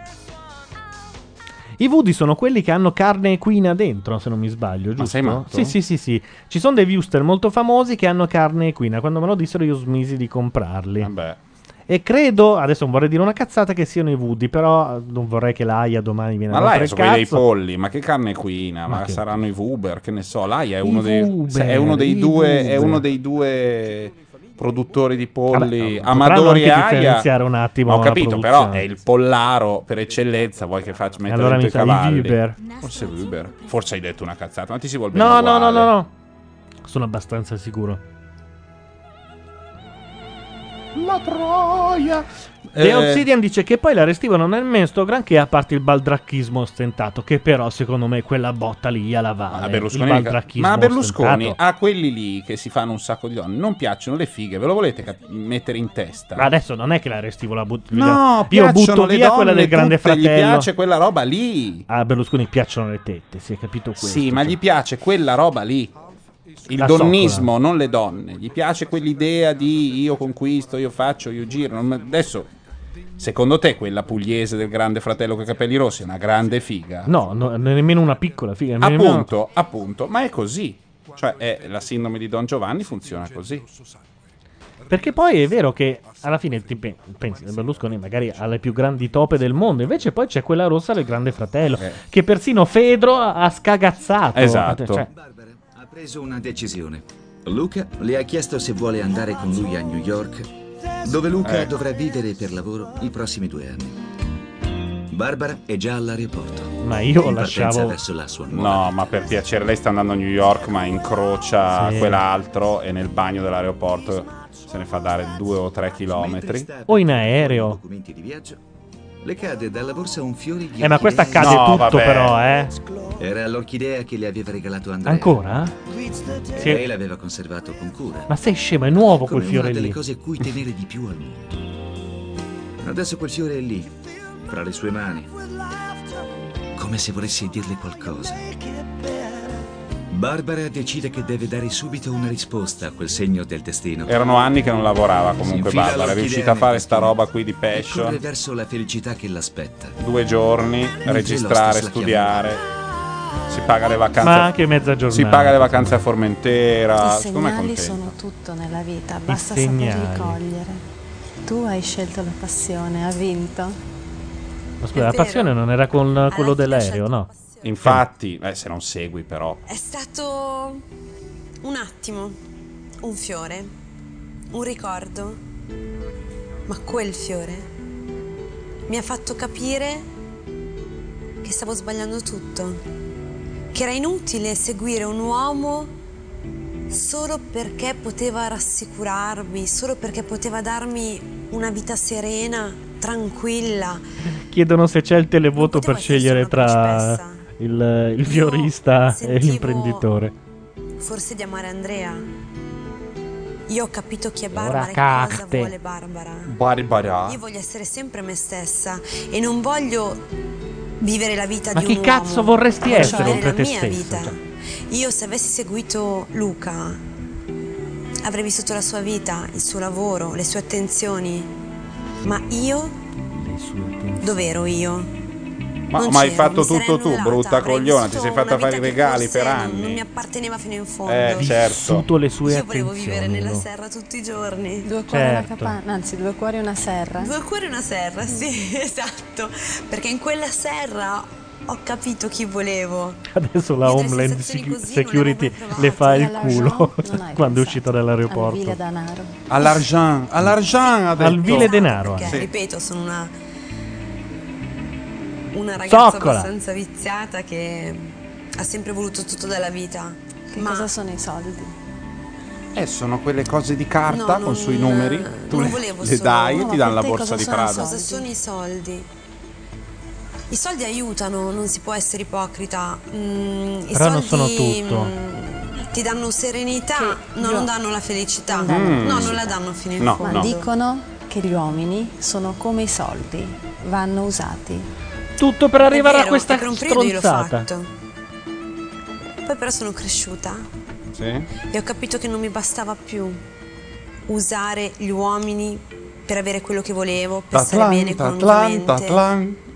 I Woody sono quelli che hanno carne equina dentro, se non mi sbaglio, giusto?
sei matto?
Sì, sì, sì, sì. Ci sono dei viewster molto famosi che hanno carne equina. Quando me lo dissero io smisi di comprarli.
Ah.
E credo, adesso non vorrei dire una cazzata, che siano i Woody, però eh, non vorrei che l'AIA domani viene
Ma
a rompere
l'AIA
il
sono quelli dei
cazzo.
polli, ma che carne equina? Ma,
Ma che-
saranno i Wuber, che ne so. L'AIA è
I
uno, dei,
Wuber,
se- è uno dei
i
due, è
Wuber.
uno dei due produttori di polli
Vabbè,
amatori
potranno anche
AIA.
differenziare un attimo
Ma ho
la
capito, però
produzione.
è il pollaro per eccellenza. Vuoi che faccia mettere
allora
dentro
mi
i
sa i
cavalli?
Wuber.
Forse Wuber. Forse hai detto una cazzata, ma ti si vuol bene
No, no,
uguale.
no, no, no. Sono abbastanza sicuro.
La troia. Eh,
The Obsidian dice che poi la restiva non è il mesto granché a parte il baldracchismo ostentato, che però secondo me quella botta lì gliela vale.
Ma
il
Ah, Berlusconi,
baldracchismo
ma Berlusconi ah."
ostentato.
a quelli lì che si fanno un sacco di donne non piacciono le fighe, ve lo volete cap- mettere in testa?
Ma adesso non è che la restivo la butto
No,
Io
piacciono
butto
le
via quella
donne
del grande
tutte, gli
fratello.
piace quella roba lì.
A Berlusconi piacciono le tette, si è capito questo. cioè.
sì, ma gli piace quella roba lì. Il
La
donnismo, non le donne. Gli piace quell'idea di io conquisto, io faccio, io giro. Non- Adesso, secondo te quella pugliese del grande fratello con i capelli rossi è una grande figa?
No, no, nemmeno una piccola figa. nemmeno-
Appunto, appunto, ma è così. Cioè, è- la sindrome di Don Giovanni funziona così.
Perché poi è vero che alla fine ti pe- pensi Berlusconi magari alle più grandi tope del mondo, invece poi c'è quella rossa del grande fratello, che persino Fedro ha ha scagazzato. Cioè,
Barbara ha preso una decisione. Luca le ha chiesto se vuole andare con lui a New York, dove Luca
Eh.
dovrà vivere per lavoro i prossimi due anni. Barbara è già all'aeroporto.
Ma io
In partenza
lasciavo-
verso la sua nuova
No, ma per piacere, lei sta andando a New York, ma incrocia
Sì.
quell'altro e nel bagno dell'aeroporto se ne fa dare due o tre chilometri.
o in aereo.
documenti di viaggio. Le cade dalla borsa un fiore di
Eh, ma questa
orchidea-
accade tutto però, eh.
Era l'orchidea che le aveva regalato Andrea.
Ancora? Sì.
Lei l'aveva conservato con cura.
Ma sei scema, è nuovo quel
come una
fiore
delle
lì.
cose cui tenere di più al mondo. Adesso quel fiore è lì, fra le sue mani, come se volesse dirle qualcosa. Barbara decide che deve dare subito una risposta a quel segno del destino.
Erano anni che non lavorava comunque
Si infila
Barbara, è
l'orchidea
riuscita a
nel
fare sta roba qui di
Corre
passion,
verso la felicità che l'aspetta.
due giorni,
Mentre
registrare,
l'hostess la chiama.
studiare, si paga le vacanze.
Ma anche mezza
Si
giornata.
paga le vacanze a Formentera,
I
siccome è
segnali
contento.
sono tutto nella vita, basta
segnali.
saperli cogliere. Tu hai scelto la passione, ha vinto.
Ma scusa, la passione non era con eh, quello dell'aereo, no?
Infatti, eh, se non segui però.
È stato un attimo, un fiore, un ricordo, ma quel fiore mi ha fatto capire che stavo sbagliando tutto, che era inutile seguire un uomo
solo perché poteva rassicurarmi, solo perché poteva darmi una vita serena, tranquilla.
Chiedono se c'è il televoto per scegliere tra il, il fiorista e l'imprenditore.
Forse di amare Andrea. Io ho capito chi è
Ora
Barbara e cosa
carte.
vuole Barbara.
Barbara.
Io voglio essere sempre me stessa e non voglio vivere la vita
Ma
di
chi
un
cazzo
uomo.
vorresti
Voglio
essere
vivere
oltre
la
te
mia
stesso,
vita.
cioè?
Io se avessi seguito Luca avrei vissuto la sua vita, il suo lavoro, le sue attenzioni. Ma io dov'ero io?
Ma,
Non
ma hai
c'ero,
fatto
mi sarei
tutto tu,
annullata,
brutta
avrei
cogliona. Ti
vissuto
sei fatta
una
fare i
vita che
regali
forse
per
Non, non mi
anni.
apparteneva fino in fondo.
Eh, certo.
Tutto le sue
Io volevo vivere
attenzioni.
nella
no?
serra tutti i giorni.
Due
cuori e una Certo. capanna,
anzi due cuori e una serra.
Due cuori e una serra, sì, esatto. Perché in quella serra ho capito chi volevo.
Adesso la Homeland Secu- Security le fa Ah, il culo quando è uscita dall'aeroporto.
Danaro.
All'argent, all'argent ha detto.
Al vile denaro.
Perché,
anche.
ripeto, sono una. Una ragazza
Zoccola.
abbastanza viziata che ha sempre voluto tutto dalla vita. Ma cosa
sono i soldi?
Eh, sono quelle cose di carta
No,
con
non-
sui numeri. Tu
non
le,
volevo
le
solo-
dai e
No,
ti
ma
danno la
per te
borsa
cosa
di
sono-
Prada.
Cosa sono i soldi? I soldi aiutano, non si può essere ipocrita. Mm, i
Però non
soldi,
sono tutto.
mm, ti danno serenità, no,
io-
non danno la felicità.
Non danno
No,
felicità.
non la danno fino in
Ma
fondo.
dicono che gli uomini sono come i soldi, vanno usati.
Tutto per
È
arrivare a
vero,
questa
e per un periodo io l'ho
stronzata.
fatto. Poi però sono cresciuta
Sì?
e ho capito che non mi bastava più usare gli uomini per avere quello che volevo, per stare bene economicamente.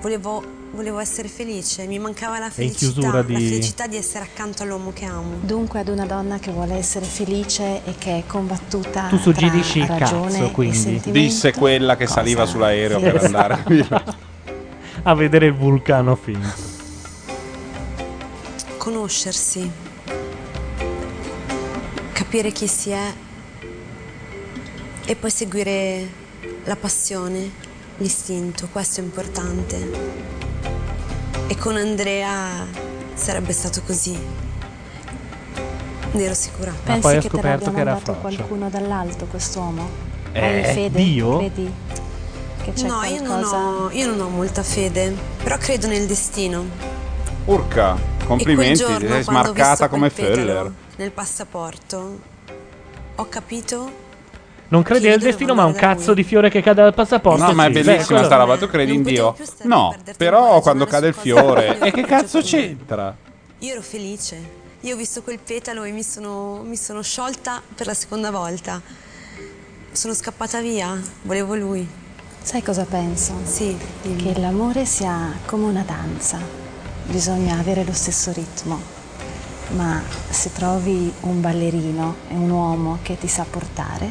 Volevo, volevo essere felice, mi mancava la
E in
felicità,
chiusura
la
di...
felicità di essere accanto all'uomo che amo.
Dunque ad una donna che vuole essere felice e che è combattuta
Tu suggerisci
tra
il
ragione
cazzo,
e
quindi.
sentimento,
Disse quella che saliva sull'aereo
Sì,
per
esatto.
andare via.
a vedere il vulcano film.
Conoscersi, capire chi si è e poi seguire la passione, l'istinto, questo è importante. E con Andrea sarebbe stato così. Ne ero sicura.
Pensi
poi ho
che te
scoperto
l'abbia
che era
mandato
Frocio.
qualcuno dall'alto quest'uomo?
Eh,
Hai fede?
Dio?
Credi che c'è
no, io non,
qualcosa?
ho, io non ho molta fede, però credo nel destino.
Urca, complimenti,
e quel
ti sei
giorno, quando ho visto
smarcata come
quel petalo
Föller.
Nel passaporto ho capito
Non credi nel destino, ma un cazzo di fiore che cade dal passaporto.
No, ma è
sì. ecco.
bellissima
Beh,
sta
quello-
roba, tu credi in Dio? No, però quando cade il fiore, e che cazzo c'entra?
Io ero felice. Io ho visto quel petalo e mi sono, mi sono sciolta per la seconda volta. Sono scappata via, volevo lui.
Sai cosa penso?
Sì.
Che l'amore sia come una danza, bisogna avere lo stesso ritmo. Ma se trovi un ballerino e un uomo che ti sa portare,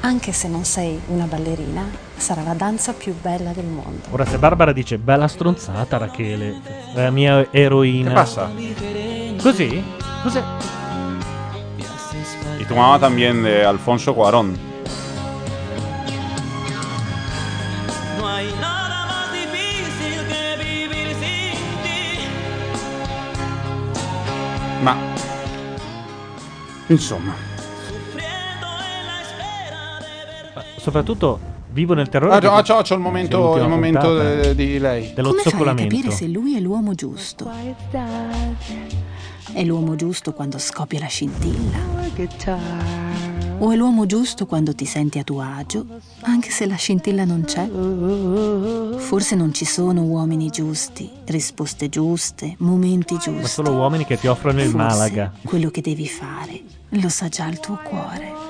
anche se non sei una ballerina, sarà la danza più bella del mondo.
Ora, se Barbara dice bella stronzata, Rachele, la mia eroina.
Che passa?
Così? Cos'è?
Y tu mamá también de Alfonso Cuarón.
No hay nada más difícil que vivir sin ti.
Ma insomma,
Soprattutto vivo nel terrore.
Ah,
di-
ah, c'ho- c'ho il momento-
Sì, l'ultima
il momento
puntata. eh.
de- di lei.
Dello
Come fai a
zoccolamento.
capire se lui è l'uomo giusto? È l'uomo giusto quando scoppia la scintilla. O è l'uomo giusto quando ti senti a tuo agio, anche se la scintilla non c'è? Forse non ci sono uomini giusti, risposte giuste, momenti
Ma
giusti.
solo uomini che ti offrono il
Forse
Malaga.
Quello che devi fare lo sa già il tuo cuore.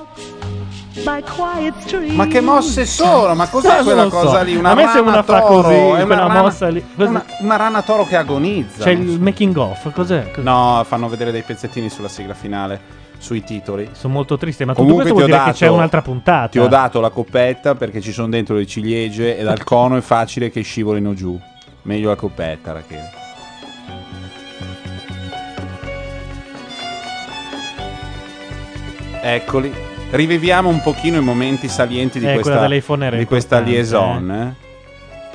Ma che mosse sono? Ma cos'è
Ah, non
quella
lo so.
cosa lì? Una
A me
rana
se una fa
toro,
così,
è una
quella
rana-
mossa lì. Così.
Una, una rana toro che agonizza.
C'è
non
Cioè, il making of, cos'è?
so. No, fanno vedere dei pezzettini sulla sigla finale, sui titoli.
Sono molto triste, ma tutto
Comunque ti
questo
ho
vuol dire
dato
che c'è un'altra puntata.
Ti ho dato la coppetta perché ci sono dentro le ciliegie e dal cono è facile che scivolino giù. Meglio la coppetta, Rachele. Eccoli. Riviviamo un pochino i momenti salienti di
Eh, quella
questa,
dell'iPhone era
di questa
importante,
liaison. eh.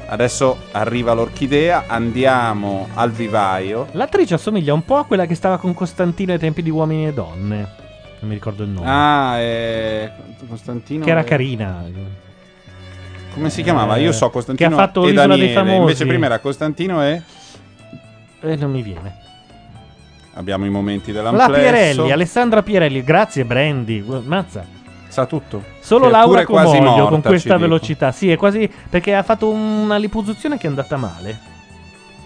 Adesso arriva l'orchidea, andiamo al vivaio.
L'attrice assomiglia un po' a quella che stava con Costantino ai tempi di Uomini e Donne. Non mi ricordo il nome.
Ah, eh, Costantino.
che era carina.
Come si chiamava? Io so
Eh,
Costantino
che ha fatto
e
l'Isola dei
Daniele.
Famosi.
Invece prima era Costantino e
Eh, non mi viene.
abbiamo i momenti
La
dell'amplesso.
Pierelli, Alessandra Pierelli. Grazie, Brandy. Gu- Mazza.
Sa tutto.
Solo
Che è
Laura
pure quasi
Comoglio
morta,
con
ci
questa
dico.
velocità. Sì, è quasi. Perché ha fatto una liposuzione che è andata male.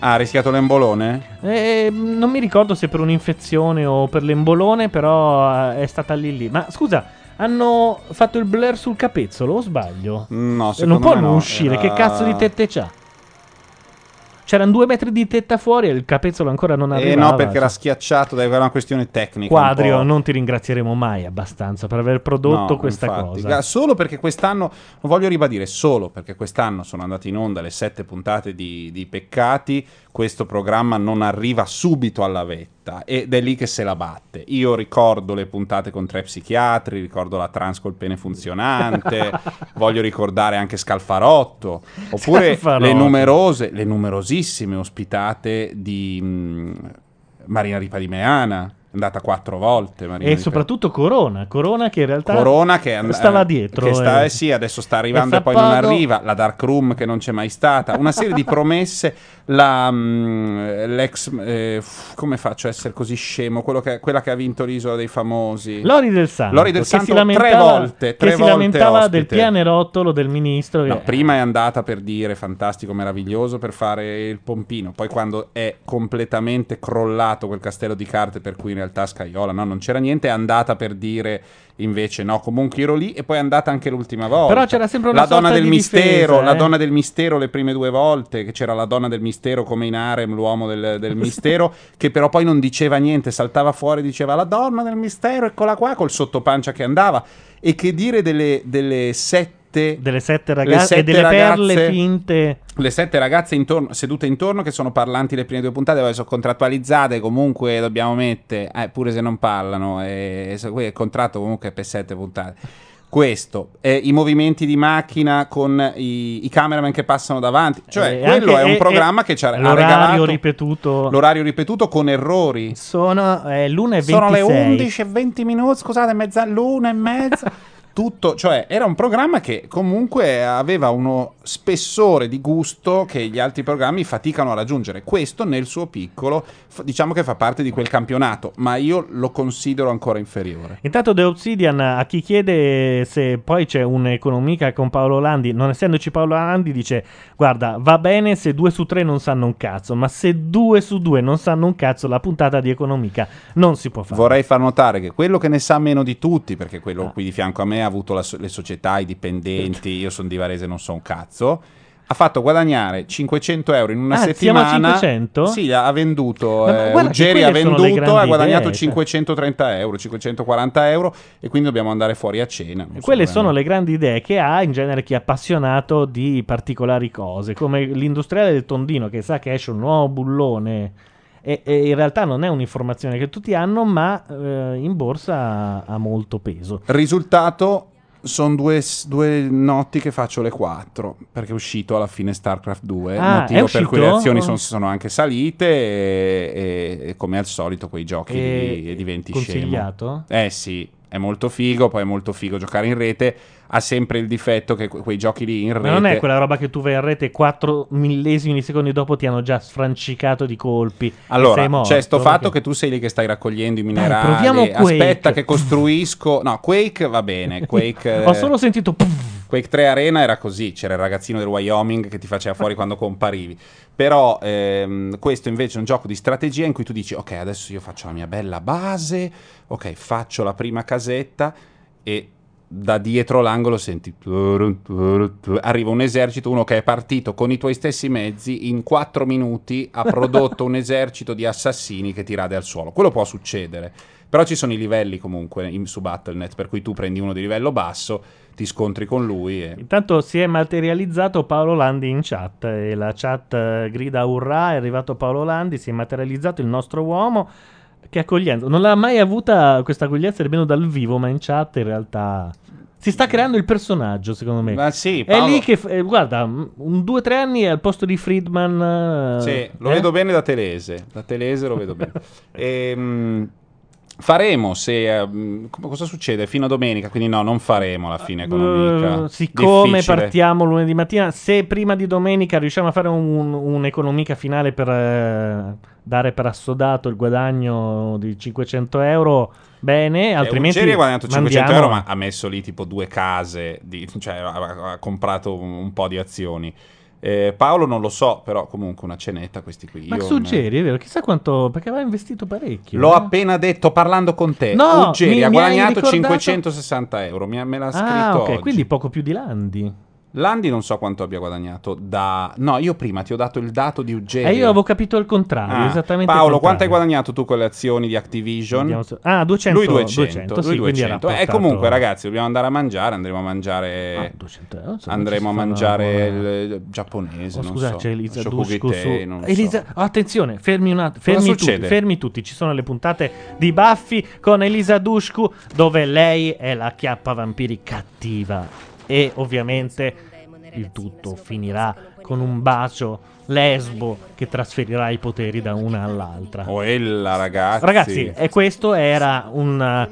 Ah, ha rischiato l'embolone?
Eh, non mi ricordo se per un'infezione o per l'embolone, però eh, è stata lì lì. Ma scusa, hanno fatto il blur sul capezzolo o sbaglio?
No,
Eh, non
secondo
può
me
non
no,
uscire,
era- Eh,
che cazzo di tette c'ha? C'erano due metri di tetta fuori e il capezzolo ancora non
Eh
arrivava.
no, perché era
cioè.
schiacciato, deve avere una questione tecnica. un
Quadrio,
po'.
non ti ringrazieremo mai abbastanza per aver prodotto
No,
questa
infatti.
cosa.
Ga- Solo perché quest'anno, lo voglio ribadire, solo perché quest'anno sono andate in onda le sette puntate di, di Peccati, questo programma non arriva subito alla vetta ed è lì che se la batte. Io ricordo le puntate con tre psichiatri, ricordo la trans col pene funzionante, voglio ricordare anche Scalfarotto, oppure
Scalfarotto.
le numerose, le numerosissime ospitate di mm, Marina Ripa di Meana. È andata quattro volte. Marina
E
Ripa-
soprattutto Corona, Corona che in realtà
Corona che and-
stava
eh,
dietro.
che sta-
eh.
eh sì, adesso sta arrivando
E
e poi non
Zappato-
arriva. La Dark Room che non c'è mai stata. Una serie di promesse. La, mm, l'ex. eh, f- come faccio a essere così scemo? Quello che- quella che ha vinto l'isola dei famosi.
Lori del Santo,
Lori del
che
Santo
si lamentava,
tre volte. Tre volte
che si lamentava del
ospite.
pianerottolo del ministro. che-
No, prima è andata per dire fantastico, meraviglioso per fare il pompino. Poi, quando è completamente crollato quel castello di carte, per cui in realtà Scaiola no, non c'era niente, è andata per dire invece no, comunque ero lì. E poi è andata anche l'ultima volta.
Però c'era sempre una
La donna
sorta
del
di
mistero,
difesa,
la
eh.
donna del mistero le prime due volte, che c'era la donna del mistero come in harem, l'uomo del, del mistero, che però poi non diceva niente, saltava fuori e diceva la donna del mistero, eccola qua, col sottopancia che andava. E che dire delle, delle sette...
Delle sette
le
ragazze
sette
e delle perle
ragazze-
finte.
le sette ragazze intorno- sedute intorno che sono parlanti le prime due puntate, poi sono contrattualizzate, comunque dobbiamo mettere, eh, pure se non parlano, eh, se- il contratto comunque è per sette puntate. Questo, eh, i movimenti di macchina con i, i cameraman che passano davanti, cioè
Eh,
quello
anche-
è un
e-
programma
e
che ci ha, ha
L'orario
regalato
ripetuto.
l'orario ripetuto con errori.
Sono eh, l'1 e 26.
Sono le 11 e 20 minuti, scusate, mezza, l'una e mezza. Tutto, cioè, era un programma che comunque aveva uno spessore di gusto che gli altri programmi faticano a raggiungere. Questo, nel suo piccolo, f- diciamo che fa parte di quel campionato, ma io lo considero ancora inferiore.
Intanto The Obsidian a chi chiede se poi c'è un'economica con Paolo Landi, non essendoci Paolo Landi, dice guarda va bene se due su tre non sanno un cazzo, ma se due su due non sanno un cazzo la puntata di economica non si può fare. Ah.
Vorrei far notare che quello che ne sa meno di tutti, perché quello qui di fianco a me ha avuto la so- le società, i
Certo.
dipendenti, io sono di Varese, non so un cazzo. Ha fatto guadagnare 500 euro in una
Ah, siamo a
settimana.
500?
Sì, ha venduto.
Ma- ma
eh,
guarda che
Ruggeri
quelle
ha
sono le
venduto, ha
grandi
guadagnato
idee, cioè.
530 euro, 540 euro, e quindi dobbiamo andare fuori a cena. non so
Quelle
bene.
sono le grandi idee che ha in genere chi è appassionato di particolari cose, come l'industriale del Tondino che sa che esce un nuovo bullone e, e in realtà non è un'informazione che tutti hanno, ma eh, in borsa ha- ha molto peso.
Risultato. Sono due, s- due notti che faccio le 4 perché è uscito alla fine StarCraft 2,
Ah, è
motivo per cui le
uscito?
azioni son- sono anche salite e, e- e come al solito quei giochi
E-
li- e diventi
consigliato?
scemo. Eh sì, è molto figo, poi è molto figo giocare in rete, ha sempre il difetto che que- quei giochi lì in rete...
Ma non è quella roba che tu vai in rete 4 millesimi di secondi dopo ti hanno già sfrancicato di colpi. e sei
Allora,
morto,
c'è sto
perché-
fatto che tu sei lì che stai raccogliendo i minerali.
proviamo Quake.
aspetta che costruisco. No, Quake va bene. Quake,
Ho
eh,
solo sentito puff,
Quake 3 Arena era così, c'era il ragazzino del Wyoming che ti faceva fuori quando comparivi. Però ehm, questo invece è un gioco di strategia in cui tu dici ok, adesso io faccio la mia bella base, ok, faccio la prima casetta e da dietro l'angolo senti turun, turun, turun. arriva un esercito, uno che è partito con i tuoi stessi mezzi, in 4 minuti ha prodotto un esercito di assassini che ti rade al suolo. Quello può succedere. Però ci sono i livelli comunque in- su Battle.net, per cui tu prendi uno di livello basso, ti scontri con lui e...
Intanto si è materializzato Paolo Landi in chat e la chat eh, grida urrà, è arrivato Paolo Landi, si è materializzato il nostro uomo. Che accoglienza. Non l'ha mai avuta questa accoglienza nemmeno dal vivo, ma in chat in realtà... Si sta creando il personaggio, secondo me.
Ma sì,
È
Paolo-
lì che... f- eh, guarda, m- un 2-3 anni è al posto di Friedman. eh,
Sì, lo
eh?
vedo bene da Telese, da Telese lo vedo bene. Ehm, Faremo se. eh, mh, come- cosa succede? Fino a domenica, quindi no, non faremo la fine economica.
Eh, siccome
Difficile.
partiamo lunedì mattina, se prima di domenica riusciamo a fare un- un'economica finale per eh, dare per assodato il guadagno di 500 euro, bene,
Eh,
altrimenti...
Ruggeri ha guadagnato 500
mandiamo-
euro, ma ha messo lì tipo due case, di- cioè ha, ha- ha comprato un, un po' di azioni. Eh, Paolo non lo so, però comunque una cenetta questi qui.
Max
Io-
Ruggeri, è vero, chissà quanto... perché aveva investito parecchio.
L'ho
eh?
appena detto parlando con te.
No,
Ruggeri
mi-
ha
mi hai
guadagnato
ricordato-
560 euro. Mi, ha- me l'ha scritto
Ah, ok,
oggi.
quindi poco più di Landi.
Landi non so quanto abbia guadagnato da... No, io prima ti ho dato il dato di Ruggeri.
E Eh, io avevo capito il
Ah,
contrario, esattamente il
Paolo,
contrario.
quanto hai guadagnato tu con le azioni di Activision?
Vediamo se- ah, 200,
Lui 200.
200, sì,
lui
quindi era
200. E
portato-
comunque, ragazzi, dobbiamo andare a mangiare. Andremo a mangiare.
insomma,
andremo a
Ah, ci sta eh. una
mangiare il giapponese.
Oh,
non
scusa,
so,
c'è Elisa
shokugi
Dushku su...
tei, non so.
Elisa... Attenzione, fermi, un att-
Cosa
fermi, tutti,
succede?
fermi tutti. Ci sono le puntate di Buffy con Elisa Dushku dove lei è la chiappa vampiri cattiva. E ovviamente il tutto finirà con un bacio lesbo che trasferirà i poteri da una all'altra.
Oh, ella, ragazzi.
Ragazzi, e questo era un, eh,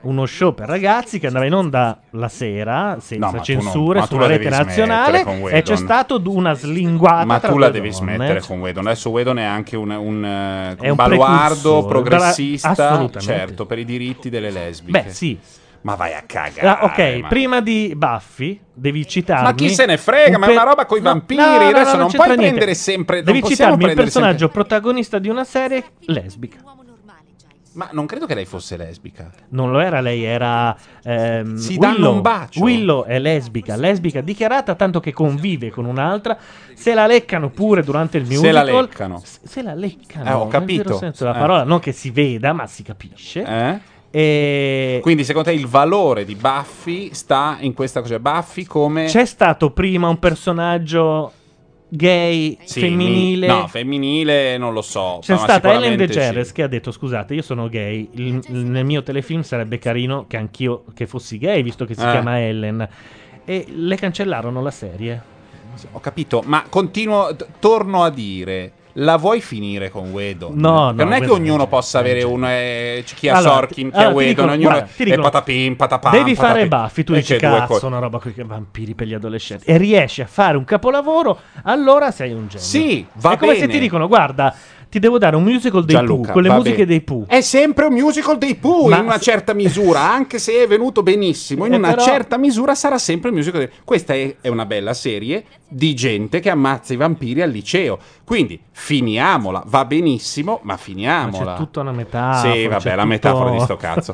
uno show per ragazzi che andava in onda la sera senza
ma tu
censure
non- ma tu
sulla
la
rete
devi smettere
nazionale
con
e c'è
Whedon.
stato d- una slinguata
Ma
tra
tu la
due
devi
donne.
smettere con Wedon. Adesso Wedon è anche un, un, eh,
È un
baluardo
precursore, bra-
progressista,
assolutamente.
certo, per i diritti delle lesbiche.
Beh, sì.
Ma vai a cagare.
Ah, ok,
ma-
prima di Buffy devi citarmi
Ma chi se ne frega,
un
ma è una roba coi vampiri, adesso non puoi
c'entra niente.
prendere sempre- non
Devi
possiamo
citarmi il
prendere
personaggio protagonista di una serie lesbica.
Ma non credo che lei fosse lesbica.
Non lo era lei, era. Ehm,
Si danno
Willow.
un bacio.
Willow è lesbica, lesbica dichiarata, tanto che convive con un'altra. Se la leccano pure durante il musical.
la leccano.
S- Se la leccano.
Eh, ho
nel
capito.
vero senso della
Eh.
parola, non che si veda, ma si capisce. E...
Quindi secondo te il valore di Buffy sta in questa cosa? Buffy come...
C'è stato prima un personaggio gay,
Sì, mi-
femminile.
no, femminile non lo so.
C'è
ma
stata Ellen
sicuramente
DeGeneres
sì.
che ha detto: Scusate, io sono gay. il- nel mio telefilm sarebbe carino che anch'io che fossi gay, visto che si
Eh.
chiama Ellen. E le cancellarono la serie.
Ho capito, ma continuo, t- torno a dire... La vuoi finire con Wedon?
No, no,
Perché Non è che
Whedon è
ognuno possa avere uno. eh, chi ha
Allora,
Sorkin, chi
allora,
ha
ti
Wedon,
dicono-
ognuno
guarda, ti
è
dicono,
patapim, patapam.
Devi fare
patapim.
Buffy, tu
E
dici
c'è due
cazzo,
co-
una roba con i vampiri per gli adolescenti. E riesci a fare un capolavoro, allora sei un genio. Sì,
va
È come se
bene.
ti dicono, guarda, ti devo dare un musical dei
Gianluca,
Pooh, con le
va
musiche
bene.
dei Pooh.
È sempre un musical dei Pooh
Ma
in una
se-
certa misura, anche se è venuto benissimo, in
Eh,
una
però-
certa misura sarà sempre un musical. dei- Questa è, è una bella serie di gente che ammazza i vampiri al liceo. Quindi finiamola, va benissimo, ma
Ma c'è
finiamola.
tutta una metafora.
sì, vabbè,
c'è
la
tutto-
metafora di sto cazzo.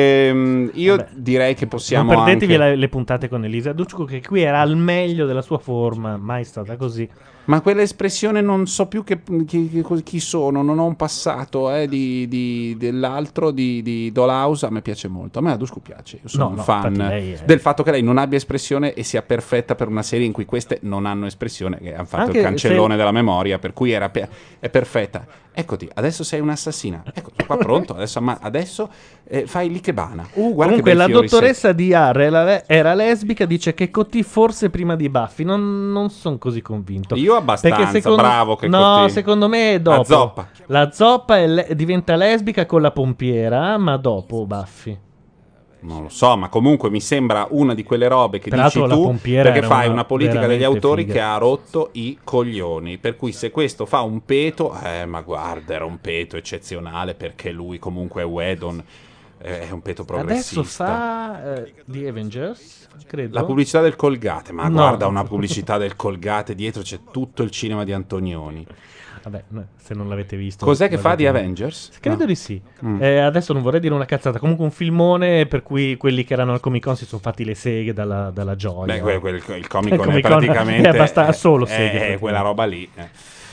Ehm, io direi che
Non
possiamo
perdetevi
anche-
la- le puntate con Elisa Ducco, che qui era al meglio della sua forma, mai stata così.
Ma quell'espressione non so più che- chi, chi- chi sono, non ho un passato eh, di, di- dell'altro, di, di Dolausa, a me piace molto, a me la Duscu piace, io sono
No,
un
no,
fan
infatti lei è-
del fatto che lei non abbia espressione e sia perfetta per una serie in cui queste non hanno espressione, che hanno fatto
Anche
il cancellone
se-
della memoria, per cui era pe- è perfetta. Eccoti, adesso sei un'assassina, ecco, sono qua pronto, adesso, amma- adesso eh, fai l'ikebana. Uh, guarda che
Comunque
bei
la
fiori secchi.
dottoressa di Arre era le- era lesbica, dice che Cotti forse prima di Buffy, non, sono così convinto.
Io abbastanza, bravo che
No,
Cotti-
secondo me è dopo.
La zoppa.
La zoppa è le- diventa lesbica con la pompiera, ma dopo Buffy.
Non lo so, ma comunque mi sembra una di quelle robe che
Peraltro
dici
la
tu
pompiera
perché
era
fai
una
una politica degli
veramente
autori
figa.
che ha rotto i coglioni. Per cui se questo fa un peto, eh, ma guarda, era un peto eccezionale perché lui comunque è Wedon, eh, è un peto
Adesso
progressista.
fa eh, The Avengers, credo.
La pubblicità del Colgate, ma
No.
guarda una pubblicità del Colgate, dietro c'è tutto il cinema di Antonioni.
Vabbè, no, se non l'avete visto.
Cos'è che fa
l'avete-
di Avengers?
Credo
No.
di sì.
Mm.
Eh, adesso non vorrei dire una cazzata. Comunque un filmone per cui quelli che erano al Comic Con si sono fatti le seghe dalla, dalla gioia.
Beh, quel- quel- il Comic Con è
Comic-Con
praticamente...
è abbasta- solo
è-
seghe,
è
praticamente.
quella roba lì. eh.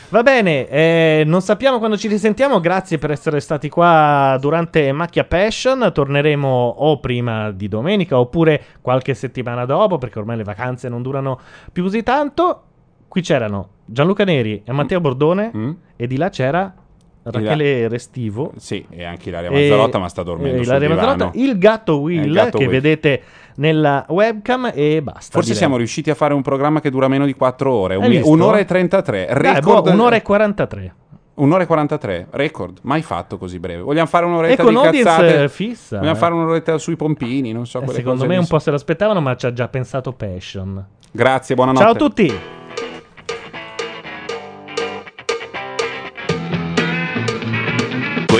Va bene, eh, non sappiamo quando ci risentiamo. Grazie per essere stati qua durante Macchia Passion. Torneremo o prima di domenica oppure qualche settimana dopo, perché ormai le vacanze non durano più così tanto. Qui c'erano Gianluca Neri e Matteo Bordone, e di là c'era
Mm. là.
Rachele Restivo.
Sì, e anche Ilaria
E-
Mazzarotta, ma sta dormendo
e
sul
Ilaria
divano.
Mazzarotta, Eh, il gatto Will
Eh, il gatto
che
Will.
vedete nella webcam e basta.
Forse
direi.
siamo riusciti a fare un programma che dura meno di 4 ore,
Hai
un-
visto?
un'ora e 33.
Dai,
Record,
boh, un'ora e 43.
Un'ora e 43, record, mai fatto così breve. Vogliamo fare un'oretta
E con
di
audience,
cazzate?
eh, fissa,
Vogliamo
eh.
fare un'oretta sui pompini, non so
Eh,
quelle
secondo
cose
me
lì.
un po' se l'aspettavano, ma ci ha già pensato Passion.
Grazie, buonanotte.
Ciao a tutti.